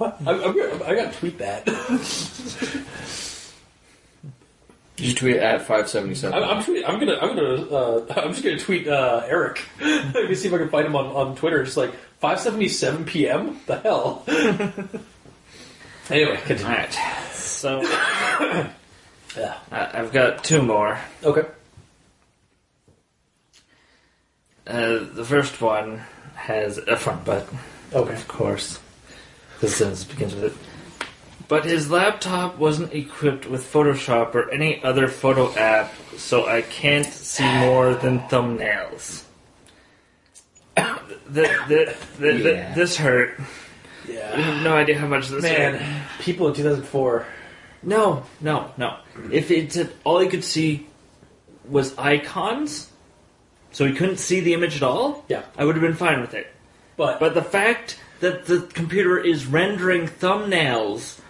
Speaker 1: What? I'm, I'm, gonna- I gotta tweet that.
Speaker 3: Did you tweet at five seventy
Speaker 1: I'm,
Speaker 3: seven?
Speaker 1: I'm, tweet, I'm gonna I'm gonna uh, I'm just gonna tweet uh, Eric. Let me see if I can find him on, on Twitter. Just like five seventy seven p.m. The hell. anyway, continue.
Speaker 2: Alright. So
Speaker 1: Yeah.
Speaker 2: I- I've got two more.
Speaker 1: Okay.
Speaker 2: Uh, the first one has a front butt,
Speaker 1: Okay.
Speaker 2: of course, because sentence begins with it. But his laptop wasn't equipped with Photoshop or any other photo app, so I can't see more than thumbnails. The, the, the, the-
Speaker 3: Yeah.
Speaker 2: This hurt. I
Speaker 1: Yeah.
Speaker 2: have no idea how much this hurt.
Speaker 1: Man, people in 2004.
Speaker 2: No, no, no. If it said all he could see was icons, so he couldn't see the image at all,
Speaker 1: Yeah.
Speaker 2: I would have been fine with it.
Speaker 1: But,
Speaker 2: But the fact that the computer is rendering thumbnails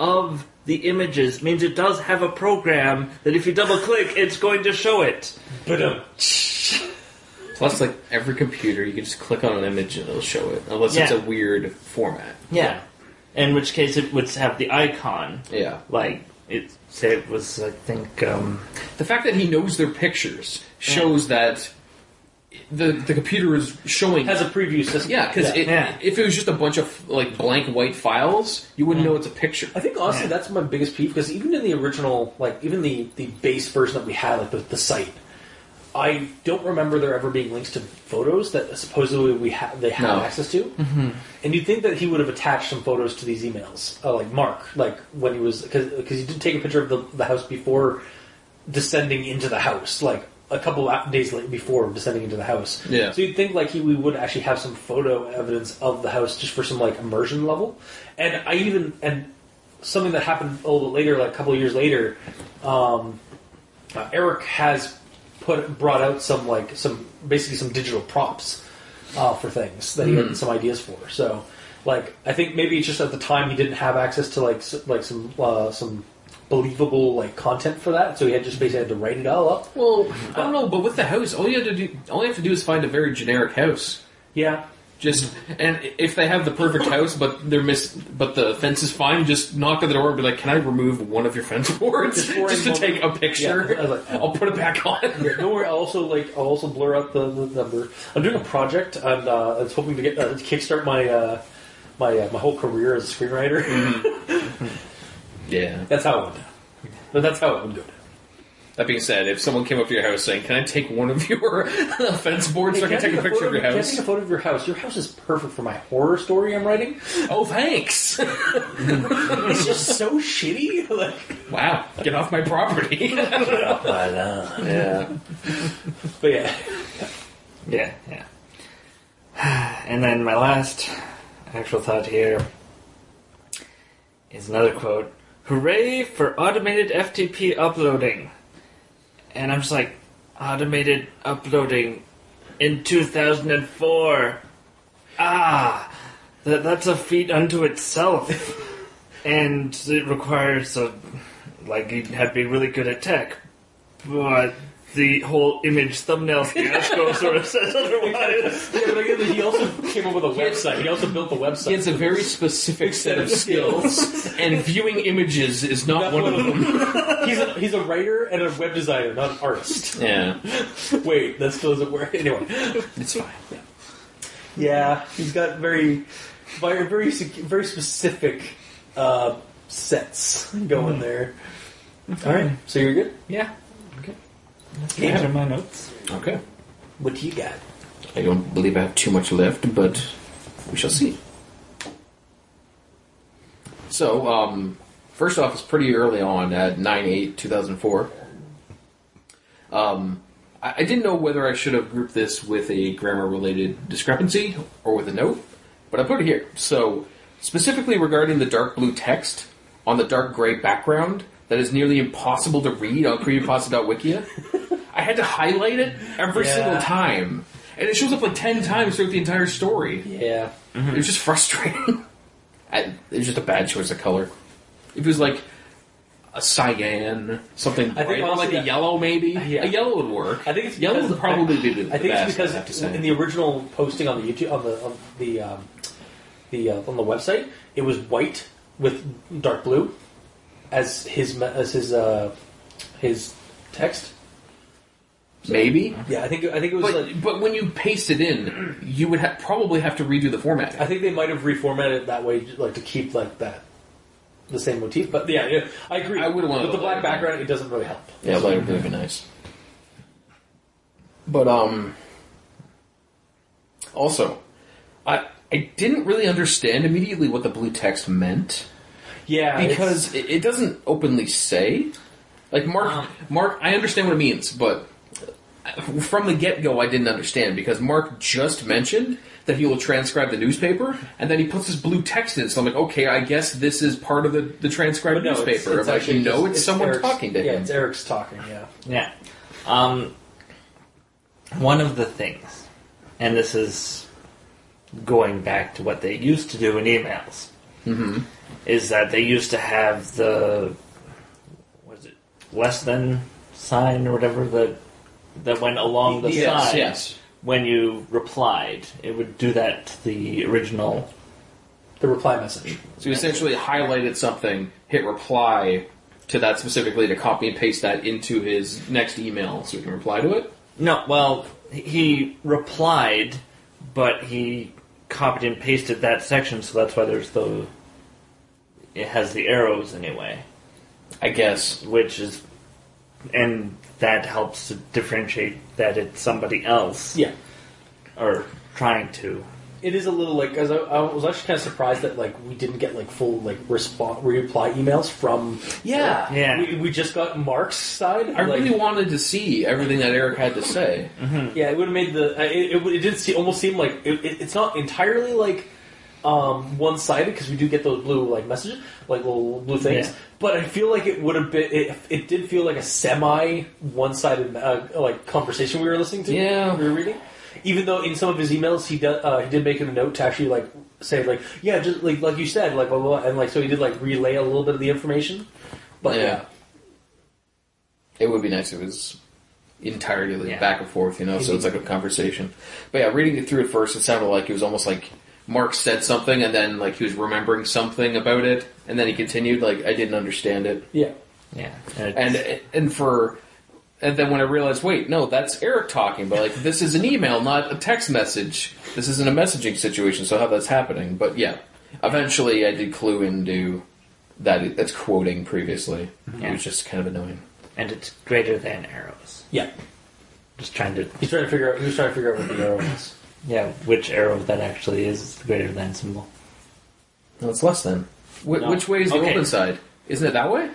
Speaker 2: of the images means it does have a program that if you double click, it's going to show it.
Speaker 1: but um,
Speaker 3: Plus, like every computer, you can just click on an image and it'll show it, unless it's
Speaker 2: Yeah.
Speaker 3: a weird format.
Speaker 2: Yeah. In which case, it would have the icon.
Speaker 3: Yeah.
Speaker 2: Like, it said it was, I think, um,
Speaker 3: The fact that he knows their pictures shows that the the computer is showing.
Speaker 1: has a preview system.
Speaker 3: yeah, because
Speaker 2: Yeah.
Speaker 3: if it was just a bunch of like blank white files, you wouldn't know it's a picture.
Speaker 1: I think honestly
Speaker 2: Yeah.
Speaker 1: that's my biggest peeve because even in the original, like even the the base version that we had, like the, the site, I don't remember there ever being links to photos that supposedly we ha- they have
Speaker 3: No.
Speaker 1: access to. Mm-hmm. And you'd think that he would have attached some photos to these emails, uh, like Mark, like when he was because he did take a picture of the, the house before descending into the house, like a couple of days late before descending into the house.
Speaker 3: Yeah.
Speaker 1: So you'd think like he we would actually have some photo evidence of the house just for some like immersion level. And I even and something that happened a little bit later, like a couple of years later, um, uh, Eric has put brought out some like some basically some digital props uh, for things that he had some ideas for. So, like I think maybe it's just at the time he didn't have access to like s- like some uh, some believable like content for that, so he had just basically had to write it all up.
Speaker 3: Well, I don't know, but with the house, all you have to do, all you have to do is find a very generic house.
Speaker 1: Yeah,
Speaker 3: Just and if they have the perfect house, but they're miss, but the fence is fine, just knock on the door and be like, "Can I remove one of your fence boards
Speaker 1: Just for
Speaker 3: just
Speaker 1: a
Speaker 3: to
Speaker 1: moment."
Speaker 3: take a picture?
Speaker 1: Yeah, I was like,
Speaker 3: I'll put it back on."
Speaker 1: Yeah, don't worry. I'll also like I'll also blur out the, the number. I'm doing a project, and uh, I was hoping to get uh, to kickstart my uh, my uh, my whole career as a screenwriter.
Speaker 3: Mm-hmm. Yeah.
Speaker 1: that's how it went down. But that's how it would go down.
Speaker 3: That being said, if someone came up to your house saying, "Can I take one of your fence boards so I
Speaker 1: Hey,
Speaker 3: can take a picture
Speaker 1: photo
Speaker 3: of your
Speaker 1: can I
Speaker 3: house?"
Speaker 1: take a photo of your house. Your house is perfect for my horror story I'm writing.
Speaker 3: Oh, thanks.
Speaker 1: It's just so shitty. Like,
Speaker 3: wow, get off my property. yeah.
Speaker 1: but yeah,
Speaker 2: yeah, yeah. And then my last actual thought here is another quote Hooray for automated FTP uploading! And I'm just like, automated uploading in 2004. Ah, that, that's a feat unto itself. and it requires a, like, you'd have to be really good at tech. But the whole image thumbnail fiasco sort of says otherwise.
Speaker 1: yeah but again, he also came up with a website. He also built the website.
Speaker 3: It's a very specific set of skills, and viewing images is
Speaker 1: Not
Speaker 3: not, one, of them.
Speaker 1: he's a he's a writer and a web designer, not an artist.
Speaker 3: Yeah,
Speaker 1: Wait, that still doesn't work. Anyway.
Speaker 3: it's fine.
Speaker 1: Yeah, he's got very, very, very, sec- very specific uh, sets going there. Hmm. All right, so you're good.
Speaker 3: Yeah.
Speaker 2: These are my notes.
Speaker 3: Okay.
Speaker 1: What do you got?
Speaker 3: I don't believe I have too much left, but we shall see. So, um, first off, it's pretty early on at 9 8 2004. Um, I, I didn't know whether I should have grouped this with a grammar related discrepancy or with a note, but I put it here. So, specifically regarding the dark blue text on the dark gray background that is nearly impossible to read on creepypasta.wikia, I had to highlight it every
Speaker 1: Yeah.
Speaker 3: single time. And it shows up like 10 times throughout the entire story.
Speaker 1: Yeah,
Speaker 3: It was just frustrating. I, it was just a bad choice of color. If it was like a cyan, something
Speaker 1: think
Speaker 3: bright,
Speaker 1: honestly
Speaker 3: like a
Speaker 1: that-
Speaker 3: yellow maybe.
Speaker 1: Yeah.
Speaker 3: A yellow would work.
Speaker 1: I think it's
Speaker 3: yellow
Speaker 1: because-
Speaker 3: would probably be the,
Speaker 1: I think
Speaker 3: best,
Speaker 1: it's because
Speaker 3: I have to say.
Speaker 1: in the original posting on the YouTube on the on the um, the uh, on the website, it was white with dark blue as his me- as his uh, his text.
Speaker 3: maybe.
Speaker 1: Yeah, I think I think it was
Speaker 3: But,
Speaker 1: like
Speaker 3: but when you paste it in, you would ha- probably have to redo the formatting.
Speaker 1: I think they might have reformatted it that way, like to keep like that the same motif. But yeah, yeah I agree.
Speaker 3: I would want
Speaker 1: with
Speaker 3: it
Speaker 1: the black
Speaker 3: lighter.
Speaker 1: background. It doesn't really help.
Speaker 3: Yeah, lighter blue would be nice. But um, also, I I didn't really understand immediately what the blue text meant
Speaker 1: Yeah, it's-
Speaker 3: because it, it doesn't openly say. Like Mark,
Speaker 1: Um.
Speaker 3: Mark, I understand what it means, but from the get go, I didn't understand because Mark just mentioned that he will transcribe the newspaper, and then he puts this blue text in. So I'm like, okay, I guess this is part of the, the transcribed
Speaker 1: but no, it's-
Speaker 3: newspaper.
Speaker 1: It's,
Speaker 3: I'm like,
Speaker 1: actually
Speaker 3: no,
Speaker 1: just-
Speaker 3: it's, someone
Speaker 1: Eric's-
Speaker 3: talking to
Speaker 1: yeah,
Speaker 3: him.
Speaker 1: it's Eric's talking. Yeah,
Speaker 2: Yeah. Um, one of the things, and this is going back to what they used to do in emails,
Speaker 3: Mm-hmm.
Speaker 2: is that they used to have the was it less than sign or whatever that that went along the
Speaker 3: yes,
Speaker 2: side
Speaker 3: yes.
Speaker 2: when you replied. It would do that to the original.
Speaker 1: the reply message.
Speaker 3: So you essentially highlighted something, hit reply to that specifically to copy and paste that into his next email so he can reply to it.
Speaker 2: No, well, he replied, but he copied and pasted that section, so that's why there's the. It has the arrows anyway,
Speaker 3: I guess.
Speaker 2: which is. And that helps to differentiate that it's somebody else,
Speaker 1: Yeah,
Speaker 2: or trying to.
Speaker 1: it is a little like because I, I was actually kind of surprised that like we didn't get like full like response reply emails from.
Speaker 3: Yeah.
Speaker 2: Yeah.
Speaker 1: we, we just got Mark's side.
Speaker 3: I
Speaker 1: like-
Speaker 3: really wanted to see everything that Eric had to say.
Speaker 1: Yeah, it would have made the. uh, It, it, would- it did see, almost seem like it, it, it's not entirely like um, one sided because we do get those blue like messages, like little blue things.
Speaker 2: Yeah.
Speaker 1: But I feel like it would have been. It, it did feel like a semi one sided uh, like conversation we were listening to.
Speaker 3: Yeah.
Speaker 1: we were reading. Even though in some of his emails he does, uh, he did make it a note to actually like say like yeah just like like you said like blah blah, blah and like so he did like relay a little bit of the information. But
Speaker 3: yeah. It would be nice if it was entirely like,
Speaker 2: Yeah.
Speaker 3: back and forth, you know, so it's like a conversation. But yeah, reading it through at first, it sounded like it was almost like Mark said something and then like he was remembering something about it and then he continued like I didn't understand it.
Speaker 1: yeah,
Speaker 2: Yeah. And, it's-
Speaker 3: and and for and then when I realized, wait, no, that's Eric talking, but like this is an email, not a text message. This isn't a messaging situation, so how that's happening. But yeah, eventually I did clue into that. That's quoting previously. It
Speaker 2: Yeah.
Speaker 3: was just kind of annoying.
Speaker 2: and it's greater than arrows.
Speaker 1: yeah.
Speaker 2: Just trying to.
Speaker 1: He's trying to figure out. He was trying to figure out what the arrow was.
Speaker 2: Yeah, which arrow that actually is, is the greater than symbol.
Speaker 3: No, it's less than. Wh-
Speaker 2: No.
Speaker 3: Which way is the
Speaker 2: Okay.
Speaker 3: open side? Isn't it that way?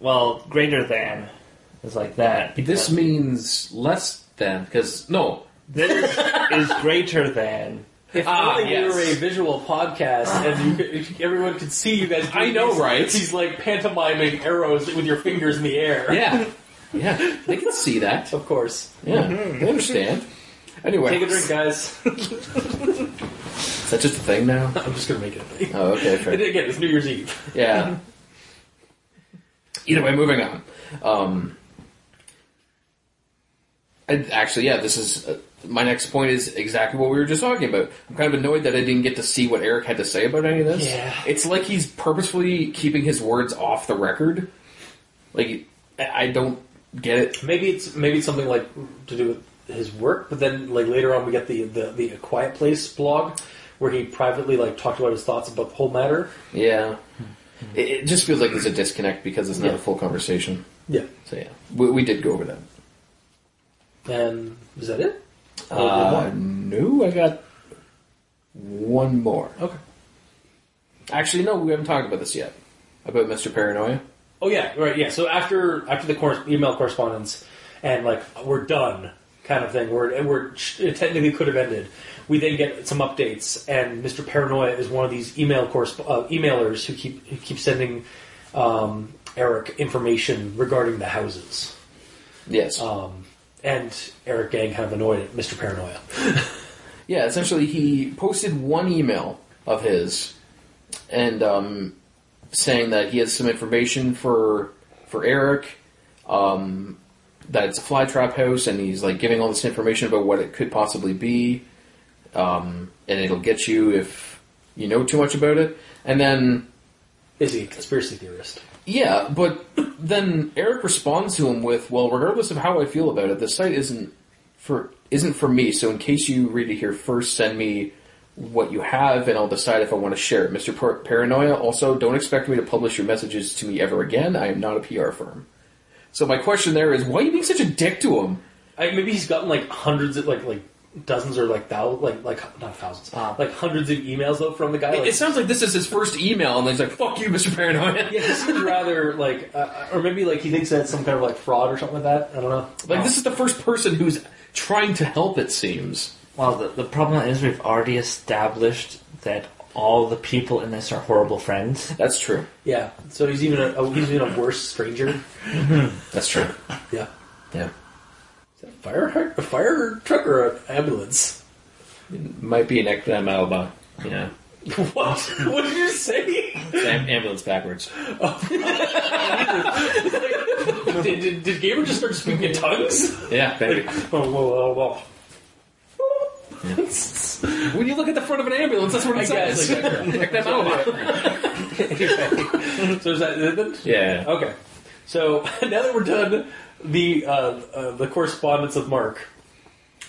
Speaker 2: Well, greater than is like that.
Speaker 3: This
Speaker 2: because-
Speaker 3: means less than because no.
Speaker 2: This is greater than.
Speaker 1: If
Speaker 3: Ah,
Speaker 1: only we
Speaker 3: yes.
Speaker 1: were a visual podcast and you could, if everyone could see you guys. doing
Speaker 3: I know,
Speaker 1: these,
Speaker 3: right?
Speaker 1: These like pantomiming arrows with your fingers in the air.
Speaker 3: Yeah, yeah, they can see that.
Speaker 1: of course.
Speaker 3: Yeah, they understand. Anyway,
Speaker 1: Mm-hmm. Take a drink, guys.
Speaker 3: is that just a thing now?
Speaker 1: I'm just gonna make it a thing.
Speaker 3: Oh, okay, fair.
Speaker 1: And again, it's New Year's Eve.
Speaker 3: Yeah. Either way, moving on. Um, and actually, yeah, this is uh, my next point is exactly what we were just talking about. I'm kind of annoyed that I didn't get to see what Eric had to say about any of this.
Speaker 1: Yeah.
Speaker 3: It's like he's purposefully keeping his words off the record. Like, I I don't get it.
Speaker 1: Maybe it's maybe it's something like to do with his work, but then like later on we get the the, the Quiet Place blog where he privately like talked about his thoughts about the whole matter.
Speaker 3: Yeah. It, it just feels like there's a disconnect because it's not
Speaker 1: Yeah.
Speaker 3: a full conversation.
Speaker 1: Yeah.
Speaker 3: So yeah, we, we did go over that.
Speaker 1: And is that it?
Speaker 3: Uh, no, I got one more.
Speaker 1: Okay.
Speaker 3: Actually, no, we haven't talked about this yet. About Mr. Paranoia.
Speaker 1: Oh yeah, right. Yeah. So after after the cor- email correspondence and like we're done kind of thing, we're and we're it technically could have ended. We then get some updates, and Mr. Paranoia is one of these email corresp- uh, emailers who keep who keep sending um, Eric information regarding the houses.
Speaker 3: Yes.
Speaker 1: Um, and Eric Gang kind of annoyed at Mr. Paranoia.
Speaker 3: yeah, essentially, he posted one email of his, and um, saying that he has some information for for Eric, um, that it's a fly trap house, and he's like giving all this information about what it could possibly be, um, and it'll get you if you know too much about it. And then
Speaker 1: Is he a conspiracy theorist?
Speaker 3: Yeah, but then Eric responds to him with, "Well, regardless of how I feel about it, the site isn't for isn't for me. So in case you read it here first, send me what you have, and I'll decide if I want to share it. Mr. Par- Paranoia, also, don't expect me to publish your messages to me ever again. I am not a PR firm. So my question there is, why are you being such a dick to him?
Speaker 1: I, maybe he's gotten like hundreds of like like dozens or like thou like like not thousands like hundreds of emails though from the guy. Like,
Speaker 3: It sounds like this is his first email, and he's like, fuck you, Mr. Paranoia.
Speaker 1: yeah, he seems rather like, uh, or maybe like he thinks that's some kind of like fraud or something like that. I don't know.
Speaker 3: Like, this is the first person who's trying to help, it seems.
Speaker 2: Well, the, the problem is we've already established that all the people in this are horrible friends.
Speaker 3: That's true.
Speaker 1: yeah. So he's even a, a he's even a worse stranger.
Speaker 3: That's true.
Speaker 1: Yeah.
Speaker 3: Yeah.
Speaker 1: Is that a fire hard- a fire truck or an ambulance?
Speaker 3: Might be an ectam alba. Yeah.
Speaker 1: What? what did you say?
Speaker 3: Am- ambulance backwards.
Speaker 1: did, did, did Gabriel just start speaking in tongues?
Speaker 3: Yeah, baby.
Speaker 1: Oh, whoa, whoa, whoa.
Speaker 3: When you look at the front of an ambulance, that's what it
Speaker 1: I guess,
Speaker 3: says. Ectam alba.
Speaker 1: So is that it then?
Speaker 3: Yeah.
Speaker 1: Okay. So now that we're done the uh, uh, the correspondence of Mark,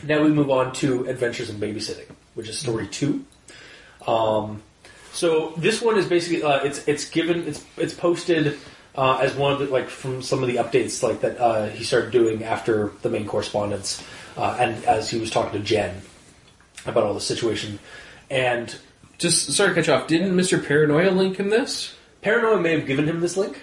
Speaker 1: now we move on to Adventures in Babysitting, which is story two. Um, so this one is basically uh, it's it's given it's it's posted uh, as one of the, like from some of the updates like that uh, he started doing after the main correspondence uh, and as he was talking to Jen about all the situation and
Speaker 3: Just sorry to catch off. Didn't Mr. Paranoia link in this?
Speaker 1: Paranoia may have given him this link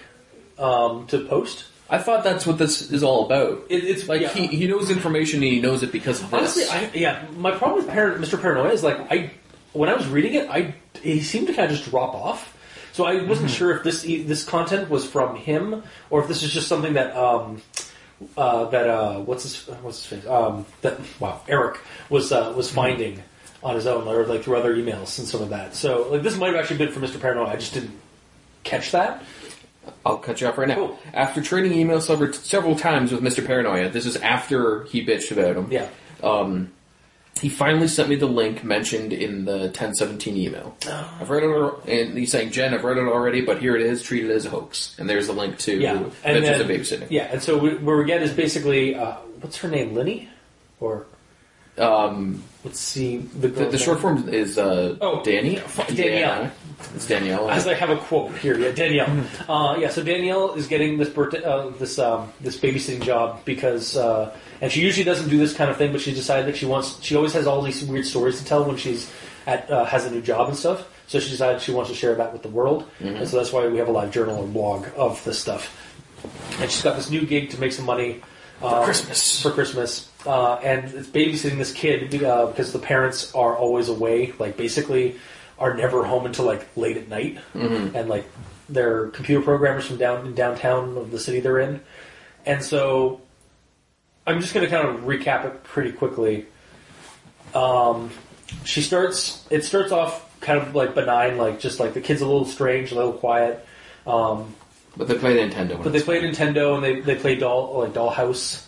Speaker 1: um, to post.
Speaker 3: I thought that's what this is all about.
Speaker 1: It, it's
Speaker 3: like
Speaker 1: yeah.
Speaker 3: he, he knows information and he knows it because of this.
Speaker 1: Honestly, I, yeah. My problem with Par- Mr. Paranoia is like I, when I was reading it, I he seemed to kind of just drop off. So I wasn't sure if this e, this content was from him or if this is just something that um, uh, that uh, what's his what's his face um, that wow Eric was uh, was finding on his own or like through other emails and some of that. So like this might have actually been from Mr. Paranoia. I just didn't catch that.
Speaker 3: I'll cut you off right now.
Speaker 1: Cool.
Speaker 3: After trading emails several, several times with Mr. Paranoia, this is after he bitched about him.
Speaker 1: Yeah.
Speaker 3: Um, he finally sent me the link mentioned in the 1017 email.
Speaker 1: Oh.
Speaker 3: I've read it, al- and he's saying, "Jen, I've read it already, but here it is, treated as a hoax." And there's the link to
Speaker 1: Yeah, and
Speaker 3: Adventures
Speaker 1: then,
Speaker 3: of Babysitting.
Speaker 1: Yeah, and so we, where we get is basically uh, what's her name, Lenny, or
Speaker 3: Um,
Speaker 1: let's see the
Speaker 3: the,
Speaker 1: girl's
Speaker 3: the short
Speaker 1: name.
Speaker 3: form is uh,
Speaker 1: Oh,
Speaker 3: Danny.
Speaker 1: Danielle.
Speaker 3: Yeah, it's Danielle.
Speaker 1: As I have a quote here, yeah, Danielle. Uh, yeah, so Danielle is getting this birthday, uh, this um, this babysitting job because, uh, and she usually doesn't do this kind of thing, but she decided that she wants. She always has all these weird stories to tell when she's at uh, has a new job and stuff. So she decided she wants to share that with the world, and so that's why we have a live journal and blog of this stuff. And she's got this new gig to make some money uh,
Speaker 3: Christmas.
Speaker 1: for Christmas, uh, and it's babysitting this kid uh, because the parents are always away. Like basically, are never home until like late at night, and like they're computer programmers from down in downtown of the city they're in, and so I'm just going to kind of recap it pretty quickly. Um, she starts. It starts off kind of like benign, like just like the kid's a little strange, a little quiet.
Speaker 3: but they play Nintendo. when
Speaker 1: But they
Speaker 3: it's-
Speaker 1: play Nintendo and they, they play doll like Dollhouse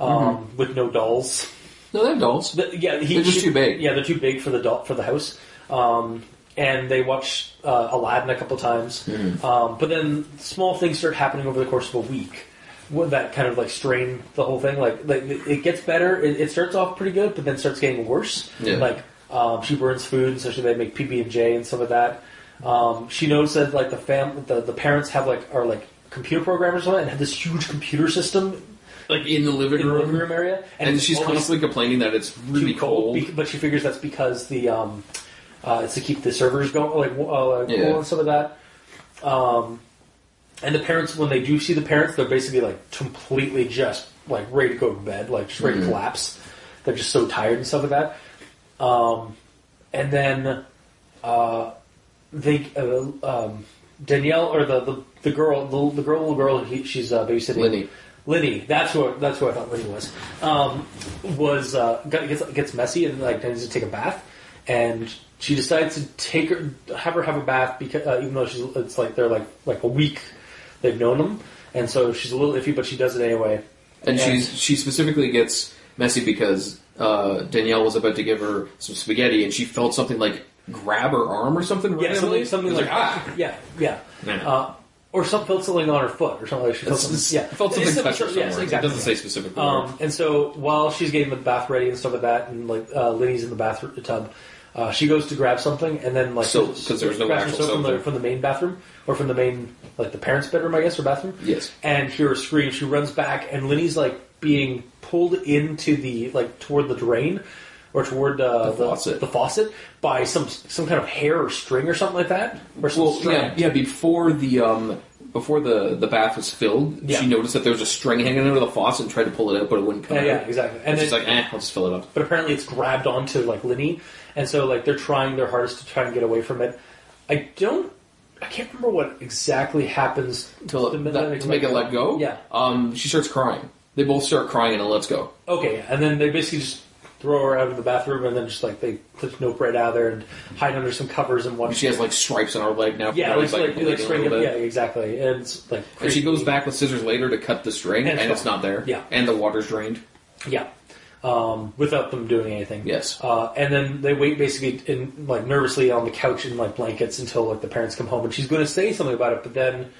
Speaker 1: um, with no dolls.
Speaker 3: no, they're adults.
Speaker 1: The- yeah, he,
Speaker 3: They're just
Speaker 1: she-
Speaker 3: too big.
Speaker 1: Yeah, they're too big for the doll, for the house. Um, and they watch uh, Aladdin a couple times,
Speaker 3: Hmm.
Speaker 1: um, but then small things start happening over the course of a week. What that kind of like strain the whole thing. Like, like it gets better. It, it starts off pretty good, but then starts getting worse.
Speaker 3: Yeah.
Speaker 1: Like um, she burns food, and so she, they make PB and J and some of that. Um, she notices like the fam, the, the parents have like are like computer programmers on it and have this huge computer system
Speaker 3: like in the living
Speaker 1: in the
Speaker 3: room.
Speaker 1: living room area,
Speaker 3: And
Speaker 1: it's
Speaker 3: she's
Speaker 1: always-
Speaker 3: constantly complaining that it's really
Speaker 1: too cold,
Speaker 3: cold.
Speaker 1: bec- but she figures that's because the um, uh, it's to keep the servers going, like w- uh, like,
Speaker 3: Yeah.
Speaker 1: cool and some of that. Um, and the parents, when they do see the parents, they're basically like completely just like ready to go to bed, like just ready to
Speaker 3: Mm-hmm.
Speaker 1: collapse. They're just so tired and stuff like that. Um, and then uh, they uh, um, Danielle or the, the, the girl the, the girl little girl he, she's uh, babysitting
Speaker 3: Lenny.
Speaker 1: Lenny, that's who that's who I thought Lenny was. Um, was uh, got- gets gets messy and like needs to take a bath, and she decides to take her have her have a bath because uh, even though she's it's like they're like like a week they've known them, and so she's a little iffy, but she does it anyway.
Speaker 3: And she's she specifically gets messy because uh, Danielle was about to give her some spaghetti, and she felt something like grab her arm or something.
Speaker 1: yeah
Speaker 3: randomly.
Speaker 1: something something
Speaker 3: It was
Speaker 1: like,
Speaker 3: ah.
Speaker 1: yeah yeah.
Speaker 3: Yeah.
Speaker 1: Uh, or some felt something on her foot, or something like she felt
Speaker 3: It's-
Speaker 1: something,
Speaker 3: it's-
Speaker 1: yeah.
Speaker 3: it felt something
Speaker 1: It's some
Speaker 3: special.
Speaker 1: sort-
Speaker 3: somewhere.
Speaker 1: Yes, exactly.
Speaker 3: It doesn't say specifically.
Speaker 1: Um, and so while she's getting the bath ready and stuff like that, and like uh, Lenny's in the bathtub, Uh, she goes to grab something, and then like
Speaker 3: Soap, 'cause there was no
Speaker 1: grabs some
Speaker 3: actual
Speaker 1: soap from
Speaker 3: soap
Speaker 1: the,
Speaker 3: there.
Speaker 1: from the main bathroom or from the main like the parents' bedroom, I guess, or bathroom.
Speaker 3: Yes.
Speaker 1: And hear a scream. She runs back, and Lenny's like being pulled into the like toward the drain or toward uh,
Speaker 3: The faucet.
Speaker 1: the faucet by some some kind of hair or string or something like that. Or some
Speaker 3: Well,
Speaker 1: string.
Speaker 3: yeah, yeah. Before the um, before the the bath was filled,
Speaker 1: Yeah.
Speaker 3: she noticed that there was a string hanging under the faucet and tried to pull it out, but it wouldn't come
Speaker 1: Yeah,
Speaker 3: out.
Speaker 1: yeah, exactly.
Speaker 3: And
Speaker 1: And
Speaker 3: she's
Speaker 1: then-
Speaker 3: like, eh, I'll just fill it up.
Speaker 1: but apparently it's grabbed onto like Lenny, and so like they're trying their hardest to try and get away from it. I don't, I can't remember what exactly happens
Speaker 3: To,
Speaker 1: the
Speaker 3: that-
Speaker 1: minute they
Speaker 3: to make it let go.
Speaker 1: Yeah.
Speaker 3: Um, she starts crying. They both start crying and it lets go.
Speaker 1: Okay, and then they basically just throw her out of the bathroom, and then just like they clip Nope right out of there and hide under some covers and watch.
Speaker 3: She has like stripes on her leg now. from
Speaker 1: yeah,
Speaker 3: where
Speaker 1: like
Speaker 3: it's,
Speaker 1: like,
Speaker 3: bleeding
Speaker 1: like
Speaker 3: a
Speaker 1: string
Speaker 3: little
Speaker 1: up-
Speaker 3: bit.
Speaker 1: yeah, exactly, and it's like
Speaker 3: And she
Speaker 1: creepy.
Speaker 3: goes back with scissors later to cut the string,
Speaker 1: And
Speaker 3: and,
Speaker 1: it's
Speaker 3: it's
Speaker 1: gone.
Speaker 3: not there.
Speaker 1: Yeah.
Speaker 3: And the water's drained.
Speaker 1: Yeah. Um, without them doing anything.
Speaker 3: Yes.
Speaker 1: Uh, and then they wait basically in like nervously on the couch in like blankets until like the parents come home and she's going to say something about it, but then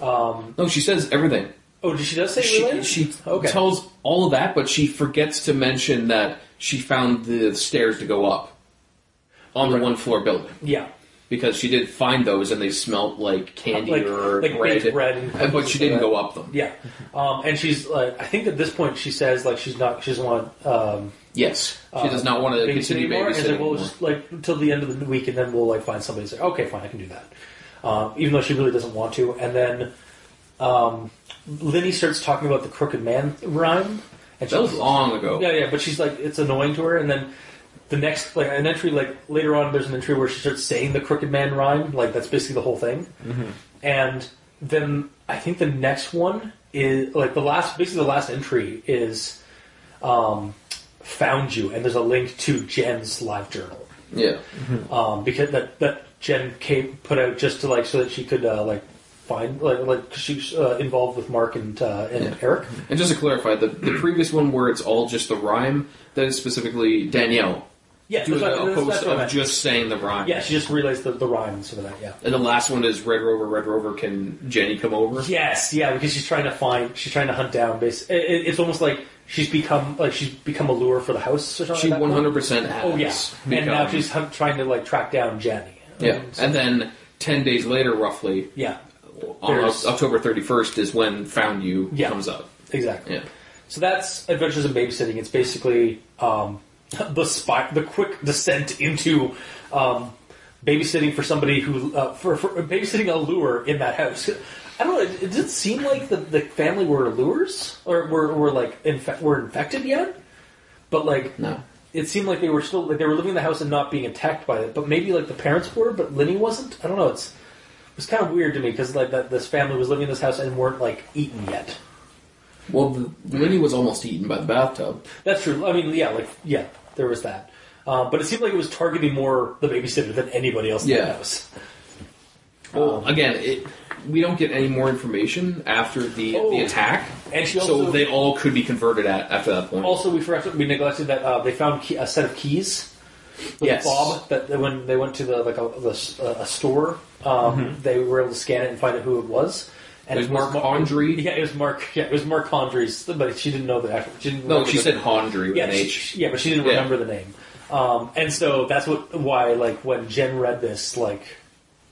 Speaker 3: No, she says everything.
Speaker 1: oh, she does say it
Speaker 3: She,
Speaker 1: related?
Speaker 3: she
Speaker 1: okay.
Speaker 3: tells all of that, but she forgets to mention that she found the stairs to go up on the one floor building
Speaker 1: yeah.
Speaker 3: because she did find those and they smelt like candy
Speaker 1: Like-
Speaker 3: or
Speaker 1: like
Speaker 3: bread.
Speaker 1: baked bread and
Speaker 3: Uh, but she didn't go up them.
Speaker 1: Yeah. Um, and she's like, I think at this point she says like she's not, she doesn't want, um,
Speaker 3: Yes, she does not want to
Speaker 1: babysit
Speaker 3: Uh, continue
Speaker 1: anymore. And
Speaker 3: babysitting.
Speaker 1: it's like, well,
Speaker 3: anymore.
Speaker 1: just like until the end of the week, and then we'll like find somebody. to say, okay, fine, I can do that. Um, even though she really doesn't want to, and then um, Lenny starts talking about the crooked man rhyme. And
Speaker 3: that
Speaker 1: she-
Speaker 3: was long ago.
Speaker 1: Yeah, yeah, but she's like, it's annoying to her, and then. The next, like an entry, like later on, there's an entry where she starts saying the crooked man rhyme, like that's basically the whole thing. And then I think the next one is like the last, basically the last entry is um, found you, and there's a link to Jen's live journal
Speaker 3: Yeah.
Speaker 1: um, because that that Jen Kate put out just to like so that she could uh, like find like like 'cause she's uh, involved with Mark and uh, and Eric.
Speaker 3: And just to clarify, the, the previous one where it's all just the rhyme, that is specifically Danielle
Speaker 1: Yeah,
Speaker 3: doing
Speaker 1: that's what-
Speaker 3: a
Speaker 1: that's-
Speaker 3: post
Speaker 1: that's what I
Speaker 3: of
Speaker 1: meant.
Speaker 3: just saying the rhyme.
Speaker 1: yeah, she just realized the the rhyme and some of that. Yeah.
Speaker 3: And the last one is Red Rover, Red Rover, can Jenny come over?
Speaker 1: Yes, yeah, because she's trying to find, she's trying to hunt down. Base, it, it- it's almost like she's become, like she's become a lure for the house or something.
Speaker 3: She
Speaker 1: like that.
Speaker 3: 100% has.
Speaker 1: Oh yes, and now
Speaker 3: become-
Speaker 1: she's hunt, trying to like track down Jenny.
Speaker 3: Yeah.
Speaker 1: Um, so-
Speaker 3: And then 10 days later, roughly,
Speaker 1: yeah,
Speaker 3: on
Speaker 1: There's-
Speaker 3: October 31st, is when Found You
Speaker 1: Yeah.
Speaker 3: comes up.
Speaker 1: exactly.
Speaker 3: Yeah.
Speaker 1: So that's Adventures in Babysitting. It's basically um, the spy, the quick descent into um, babysitting for somebody who uh, for, for babysitting a lure in that house. I don't know. It, it didn't seem like the, the family were lures or were, were like infe- were infected yet, but like
Speaker 3: No.
Speaker 1: It seemed like they were still like they were living in the house and not being attacked by it. But maybe like the parents were, but Lenny wasn't. I don't know. It's it was kind of weird to me because like that this family was living in this house and weren't like eaten yet.
Speaker 3: Well, the, Lenny was almost eaten by the bathtub.
Speaker 1: That's true. I mean, yeah, like yeah, there was that. Um, but it seemed like it was targeting more the babysitter than anybody else in
Speaker 3: Yeah.
Speaker 1: the house. Oh.
Speaker 3: Well, again, it, we don't get any more information after the, the
Speaker 1: Oh.
Speaker 3: attack.
Speaker 1: And she
Speaker 3: so
Speaker 1: also-
Speaker 3: they all could be converted at after that point.
Speaker 1: Also, we forgot to, we neglected that uh, they found key, a set of keys. with
Speaker 3: Yes.
Speaker 1: Bob. That that when they went to the like a, the, s- a store, um, they were able to scan it and find out who it was. And
Speaker 3: Mm-hmm. It was
Speaker 1: it was
Speaker 3: Mark Condrey.
Speaker 1: Yeah, it was Mark. Yeah, it was Mark Condry's, but she didn't know the actual. She didn't
Speaker 3: No,
Speaker 1: remember
Speaker 3: she
Speaker 1: the-
Speaker 3: said Hondry with
Speaker 1: Yeah,
Speaker 3: an
Speaker 1: she-
Speaker 3: H.
Speaker 1: she- yeah, but she didn't
Speaker 3: Yeah.
Speaker 1: remember the name. Um, and so that's what why like when Jen read this like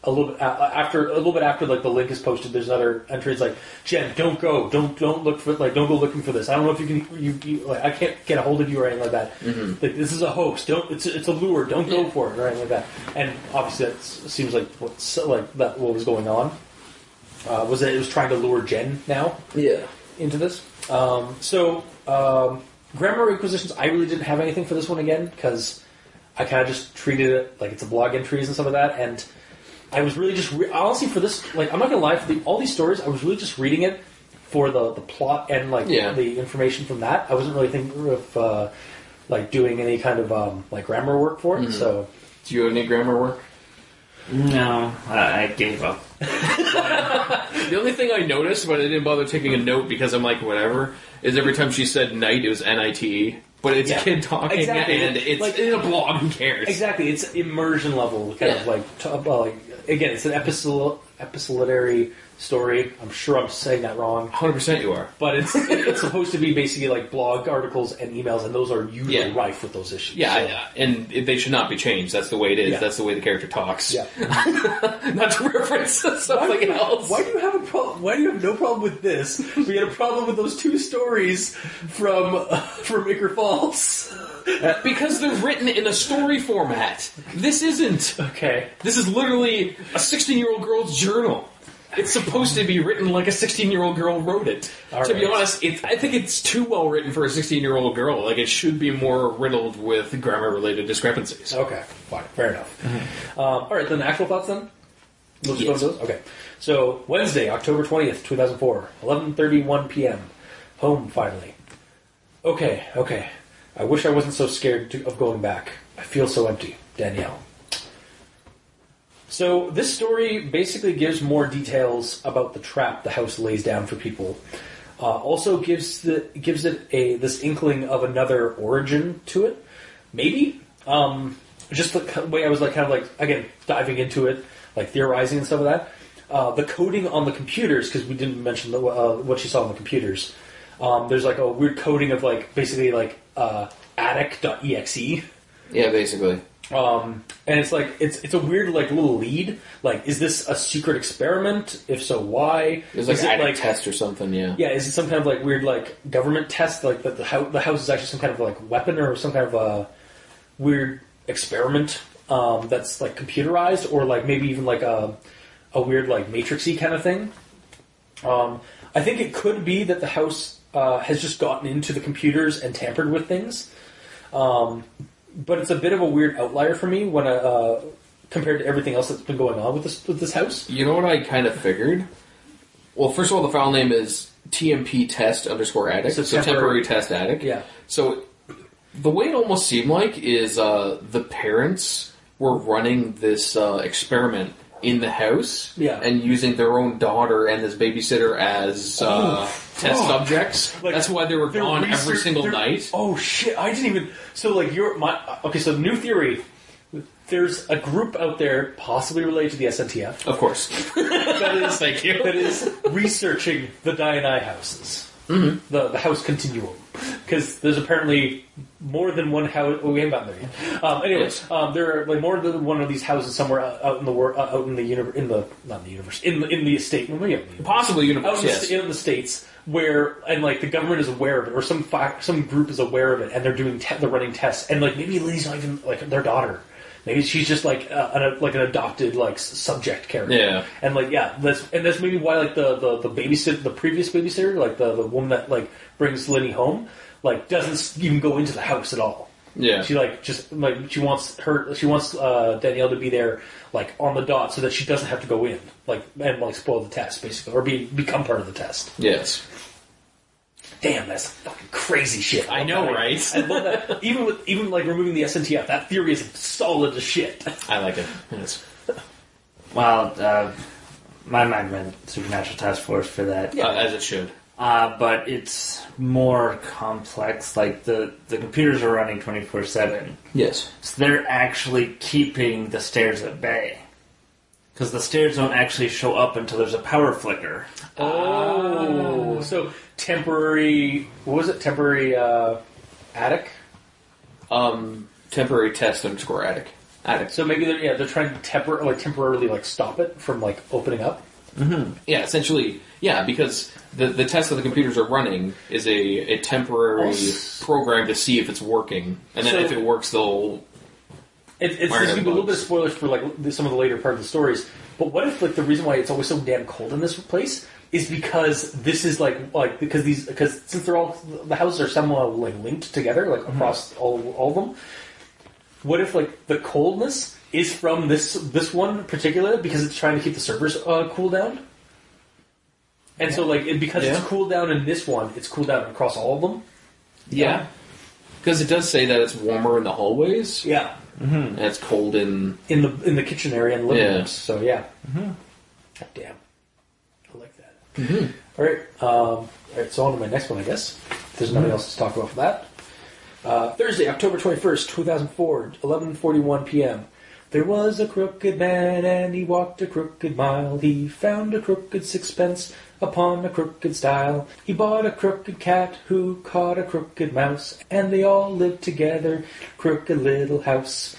Speaker 1: a little bit a- after a little bit after like the link is posted, there's another entry. It's like Jen, don't go, don't don't look for like don't go looking for this. I don't know if you can you, you like I can't get a hold of you or anything like that.
Speaker 3: Mm-hmm.
Speaker 1: Like this is a hoax. Don't it's it's a lure. Don't go for it or anything like that. And obviously that s- seems like what's like that what was going on uh, was that it was trying to lure Jen now
Speaker 3: Yeah.
Speaker 1: into this. Um, so, um, grammar requisitions, I really didn't have anything for this one again because I kind of just treated it like it's a blog entries and stuff like that. And I was really just re- honestly for this, like I'm not gonna lie, for the, all these stories, I was really just reading it for the, the plot and like
Speaker 3: Yeah.
Speaker 1: the information from that. I wasn't really thinking of uh, like doing any kind of um, like grammar work for it.
Speaker 3: Mm-hmm.
Speaker 1: So
Speaker 3: Do you have any grammar work?
Speaker 2: No, I, I gave up.
Speaker 3: The only thing I noticed, but I didn't bother taking a note because I'm like, whatever, is every time she said night, it was N I T E. But it's
Speaker 1: Yeah.
Speaker 3: a kid talking
Speaker 1: Exactly.
Speaker 3: and it's
Speaker 1: Like-
Speaker 3: in a blog, who cares?
Speaker 1: exactly, it's immersion level kind of
Speaker 3: Yeah.
Speaker 1: like t- uh, like again, it's an episode, episodary story. I'm sure I'm saying that wrong,
Speaker 3: Hundred percent, you are.
Speaker 1: but it's it's supposed to be basically like blog articles and emails, and those are usually
Speaker 3: Yeah.
Speaker 1: rife with those issues.
Speaker 3: Yeah,
Speaker 1: So-
Speaker 3: I- and it- they should not be changed. That's the way it is.
Speaker 1: Yeah.
Speaker 3: That's the way the character talks.
Speaker 1: Yeah.
Speaker 3: not to reference something else.
Speaker 1: Why do you have a problem? Why do you have no problem with this? We had a problem with those two stories from uh, from Icker Falls.
Speaker 3: Because they're written in a story format. This isn't.
Speaker 1: Okay,
Speaker 3: This is literally a 16 year old girl's journal. It's supposed to be written like a 16 year old girl wrote it. to be
Speaker 1: right.
Speaker 3: honest, it's, I think it's too well written for a 16 year old girl. Like, it should be more riddled with grammar related discrepancies.
Speaker 1: okay, fine, fair enough. Um, all right, then actual thoughts then. We'll just go
Speaker 3: Yes.
Speaker 1: to those? Okay, so Wednesday, October twentieth, two thousand four, eleven thirty one p.m. Home finally. Okay, okay. I wish I wasn't so scared to, of going back. I feel so empty, Danielle. So this story basically gives more details about the trap the house lays down for people. Uh, also gives the gives it a this inkling of another origin to it, maybe. Um, just the k- way I was like kind of like again diving into it, like theorizing and stuff like that. Uh, the coding on the computers because we didn't mention the, uh, what she saw on the computers. Um, there's like a weird coding of like basically like uh, attic.exe
Speaker 3: Yeah, basically.
Speaker 1: um, and it's like it's it's a weird like little lead. Like, is this a secret experiment? If so, why? is it like
Speaker 3: test or something,
Speaker 1: yeah? Is it some kind of like weird like government test? Like that the house the house is actually some kind of like weapon or some kind of a weird experiment um, that's like computerized or like maybe even like a a weird like matrixy kind of thing. Um, I think it could be that the house uh, has just gotten into the computers and tampered with things Um, but it's a bit of a weird outlier for me when I, uh, compared to everything else that's been going on with this with this house.
Speaker 3: You know what I kind of figured? Well, first of all, the file name is TMP test underscore addict,
Speaker 1: So
Speaker 3: so,
Speaker 1: temporary-
Speaker 3: temporary test addict.
Speaker 1: Yeah.
Speaker 3: So the way it almost seemed like is uh, the parents were running this uh, experiment in the house
Speaker 1: Yeah.
Speaker 3: and using their own daughter and this babysitter as uh, test subjects.
Speaker 1: Oh. Like,
Speaker 3: That's why they were
Speaker 1: they're
Speaker 3: gone every
Speaker 1: research-
Speaker 3: single
Speaker 1: they're-
Speaker 3: night.
Speaker 1: Oh shit! I didn't even. So like you're my okay. So new theory. There's a group out there, possibly related to the SNTF,
Speaker 3: Of course.
Speaker 1: that is
Speaker 3: Thank you.
Speaker 1: that is researching the Dianai houses, mm-hmm. the the house continuum, because there's apparently more than one house. Well, we haven't gotten there yet. Um, anyways,
Speaker 3: Yes.
Speaker 1: um, there are like more than one of these houses somewhere out, out in the world, out in the universe, in the not in the universe, in the in the estate. Well, maybe out in the universe.
Speaker 3: Possibly
Speaker 1: out
Speaker 3: universe,
Speaker 1: in, the,
Speaker 3: yes.
Speaker 1: sta- in the states where and like the government is aware of it, or some fi- some group is aware of it, and they're doing te- they're running tests, and like maybe Lily's not even like their daughter. Maybe she's just like uh, an, like an adopted like s- subject character.
Speaker 3: Yeah.
Speaker 1: and like yeah, that's and that's maybe why like the the the babysit the previous babysitter like the the woman that like brings Lily home like doesn't s- even go into the house at all.
Speaker 3: Yeah.
Speaker 1: She like just like she wants her she wants uh, Danielle to be there like on the dot so that she doesn't have to go in like and like spoil the test basically or be become part of the test.
Speaker 3: Yes.
Speaker 1: Damn, that's fucking crazy shit.
Speaker 3: I know,
Speaker 1: love that.
Speaker 3: right?
Speaker 1: I love that. Even with even like removing the SNTF, that theory is solid as shit.
Speaker 3: I like it. Yes.
Speaker 2: Well, uh, my mind went supernatural task force for that.
Speaker 3: Uh, as it should.
Speaker 2: Uh, but it's more complex. Like the the computers are running twenty four seven,
Speaker 3: Yes.
Speaker 2: so they're actually keeping the stairs at bay. Because the stairs don't actually show up until there's a power flicker.
Speaker 1: Oh, so temporary. What was it? Temporary uh, attic.
Speaker 3: Um, temporary test underscore addict. Addict.
Speaker 1: So maybe they're yeah they're trying to tempor- like temporarily like stop it from like opening up.
Speaker 3: Yeah, essentially, yeah, because the the test that the computers are running is a, a temporary
Speaker 1: Yes.
Speaker 3: program to see if it's working, and then
Speaker 1: So-
Speaker 3: if it works, they'll
Speaker 1: It, it's
Speaker 3: Iron
Speaker 1: this
Speaker 3: Man
Speaker 1: could be a little bit of
Speaker 3: bugs.
Speaker 1: spoilers for like the- some of the later part of the stories. But what if like the reason why it's always so damn cold in this place is because this is like like because these because since they're all the houses are somehow like linked together like
Speaker 3: Mm-hmm.
Speaker 1: across all all of them. What if like the coldness is from this this one in particular because it's trying to keep the servers uh, cool down. And so, like, it, because
Speaker 3: Yeah.
Speaker 1: it's cooled down in this one, it's cooled down across all of them.
Speaker 3: yeah, because it does say that it's warmer in the hallways
Speaker 1: Yeah,
Speaker 3: and it's cold in
Speaker 1: in the in the kitchen area and living
Speaker 3: Yeah.
Speaker 1: rooms. So yeah. Mm-hmm. God damn, I like that. All right, um, all right. So on to my next one, I guess. If there's nothing else to talk about for that. Uh, Thursday, October twenty first, two thousand four, eleven forty one p.m. There was a crooked man, and he walked a crooked mile. He found a crooked sixpence upon a crooked stile. He bought a crooked cat who caught a crooked mouse, and they all lived together, crooked little house.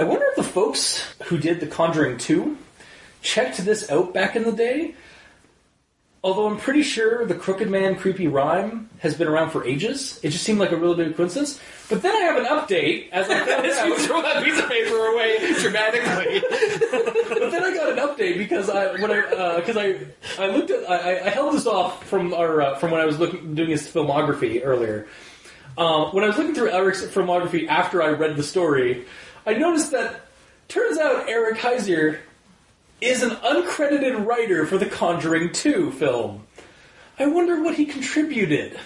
Speaker 1: I wonder if the folks who did The Conjuring 2 checked this out back in the day. Although I'm pretty sure the Crooked Man creepy rhyme has been around for ages. It just seemed like a really big coincidence. But then I have an update as I found
Speaker 3: As you
Speaker 1: out.
Speaker 3: throw that piece of paper away dramatically.
Speaker 1: But then I got an update because I when I because I I looked at I, I- I held this off from our uh, from when I was looking doing his filmography earlier. Um, when I was looking through Eric's filmography after I read the story, I noticed that turns out Eric Heiser is an uncredited writer for the Conjuring Two film. I wonder what he contributed.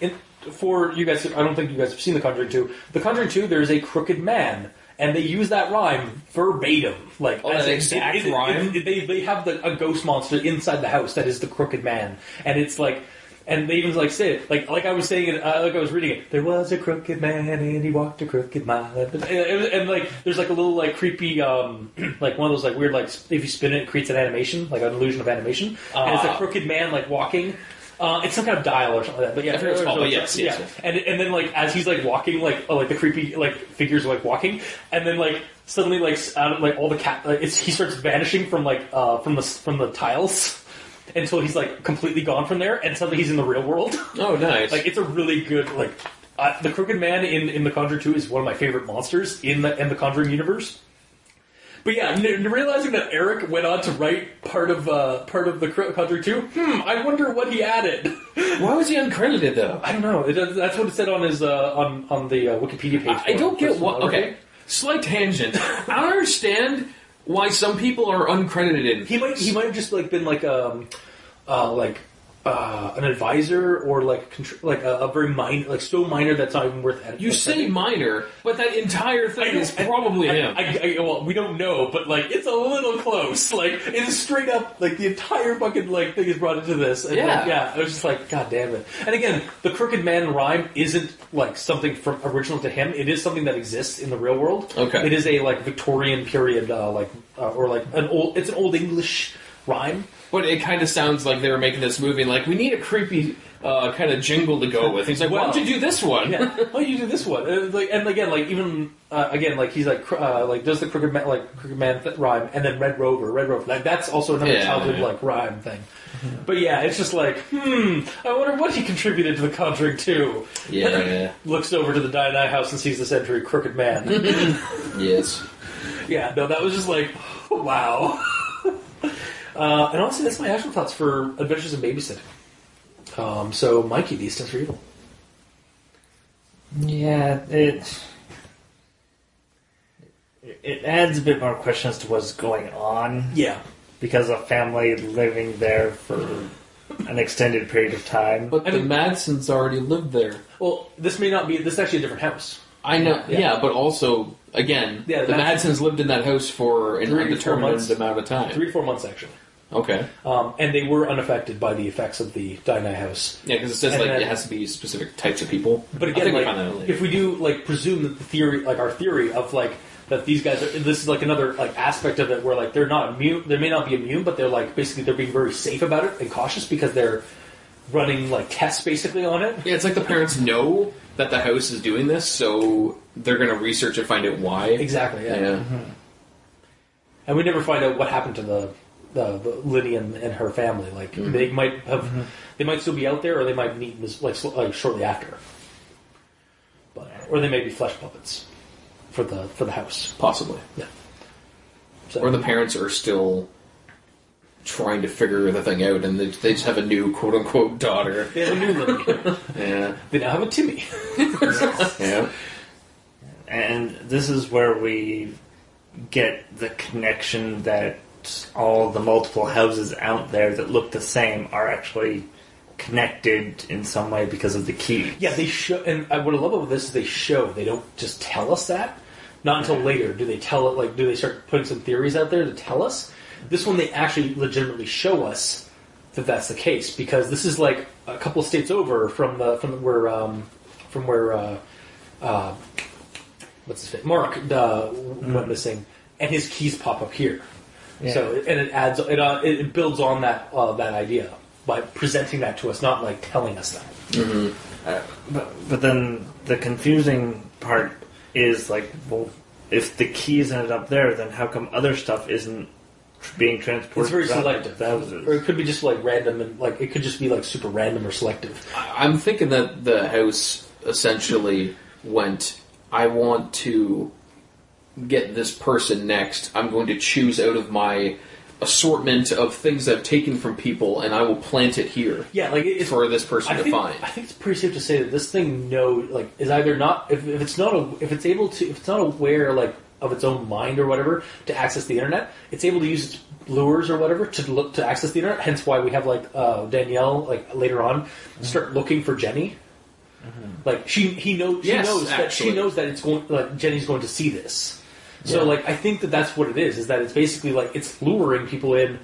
Speaker 1: And for you guys, I don't think you guys have seen The Conjuring 2. The Conjuring 2, there's a crooked man, and they use that rhyme verbatim. Like
Speaker 3: Oh, that exact rhyme?
Speaker 1: it- they, they have the, a ghost monster inside the house that is the crooked man, and it's like. And they even like say it, like like I was saying it, uh, like I was reading it. There was a crooked man, and he walked a crooked mile. And, and, and, like, there's like a little like creepy, um, like one of those like weird like if you spin it, it creates an animation, like an illusion of animation. and it's a
Speaker 3: Ah.
Speaker 1: crooked man like walking. Uh, it's some kind of dial or something like that. But yeah,
Speaker 3: I forget what it's called, but yes, yes, yes.
Speaker 1: and and then like as he's like walking, like oh, like the creepy like figures are, like walking, and then like suddenly like s- out of like all the cat, like, it's, he starts vanishing from like uh from the s- from the tiles until he's like completely gone from there, and suddenly he's in the real world.
Speaker 3: Oh, nice.
Speaker 1: like it's a really good like uh, the Crooked Man in in the Conjuring Two is one of my favorite monsters in the in the Conjuring universe. But yeah, n- realizing that Eric went on to write part of uh, part of the Cro- Conjuring Two, hmm, I wonder what he added.
Speaker 3: Why was he uncredited though?
Speaker 1: I don't know. It, that's what it said on his uh, on on the uh, Wikipedia page.
Speaker 3: I don't get what.
Speaker 1: Okay,
Speaker 3: Okay, slight tangent. I don't understand why some people are uncredited. In
Speaker 1: he might he might have just like been like um uh like uh an advisor or like contr- like a, a very minor like so minor that's not even worth editing.
Speaker 3: You say minor, but that entire thing is
Speaker 1: I-
Speaker 3: probably
Speaker 1: I,
Speaker 3: him.
Speaker 1: I, I- well, we don't know, but like it's a little close. Like it is straight up. Like the entire fucking like thing is brought into this. And, like,
Speaker 3: Yeah.
Speaker 1: yeah. I was just like, God damn it. And again, the crooked man rhyme isn't like something from original to him. It is something that exists in the real world.
Speaker 3: Okay.
Speaker 1: It is a like Victorian period, uh, like uh, or like an old. It's an old English rhyme.
Speaker 3: but it kind of sounds like they were making this movie, and like we need a creepy uh, kind of jingle to go with. He's like, why
Speaker 1: Well-
Speaker 3: don't you do this one?
Speaker 1: yeah. Why do you do this one? And, like, and again, like even uh, again, like he's like cr- uh, like does the crooked man like crooked man th- rhyme, and then Red Rover, Red Rover. Like that's also another
Speaker 3: Yeah, Mm-hmm.
Speaker 1: childhood
Speaker 3: yeah.
Speaker 1: like rhyme thing. But yeah, it's just like, hmm. I wonder what he contributed to the Conjuring too.
Speaker 3: yeah.
Speaker 1: Looks over to the die die house and sees this entry, crooked man.
Speaker 3: Yes.
Speaker 1: yeah, no, that was just like, wow. uh, and honestly, that's my actual thoughts for Adventures in Babysitting. Um, so, Mikey, these stunts are evil.
Speaker 2: Yeah, it it adds a bit more questions to what's going on
Speaker 1: Yeah,
Speaker 2: because a family living there for an extended period of time.
Speaker 3: But
Speaker 1: I
Speaker 3: the
Speaker 1: mean-
Speaker 3: Madsons already lived there.
Speaker 1: Well, this may not be. This is actually a different house.
Speaker 3: I know. Yeah,
Speaker 1: Yeah.
Speaker 3: but also again,
Speaker 1: Yeah,
Speaker 3: the
Speaker 1: Madsons-
Speaker 3: Madsons lived in that house for an
Speaker 1: Three, four
Speaker 3: undetermined
Speaker 1: months.
Speaker 3: amount of time.
Speaker 1: Three, four months actually.
Speaker 3: Okay.
Speaker 1: Um, and they were unaffected by the effects of the Dinah house.
Speaker 3: Yeah, because it says
Speaker 1: And
Speaker 3: like
Speaker 1: then-
Speaker 3: it has to be specific types of people.
Speaker 1: But
Speaker 3: I
Speaker 1: again,
Speaker 3: think we
Speaker 1: like,
Speaker 3: found that out later.
Speaker 1: if we do like presume that the theory, like our theory of like that these guys are, this is like another like aspect of it where like they're not immune. They may not be immune, but they're like basically they're being very safe about it and cautious because they're running like tests basically on it.
Speaker 3: Yeah, it's like the parents know that the house is doing this, so they're going to research and find out why.
Speaker 1: Exactly.
Speaker 3: Yeah.
Speaker 1: and we never find out what happened to the, the, the Liddy and, and her family. Like they might have, they might still be out there, or they might meet mis- like, sl- like shortly after. But or they may be flesh puppets for the for the house.
Speaker 3: Possibly.
Speaker 1: Yeah. So,
Speaker 3: Or the parents are still trying to figure the thing out, and they, they just have a new quote unquote daughter.
Speaker 1: they have a new Liddy.
Speaker 3: Yeah.
Speaker 1: they now have a Timmy.
Speaker 3: Yeah.
Speaker 2: And this is where we get the connection that all the multiple houses out there that look the same are actually connected in some way because of the key.
Speaker 1: Yeah, they show, and I- what I love about this is they show. They don't just tell us that. Not until later do they tell it. Like, do they start putting some theories out there to tell us? This one, they actually legitimately show us that that's the case because this is like a couple of states over from the from where um, from where uh, uh, what's his name? Mark uh, went missing, and his keys pop up here.
Speaker 2: Yeah.
Speaker 1: So and it adds it uh, it it builds on that uh, that idea by presenting that to us, not like telling us that.
Speaker 2: But, but then the confusing part is like, well, if the keys ended up there, then how come other stuff isn't tr- being transported?
Speaker 1: It's very
Speaker 2: throughout the
Speaker 1: selective.
Speaker 2: thousands?
Speaker 1: Or it could be just like random and like it could just be like super random or selective.
Speaker 3: I'm thinking that the house essentially went, I want to get this person next. I'm going to choose out of my assortment of things I've taken from people and I will plant it here
Speaker 1: Yeah, like it- it's
Speaker 3: for this person
Speaker 1: I
Speaker 3: to
Speaker 1: think,
Speaker 3: find.
Speaker 1: I think it's pretty safe to say that this thing know like is either not if, if it's not a, if it's able to if it's not aware like of its own mind or whatever to access the internet, it's able to use its lures or whatever to look to access the internet. Hence why we have like uh, Danielle like later on
Speaker 3: Mm-hmm.
Speaker 1: start looking for Jenny. Like she he knows she
Speaker 3: Yes,
Speaker 1: knows that she
Speaker 3: actually.
Speaker 1: knows that it's going like Jenny's going to see this. So like I think that that's what it is is that it's basically like it's luring people in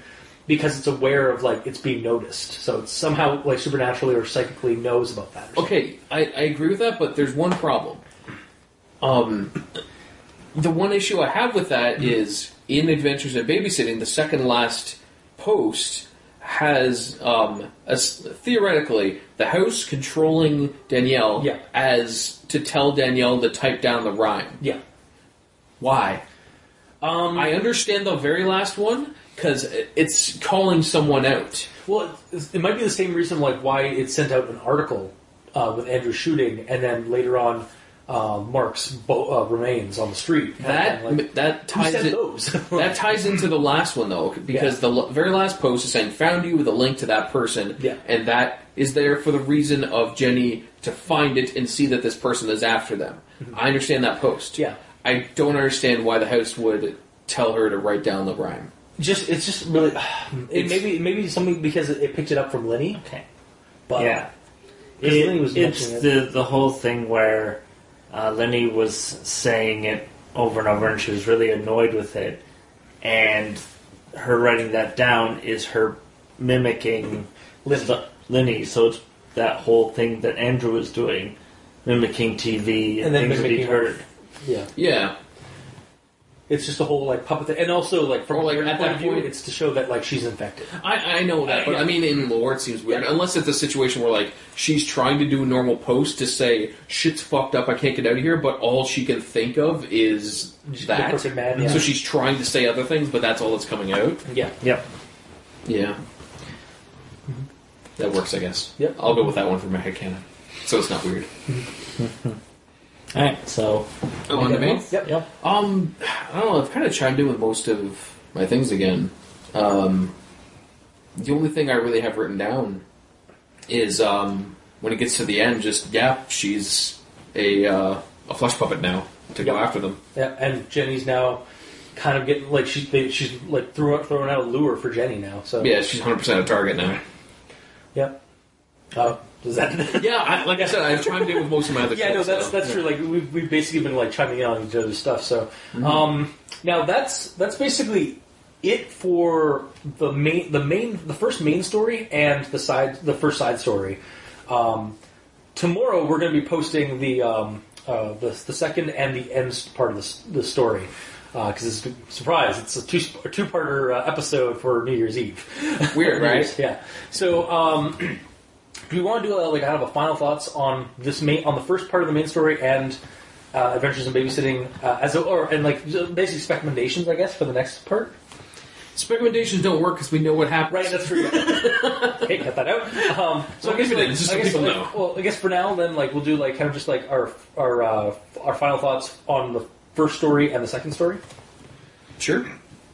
Speaker 1: because it's aware of like it's being noticed. So it's somehow like supernaturally or psychically knows about that. Okay.
Speaker 3: Okay, I, I agree with that, but there's one problem. Um, the one issue I have with that is in Adventures in Babysitting, the second last post has um, as, theoretically the house controlling Danielle
Speaker 1: Yeah.
Speaker 3: as to tell Danielle to type down the rhyme.
Speaker 1: Yeah.
Speaker 3: Why?
Speaker 1: Um,
Speaker 3: I understand the very last one because it's calling someone out.
Speaker 1: Well, it, it might be the same reason, like why it sent out an article uh, with Andrew shooting, and then later on, uh, Mark's bo- uh, remains on the street.
Speaker 3: That
Speaker 1: And, like,
Speaker 3: that
Speaker 1: who
Speaker 3: ties
Speaker 1: sent
Speaker 3: it.
Speaker 1: those?
Speaker 3: that ties into the last one though, because
Speaker 1: Yeah.
Speaker 3: the l- very last post is saying "found you" with a link to that person,
Speaker 1: Yeah.
Speaker 3: and that is there for the reason of Jenny to find it and see that this person is after them. I understand that post.
Speaker 1: Yeah.
Speaker 3: I don't understand why the house would tell her to write down the rhyme.
Speaker 1: just it's just really it
Speaker 3: It's-
Speaker 1: maybe maybe something because it, it picked it up from Lenny,
Speaker 2: Okay.
Speaker 1: but
Speaker 2: yeah.
Speaker 1: because
Speaker 2: It-
Speaker 1: Lenny was
Speaker 2: it's
Speaker 1: mentioning it.
Speaker 2: the the whole thing where uh, Lenny was saying it over and over, and she was really annoyed with it. And her writing that down is her mimicking
Speaker 1: Lenny.
Speaker 2: the- Lenny. So it's that whole thing that Andrew was doing, mimicking TV and,
Speaker 1: And then
Speaker 2: things that he'd
Speaker 1: mimicking-
Speaker 2: heard.
Speaker 1: yeah.
Speaker 3: Yeah,
Speaker 1: It's just a whole like puppet, thing. and also like from
Speaker 3: Or, like,
Speaker 1: her
Speaker 3: at
Speaker 1: point
Speaker 3: that
Speaker 1: of view,
Speaker 3: point-
Speaker 1: it's to show that like she's infected.
Speaker 3: I, I know that, but I mean, in lore, it seems weird. Unless it's a situation where, like, she's trying to do a normal post to say, shit's fucked up, I can't get out of here, but all she can think of is that.
Speaker 1: perfect man, yeah.
Speaker 3: So she's trying to say other things, but that's all that's coming out.
Speaker 1: Yeah,
Speaker 2: Yep.
Speaker 3: Yeah. That works, I guess.
Speaker 1: Yep.
Speaker 3: I'll go with that one for my head cannon. So it's not weird.
Speaker 2: All right. So
Speaker 3: Oh, on the main?
Speaker 1: Yep.
Speaker 2: yep.
Speaker 3: Um, I don't know. I've kind of chimed in with most of my things again. Um, the only thing I really have written down is um, when it gets to the end, just yeah, she's a uh, a flesh puppet now to go
Speaker 1: Yep.
Speaker 3: after them.
Speaker 1: Yeah, and Jenny's now kind of getting like she they, she's like threw out, throwing out a lure for Jenny now. So
Speaker 3: Yeah, she's hundred percent a target now.
Speaker 1: yeah. Oh, does that?
Speaker 3: Yeah, I, like I said, I've chimed in with most of my other.
Speaker 1: yeah, no,
Speaker 3: things,
Speaker 1: that's
Speaker 3: so,
Speaker 1: that's
Speaker 3: yeah.
Speaker 1: true. Like we've, we've basically been like chiming in on each other's stuff. So um, now that's that's basically it for the main the main the first main story and the side the first side story. Um, tomorrow we're going to be posting the um, uh, the, the second and the end part of the, s- the story because it's a surprise. It's a two a two parter uh, episode for New Year's Eve.
Speaker 3: Weird,
Speaker 1: New
Speaker 3: right?
Speaker 1: Year's- Yeah. So um, do you want to do a, like kind of a final thoughts on this main on the first part of the main story and uh, Adventures in Babysitting uh, as a, or and like j- basic recommendations I guess for the next part.
Speaker 3: Speculations don't work because we know what happens.
Speaker 1: Right, that's true. okay, cut that out. Um, so I guess,
Speaker 3: Well, leave it
Speaker 1: like,
Speaker 3: in, just so
Speaker 1: I guess
Speaker 3: people
Speaker 1: like-
Speaker 3: know.
Speaker 1: well, I guess for now, then, like we'll do like kind of just like our our uh, our final thoughts on the first story and the second story.
Speaker 3: Sure.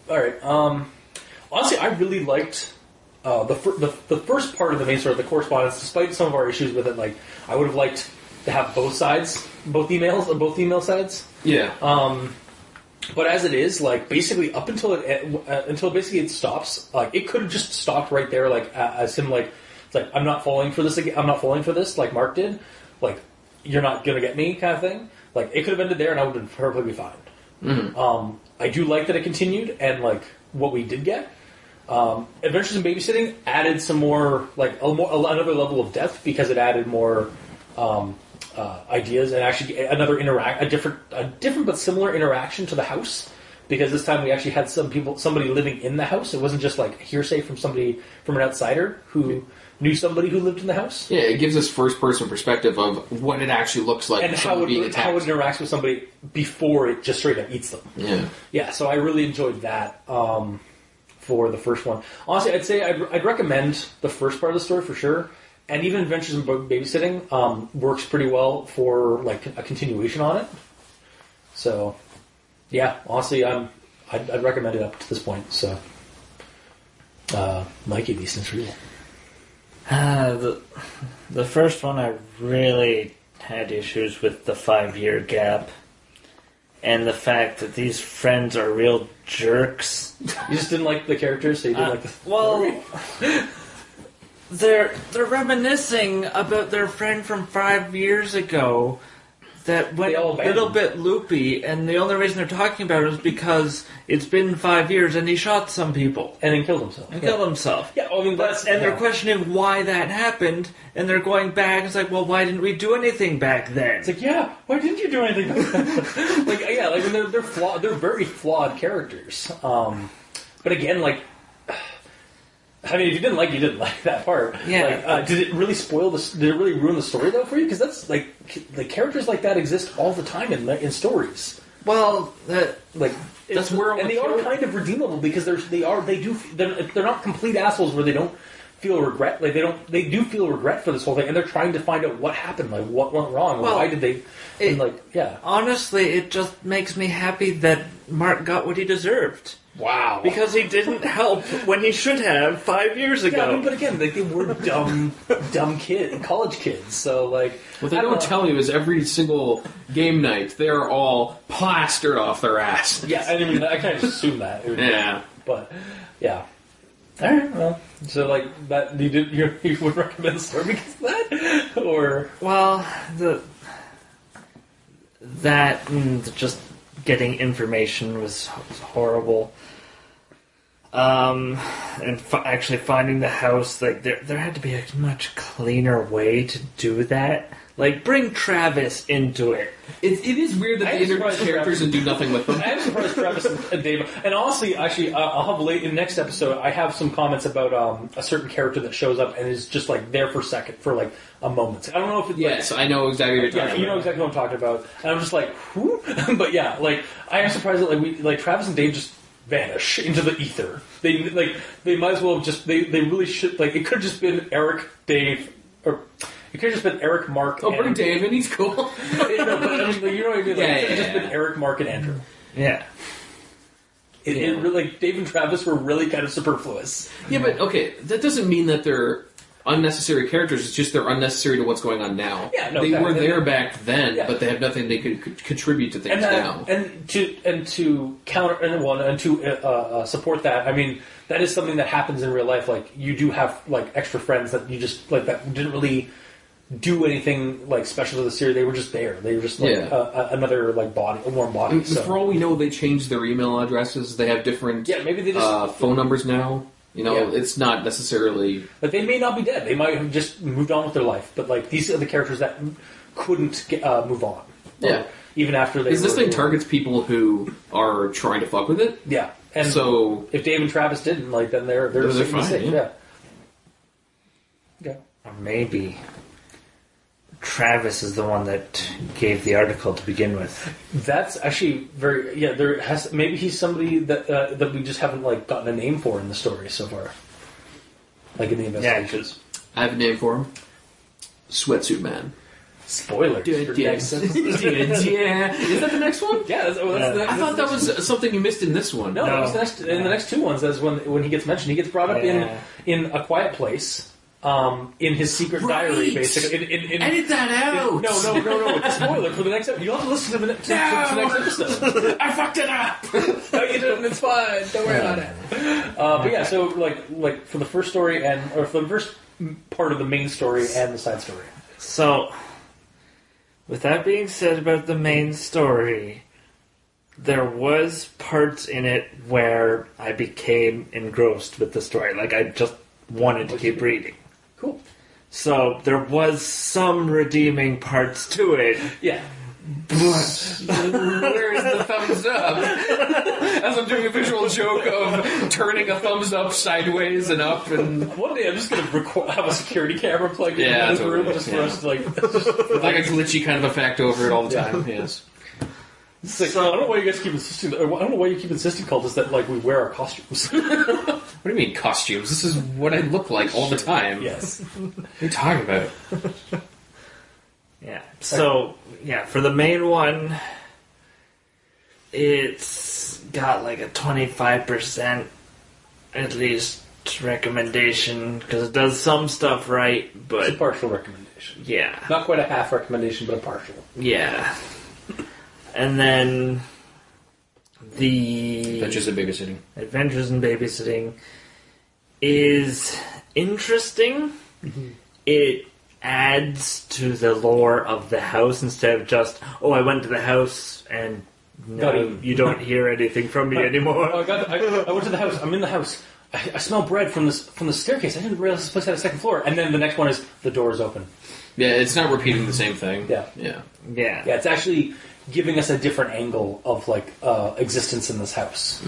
Speaker 1: All right. Um, honestly, I really liked uh, the, fir- the the first part of the main story, the correspondence, despite some of our issues with it. Like, I would have liked to have both sides, both emails, or both email sides.
Speaker 3: Yeah.
Speaker 6: Uh,
Speaker 1: Um, but as it is, like basically up until it uh, until basically it stops, like it could have just stopped right there, like a- as him like it's like I'm not falling for this again. I'm not falling for this, like Mark did, like you're not gonna get me kind of thing. Like it could have ended there, and I would have been perfectly fine. Um, I do like that it continued, and like what we did get. Um, Adventures in Babysitting added some more, like a more, another level of depth because it added more um, uh, ideas and actually another interact a different a different but similar interaction to the house because this time we actually had some people somebody living in the house. It wasn't just like hearsay from somebody from an outsider who knew somebody who lived in the house
Speaker 6: Yeah, it gives us first person perspective of what it actually looks like
Speaker 1: and
Speaker 6: when
Speaker 1: how
Speaker 6: someone being
Speaker 1: it,
Speaker 6: attacked.
Speaker 1: how it interacts with somebody before it just straight up eats them.
Speaker 6: yeah.
Speaker 1: yeah, so I really enjoyed that um, for the first one. Honestly, I'd say I'd, I'd recommend the first part of the story for sure, and even Adventures in Bo- Babysitting um, works pretty well for like a continuation on it. So, yeah, honestly, I'm I'd, I'd recommend it up to this point. So, uh, Mikey, these things real.
Speaker 2: Uh, the, the first one I really had issues with the five year gap and the fact that these friends are real jerks.
Speaker 1: You just didn't like the characters, so you
Speaker 2: Uh,
Speaker 1: didn't like the.
Speaker 2: Well, they're they're reminiscing about their friend from five years ago that went
Speaker 1: They all
Speaker 2: a little
Speaker 1: abandoned.
Speaker 2: bit loopy, and the only reason they're talking about it is because it's been five years and he shot some people
Speaker 1: And then killed himself.
Speaker 2: and killed himself.
Speaker 1: Yeah, I mean that's
Speaker 2: And they're
Speaker 1: yeah.
Speaker 2: questioning why that happened, and they're going back. It's like, well, why didn't we do anything back then?
Speaker 1: It's like, yeah, why didn't you do anything? like, yeah, like they're they're flawed. They're very flawed characters. Um, but again, like, I mean, if you didn't like, you didn't like that part.
Speaker 2: Yeah.
Speaker 1: Like, uh, did it really spoil this? Did it really ruin the story though for you? Because that's like, c- like characters like that exist all the time in in stories.
Speaker 2: well, uh,
Speaker 1: Like.
Speaker 6: That's
Speaker 1: it's-
Speaker 6: where all
Speaker 1: and
Speaker 6: the
Speaker 1: they are
Speaker 6: hero-
Speaker 1: kind of redeemable because they're they are they do they're, they're not complete assholes where they don't feel regret like they don't they do feel regret for this whole thing and they're trying to find out what happened like what went wrong
Speaker 2: Well,
Speaker 1: why did they
Speaker 2: it-
Speaker 1: and like yeah
Speaker 2: honestly, it just makes me happy that Mark got what he deserved.
Speaker 6: Wow.
Speaker 2: Because he didn't help when he should have five years ago.
Speaker 1: Yeah, I mean, but again, like they were dumb, dumb kid, college kids. So like,
Speaker 6: What they
Speaker 1: I
Speaker 6: don't,
Speaker 1: don't know.
Speaker 6: tell you is every single game night they're all plastered off their ass.
Speaker 1: Yeah, I mean, I kind of assume that. It was-
Speaker 6: Yeah.
Speaker 1: But yeah. All right. Well, so like that you did you, you would recommend Storm because of that or
Speaker 2: well, the that and just getting information was h- horrible. Um, and f- actually finding the house, like there, there had to be a much cleaner way to do that. Like bring Travis into it.
Speaker 6: It, it is weird that
Speaker 1: I
Speaker 6: they
Speaker 1: was
Speaker 6: introduce
Speaker 1: surprised
Speaker 6: characters
Speaker 1: Travis-
Speaker 6: and do nothing with them.
Speaker 1: I'm surprised Travis and Dave. And honestly, actually, uh, I'll have late in the next episode. I have some comments about um, a certain character that shows up and is just like there for a second for like a moment. I don't know if it's like,
Speaker 6: Yes, I know exactly what you're
Speaker 1: Yeah,
Speaker 6: talking
Speaker 1: you know
Speaker 6: about.
Speaker 1: exactly what I'm talking about. And I'm just like, who? but yeah, like I am surprised that like we like Travis and Dave just vanish into the ether. They like they might as well have just they they really should like it could have just been Eric, Dave, or it could have just been Eric, Mark.
Speaker 6: Oh, bring
Speaker 1: and,
Speaker 6: Dave in, he's cool.
Speaker 1: You know, but, I mean, like, you know what I mean? Like,
Speaker 6: Yeah,
Speaker 1: it could have
Speaker 6: yeah,
Speaker 1: just
Speaker 6: yeah.
Speaker 1: been Eric, Mark, and Andrew.
Speaker 2: Yeah.
Speaker 1: It, it
Speaker 6: Yeah.
Speaker 1: really like Dave and Travis were really kind of superfluous.
Speaker 6: yeah, but okay, that doesn't mean that they're unnecessary characters, it's just they're unnecessary to what's going on now.
Speaker 1: Yeah, no,
Speaker 6: they
Speaker 1: exactly.
Speaker 6: were there back then,
Speaker 1: Yeah.
Speaker 6: but they have nothing they could, could contribute to things
Speaker 1: and
Speaker 6: now.
Speaker 1: that, and to and to counter and one and to uh, uh, support that. I mean, that is something that happens in real life. Like you do have like extra friends that you just like that didn't really do anything like special to the series. They were just there. They were just like
Speaker 6: Yeah.
Speaker 1: uh, another like body, a warm body. So.
Speaker 6: For all we know, they changed their email addresses. They have different
Speaker 1: Yeah, maybe they just-
Speaker 6: uh, phone numbers now. You know,
Speaker 1: Yeah.
Speaker 6: it's not necessarily
Speaker 1: Like they may not be dead. They might have just moved on with their life. But like these are the characters that couldn't get, uh, move on.
Speaker 6: Yeah.
Speaker 1: Even after they
Speaker 6: Because this
Speaker 1: were-
Speaker 6: thing targets people who are trying to fuck with it.
Speaker 1: Yeah. And
Speaker 6: So
Speaker 1: if Dave and Travis didn't, like then they're they're,
Speaker 6: Those are
Speaker 1: sitting in the
Speaker 6: fine,
Speaker 1: same-
Speaker 6: yeah.
Speaker 1: yeah. Yeah.
Speaker 2: Or maybe Travis is the one that gave the article to begin with.
Speaker 1: That's actually very yeah. There has maybe he's somebody that uh, that we just haven't like gotten a name for in the story so far, like in the
Speaker 2: Yeah,
Speaker 1: investigation.
Speaker 2: because
Speaker 6: I have a name for him. Sweatsuit Man.
Speaker 1: Spoilers. for
Speaker 6: yeah.
Speaker 1: next episode.
Speaker 6: Is that the next one?
Speaker 1: yeah, that's, well, that's
Speaker 2: Yeah.
Speaker 1: the-
Speaker 6: I thought that was something you missed in this one.
Speaker 1: no. that was
Speaker 2: No.
Speaker 1: the next, in the next two ones, that's when when he gets mentioned. He gets brought up
Speaker 2: Yeah.
Speaker 1: in in a quiet place, um, in his secret
Speaker 6: Right.
Speaker 1: diary, basically. In, in, in,
Speaker 6: Edit that out.
Speaker 1: no, no, no, no! It's a spoiler for the next episode. You'll have to listen to the ne- to, to- to the
Speaker 6: No.
Speaker 1: next episode.
Speaker 6: I fucked it up.
Speaker 1: no, you didn't. It's fine. Don't worry about it. Uh, but yeah, so like like for the first story and or for the first part of the main story and the side story.
Speaker 2: so. With that being said about the main story, there was parts in it where I became engrossed with the story. Like I just wanted to keep reading.
Speaker 1: Cool.
Speaker 2: So there was some redeeming parts to it.
Speaker 1: Yeah.
Speaker 3: Where is the thumbs up? As I'm doing a visual joke of turning a thumbs up sideways and up, and
Speaker 1: One day I'm just gonna record, have a security camera plugged
Speaker 3: Yeah,
Speaker 1: into the
Speaker 3: totally,
Speaker 1: room just
Speaker 3: yeah.
Speaker 1: for us to like. It's
Speaker 3: like a glitchy kind of effect over it all the time. Yes.
Speaker 1: like I don't know why you guys keep insisting. I don't know why you keep insisting, Cultus, that like we wear our costumes.
Speaker 3: What do you mean costumes? This is what I look like all the time.
Speaker 1: yes.
Speaker 3: What are you talking about?
Speaker 2: Yeah. So yeah, for the main one, it's got like a twenty five percent at least recommendation because it does some stuff right,
Speaker 1: It's a
Speaker 2: but
Speaker 1: partial recommendation.
Speaker 2: yeah,
Speaker 1: Not quite a half recommendation, but a partial.
Speaker 2: yeah. And then the
Speaker 3: That's just a babysitting.
Speaker 2: Adventures in Babysitting is interesting.
Speaker 1: Mm-hmm.
Speaker 2: It adds to the lore of the house instead of just, oh, I went to the house and
Speaker 1: Got
Speaker 2: no,
Speaker 1: it.
Speaker 2: you don't hear anything from me
Speaker 1: Oh, I,
Speaker 2: anymore.
Speaker 1: got, I, I went to the house. I'm in the house. I, I smell bread from this from the staircase. I didn't realize this place had a second floor. And then the next one is the door is open.
Speaker 3: Yeah, it's not repeating the same thing.
Speaker 1: Yeah.
Speaker 3: Yeah.
Speaker 2: Yeah.
Speaker 1: Yeah, it's actually giving us a different angle of like uh, existence in this house.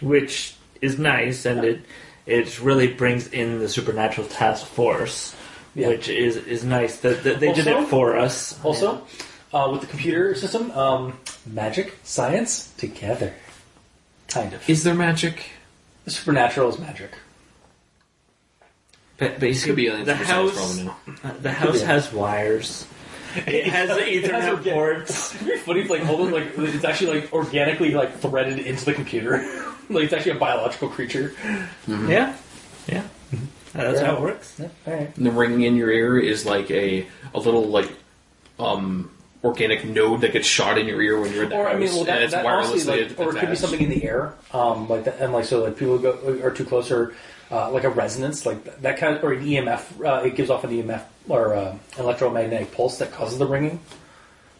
Speaker 2: Which is nice and it it really brings in the supernatural task force.
Speaker 1: Yeah.
Speaker 2: Which is, is nice that, that they did
Speaker 1: Also-
Speaker 2: it for us.
Speaker 1: Also, uh, with the computer system, um, magic, science together, kind of.
Speaker 3: Is there magic?
Speaker 1: The supernatural is magic.
Speaker 2: but, but you
Speaker 3: This could be an
Speaker 2: the
Speaker 3: house.
Speaker 2: house,
Speaker 3: problem now.
Speaker 2: uh, the house
Speaker 1: Yeah.
Speaker 2: has wires. It has
Speaker 1: It has
Speaker 2: Ethernet
Speaker 1: organ-
Speaker 2: ports.
Speaker 1: It'd be funny if like all those, like it's actually like organically like threaded into the computer. like it's actually a biological creature.
Speaker 2: Mm-hmm. Yeah. Yeah. Mm-hmm. That's
Speaker 1: Yeah.
Speaker 2: how it works.
Speaker 3: And the ringing in your ear is like a a little like um organic node that gets shot in your ear when you're in the
Speaker 1: Or
Speaker 3: house,
Speaker 1: I mean, well, that,
Speaker 3: and it's
Speaker 1: that
Speaker 3: wirelessly
Speaker 1: honestly, like, or it could be
Speaker 3: attached.
Speaker 1: something in the air, um, like that, and like so, like people go are too close or uh, like a resonance, like that, that kind of, or an EMF. Uh, it gives off an EMF or uh, an electromagnetic pulse that causes the ringing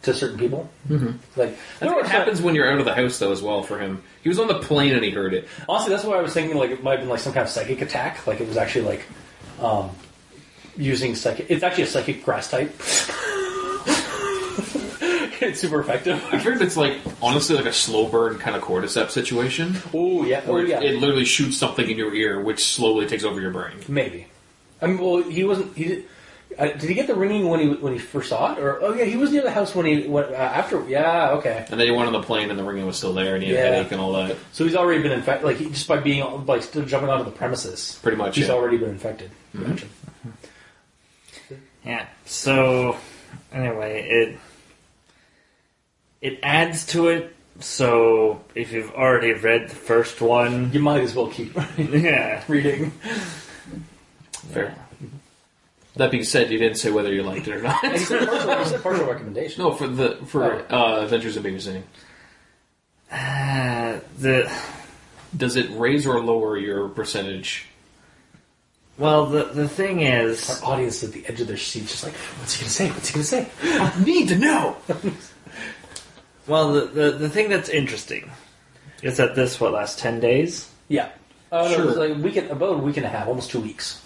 Speaker 1: to certain people. Mm-hmm. Like
Speaker 3: That's
Speaker 1: there
Speaker 3: what
Speaker 1: are-
Speaker 3: happens when you're out of the house, though, as well. For him, he was on the plane and he heard it.
Speaker 1: Honestly, that's why I was thinking like it might have been like some kind of psychic attack. Like it was actually like um, using psychic. It's actually a psychic grass type. it's super effective.
Speaker 3: I figured it's like honestly like a slow burn kind of cordyceps situation.
Speaker 1: Oh yeah. Oh
Speaker 3: where
Speaker 1: yeah.
Speaker 3: It literally shoots something in your ear, which slowly takes over your brain.
Speaker 1: Maybe. I mean, well, he wasn't. He did, uh, did he get the ringing when he when he first saw it, or oh yeah, he was near the house when he went uh, after. Yeah, okay.
Speaker 3: And then he went on the plane, and the ringing was still there, and he had a
Speaker 1: Yeah.
Speaker 3: headache and all that.
Speaker 1: So he's already been infected, like he, just by being on- like still jumping onto the premises.
Speaker 3: Pretty much,
Speaker 1: he's
Speaker 3: yeah.
Speaker 1: already been infected. Gotcha.
Speaker 2: Yeah. So anyway, it it adds to it. So if you've already read the first one,
Speaker 1: You might as well keep
Speaker 2: yeah,
Speaker 1: reading.
Speaker 3: Fair. That being said, you didn't say whether you liked it or not.
Speaker 1: And he said partial, he said partial recommendation.
Speaker 3: no, for the for
Speaker 1: Oh.
Speaker 3: uh, Adventures in Babysitting,
Speaker 2: uh, the
Speaker 3: does it raise or lower your percentage?
Speaker 2: well, the the thing is,
Speaker 1: Our audience at the edge of their seat, just like, what's he gonna say? What's he gonna say?
Speaker 3: I need to know.
Speaker 2: well, the, the the thing that's interesting is that this what last ten days.
Speaker 1: Yeah. Oh no, it was
Speaker 3: Sure.
Speaker 1: like a week and, about a week and a half, almost two weeks.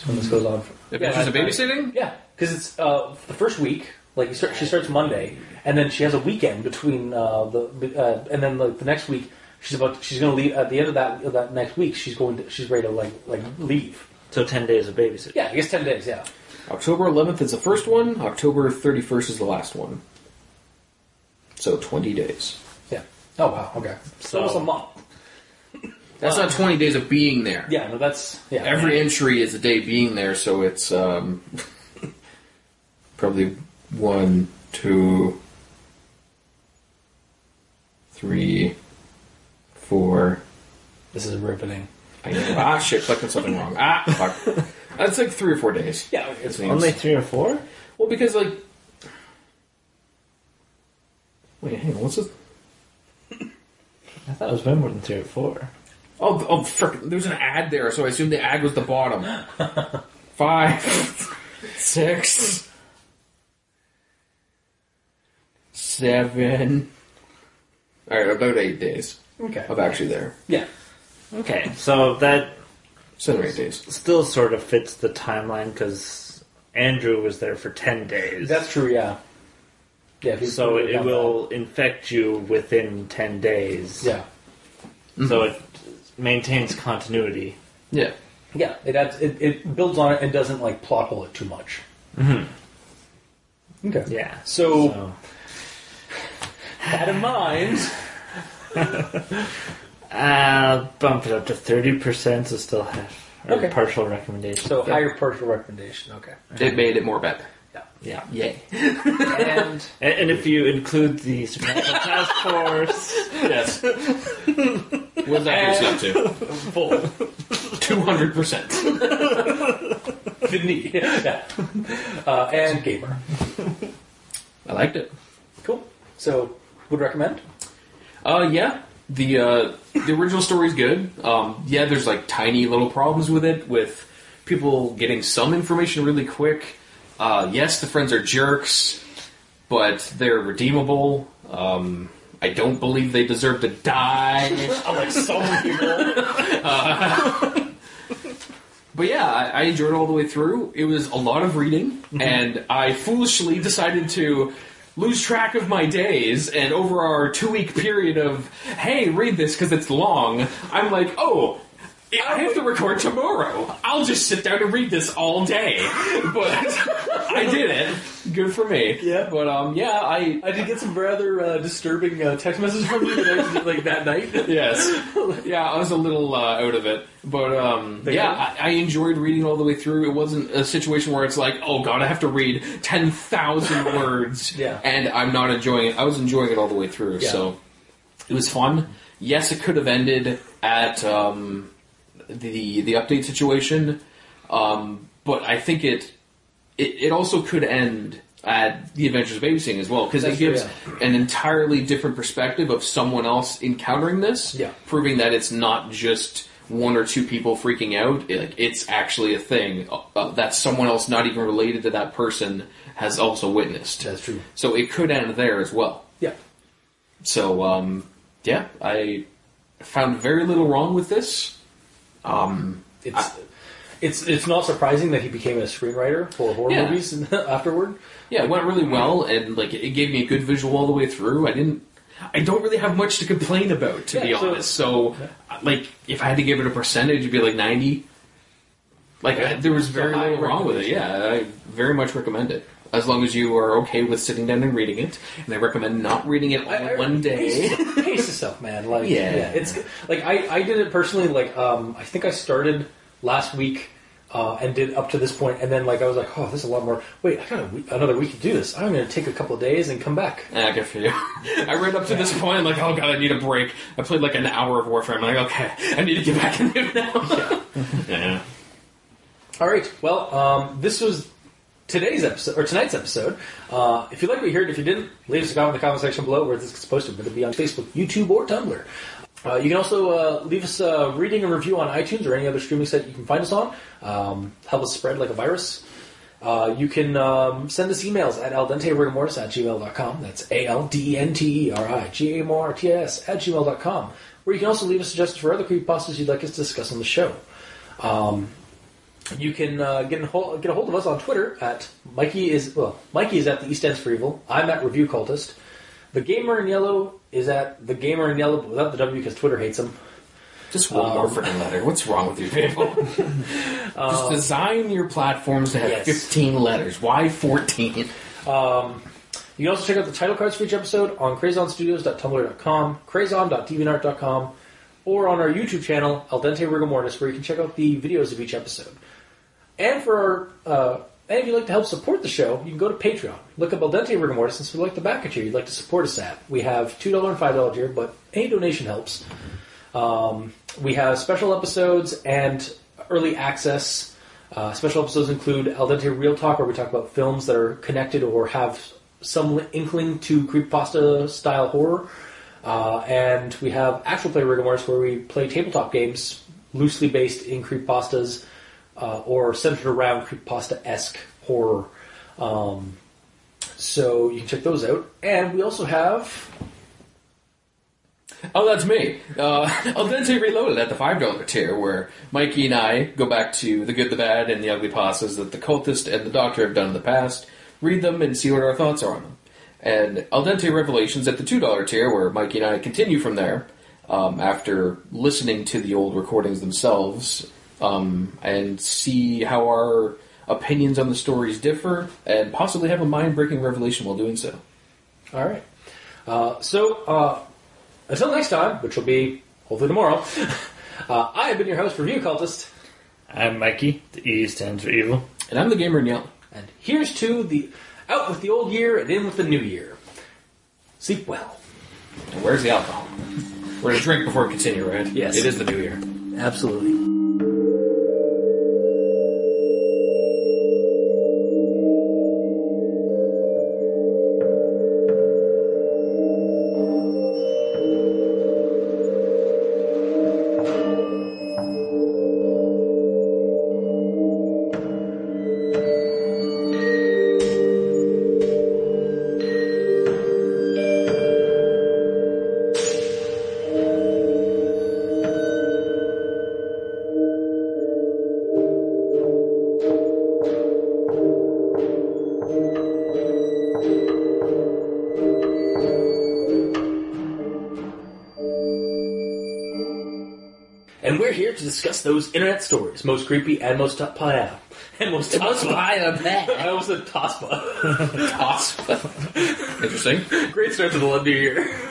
Speaker 1: So when this goes on for.
Speaker 3: Adventures in
Speaker 1: like-
Speaker 3: Babysitting.
Speaker 1: Yeah, because it's uh, the first week. Like you start, she starts Monday, and then she has a weekend between uh, the uh, and then like the next week she's about she's going to leave at the end of that of that next week she's going to, she's ready to like like leave.
Speaker 2: So ten days of babysitting.
Speaker 1: Yeah, I guess ten days. Yeah,
Speaker 3: October 11th is the first one. October 31st is the last one. So 20 days.
Speaker 1: yeah. Oh wow, okay. So almost a month.
Speaker 3: That's not 20 days of being there.
Speaker 1: Yeah, no, that's yeah.
Speaker 3: Every entry is a day being there, so it's um, probably one, two, three, four.
Speaker 1: this is riveting.
Speaker 3: I know. ah, shit, clicked on something wrong. Ah, fuck. That's like three or four days.
Speaker 1: Yeah, it's
Speaker 3: Seems-
Speaker 2: Only three or four?
Speaker 3: Well, because like, wait, hang on. What's this?
Speaker 2: I thought it was way more than three or four.
Speaker 3: Oh, oh, frick! There's an ad there, so I assume the ad was the bottom. Five, six, seven. All right, about eight days
Speaker 1: okay.
Speaker 3: of actually there.
Speaker 1: Yeah,
Speaker 2: Okay, so that
Speaker 6: Seven or eight days.
Speaker 2: Still sort of fits the timeline because Andrew was there for 10 days.
Speaker 1: That's true, yeah. Yeah, if you-
Speaker 2: so
Speaker 1: if you
Speaker 2: it
Speaker 1: count
Speaker 2: will infect you within 10 days.
Speaker 1: that. Yeah. Mm-hmm.
Speaker 2: So it maintains continuity.
Speaker 6: Yeah.
Speaker 1: Yeah, it adds it, it builds on it and doesn't like plot hole it too much. Mm-hmm. Okay.
Speaker 2: Yeah.
Speaker 1: So,
Speaker 2: So
Speaker 1: that in mind,
Speaker 2: uh, bump it up to 30%, so still half. Or
Speaker 1: Okay.
Speaker 2: partial recommendation.
Speaker 1: so higher partial recommendation. Okay.
Speaker 6: It made it more better.
Speaker 2: yeah.
Speaker 6: Yay.
Speaker 1: And
Speaker 2: And, and if you include the Supernatural Task Force,
Speaker 6: Yes. What's that juice up to?
Speaker 1: full
Speaker 6: Two hundred percent.
Speaker 1: Vinny. yeah. Uh, and gamer.
Speaker 6: I liked it.
Speaker 1: Cool. So would recommend.
Speaker 6: Uh, yeah. The uh, the original story's good. Um, yeah, there's like tiny little problems with it, with people getting some information really quick. Uh, yes, the friends are jerks, but they're redeemable. Um, I don't believe they deserve to die.
Speaker 1: Unlike some people.
Speaker 6: But yeah, I, I enjoyed it all the way through. It was a lot of reading, and I foolishly decided to lose track of my days. And over our two week period of, hey, read this because it's long, I'm like, oh, I have to record tomorrow. I'll just sit down and read this all day. But I did it. Good for me.
Speaker 1: Yeah.
Speaker 6: But um, yeah, I.
Speaker 1: I did get some rather uh, disturbing uh, text messages from you the next- like that night.
Speaker 6: Yes. Yeah, I was a little uh, out of it, but um, yeah, I, I enjoyed reading all the way through. It wasn't a situation where it's like, oh god, I have to read ten thousand words,
Speaker 1: Yeah.
Speaker 6: and I'm not enjoying it. I was enjoying it all the way through,
Speaker 1: Yeah.
Speaker 6: so it was fun. Yes, it could have ended at um, the the update situation, um, but I think it, it it also could end at the Adventures of Babysitting as well because it
Speaker 1: That's true,
Speaker 6: gives an entirely different perspective of someone else encountering this,
Speaker 1: Yeah.
Speaker 6: proving that it's not just one or two people freaking out. It- like it's actually a thing uh, uh, that someone else, not even related to that person, has also witnessed.
Speaker 1: That's true.
Speaker 6: So it could end there as well.
Speaker 1: Yeah.
Speaker 6: So um, yeah, I found very little wrong with this.
Speaker 1: It's. it's, it's not surprising that he became a screenwriter for horror
Speaker 6: Yeah.
Speaker 1: movies afterward.
Speaker 6: Yeah, it went really well, and like it gave me a good visual all the way through. I didn't. I don't really have much to complain about, to be
Speaker 1: Yeah, so-
Speaker 6: honest. So, like, if I had to give it a percentage, it'd be like ninety. Like, I, there was very
Speaker 1: high
Speaker 6: little wrong with it. Yeah, I very much recommend it. As long as you are okay with sitting down and reading it, and I recommend not reading it all in one day.
Speaker 1: Pace, pace yourself, man. Like
Speaker 6: Yeah.
Speaker 1: yeah. it's like I, I did it personally. Like um, I think I started last week uh, and did up to this point, and then like I was like, oh, this is a lot more. Wait, I got a week, another week to do this. I'm going to take a couple of days and come back.
Speaker 6: Ah, good for you. I read up to this point, I'm like, oh god, I need a break. I played like an hour of Warframe. I'm like, okay, I need to get back in there now. Yeah. yeah.
Speaker 1: All right. Well, um, this was today's episode or tonight's episode. Uh, if you like what you heard, if you didn't, leave us a comment in the comment section below where this is posted, whether it be on Facebook, YouTube, or Tumblr. Uh, you can also uh, leave us a reading and review on iTunes or any other streaming site you can find us on. Um, help us spread like a virus. Uh, you can um, send us emails at aldenterigamortis at gmail.com. That's E A-L-D-E-N-T-E-R-I-G-A-M-O-R-T-S at gmail.com. Where you can also leave us suggestions for other creepypastas you'd like us to discuss on the show. You can uh, get in hold, get a hold of us on Twitter at Mikey is well Mikey is at the East Ends for Evil. I'm at Review Cultist. The Gamer in Yellow is at the Gamer in Yellow but without the W because Twitter hates him.
Speaker 6: Just one more freaking letter. What's wrong with you people? Just design your platforms to have
Speaker 1: Yes.
Speaker 6: 15 letters. Why 14?
Speaker 1: You can also check out the title cards for each episode on crazonstudios.tumblr.com, crazon.deviantart.com, or on our YouTube channel Al Dente Rigor Mortis, where you can check out the videos of each episode. And for our, uh, and if you'd like to help support the show, you can go to Patreon. Look up Al Dente Rigor Mortis, and if you like the back at you, you'd like to support us at. We have two dollar and five dollar tier, but any donation helps. Um, we have special episodes and early access. Uh, special episodes include Al Dente Real Talk, where we talk about films that are connected or have some li- inkling to creepypasta style horror. Uh, and we have actual play rigor mortis, where we play tabletop games loosely based in creepypastas uh, or centered around creepypasta esque horror. Um, so you can check those out. And we also have
Speaker 3: Oh, that's me. Uh, I'll then say Reloaded at the $5 tier, where Mikey and I go back to the good, the bad, and the ugly passes that the cultist and the doctor have done in the past, read them, and see what our thoughts are on them. And Al Dente Revelations at the $2 tier, where Mikey and I continue from there, um, after listening to the old recordings themselves, um, and see how our opinions on the stories differ, and possibly have a mind breaking revelation while doing so.
Speaker 1: All right. Uh, so uh, until next time, which will be hopefully tomorrow. Uh, I have been your host, Review Cultist,
Speaker 2: I'm Mikey. The E stands for evil.
Speaker 3: And I'm the gamer in yellow.
Speaker 1: and here's to the out with the old year and in with the new year. Sleep well.
Speaker 3: And where's the alcohol? We're gonna drink before we continue, right?
Speaker 4: Yes.
Speaker 3: It is the new year.
Speaker 4: Absolutely.
Speaker 1: And we're here to discuss those internet stories, most creepy and most top and most tospa. I almost said tospa.
Speaker 3: Interesting.
Speaker 1: Great start to the new year.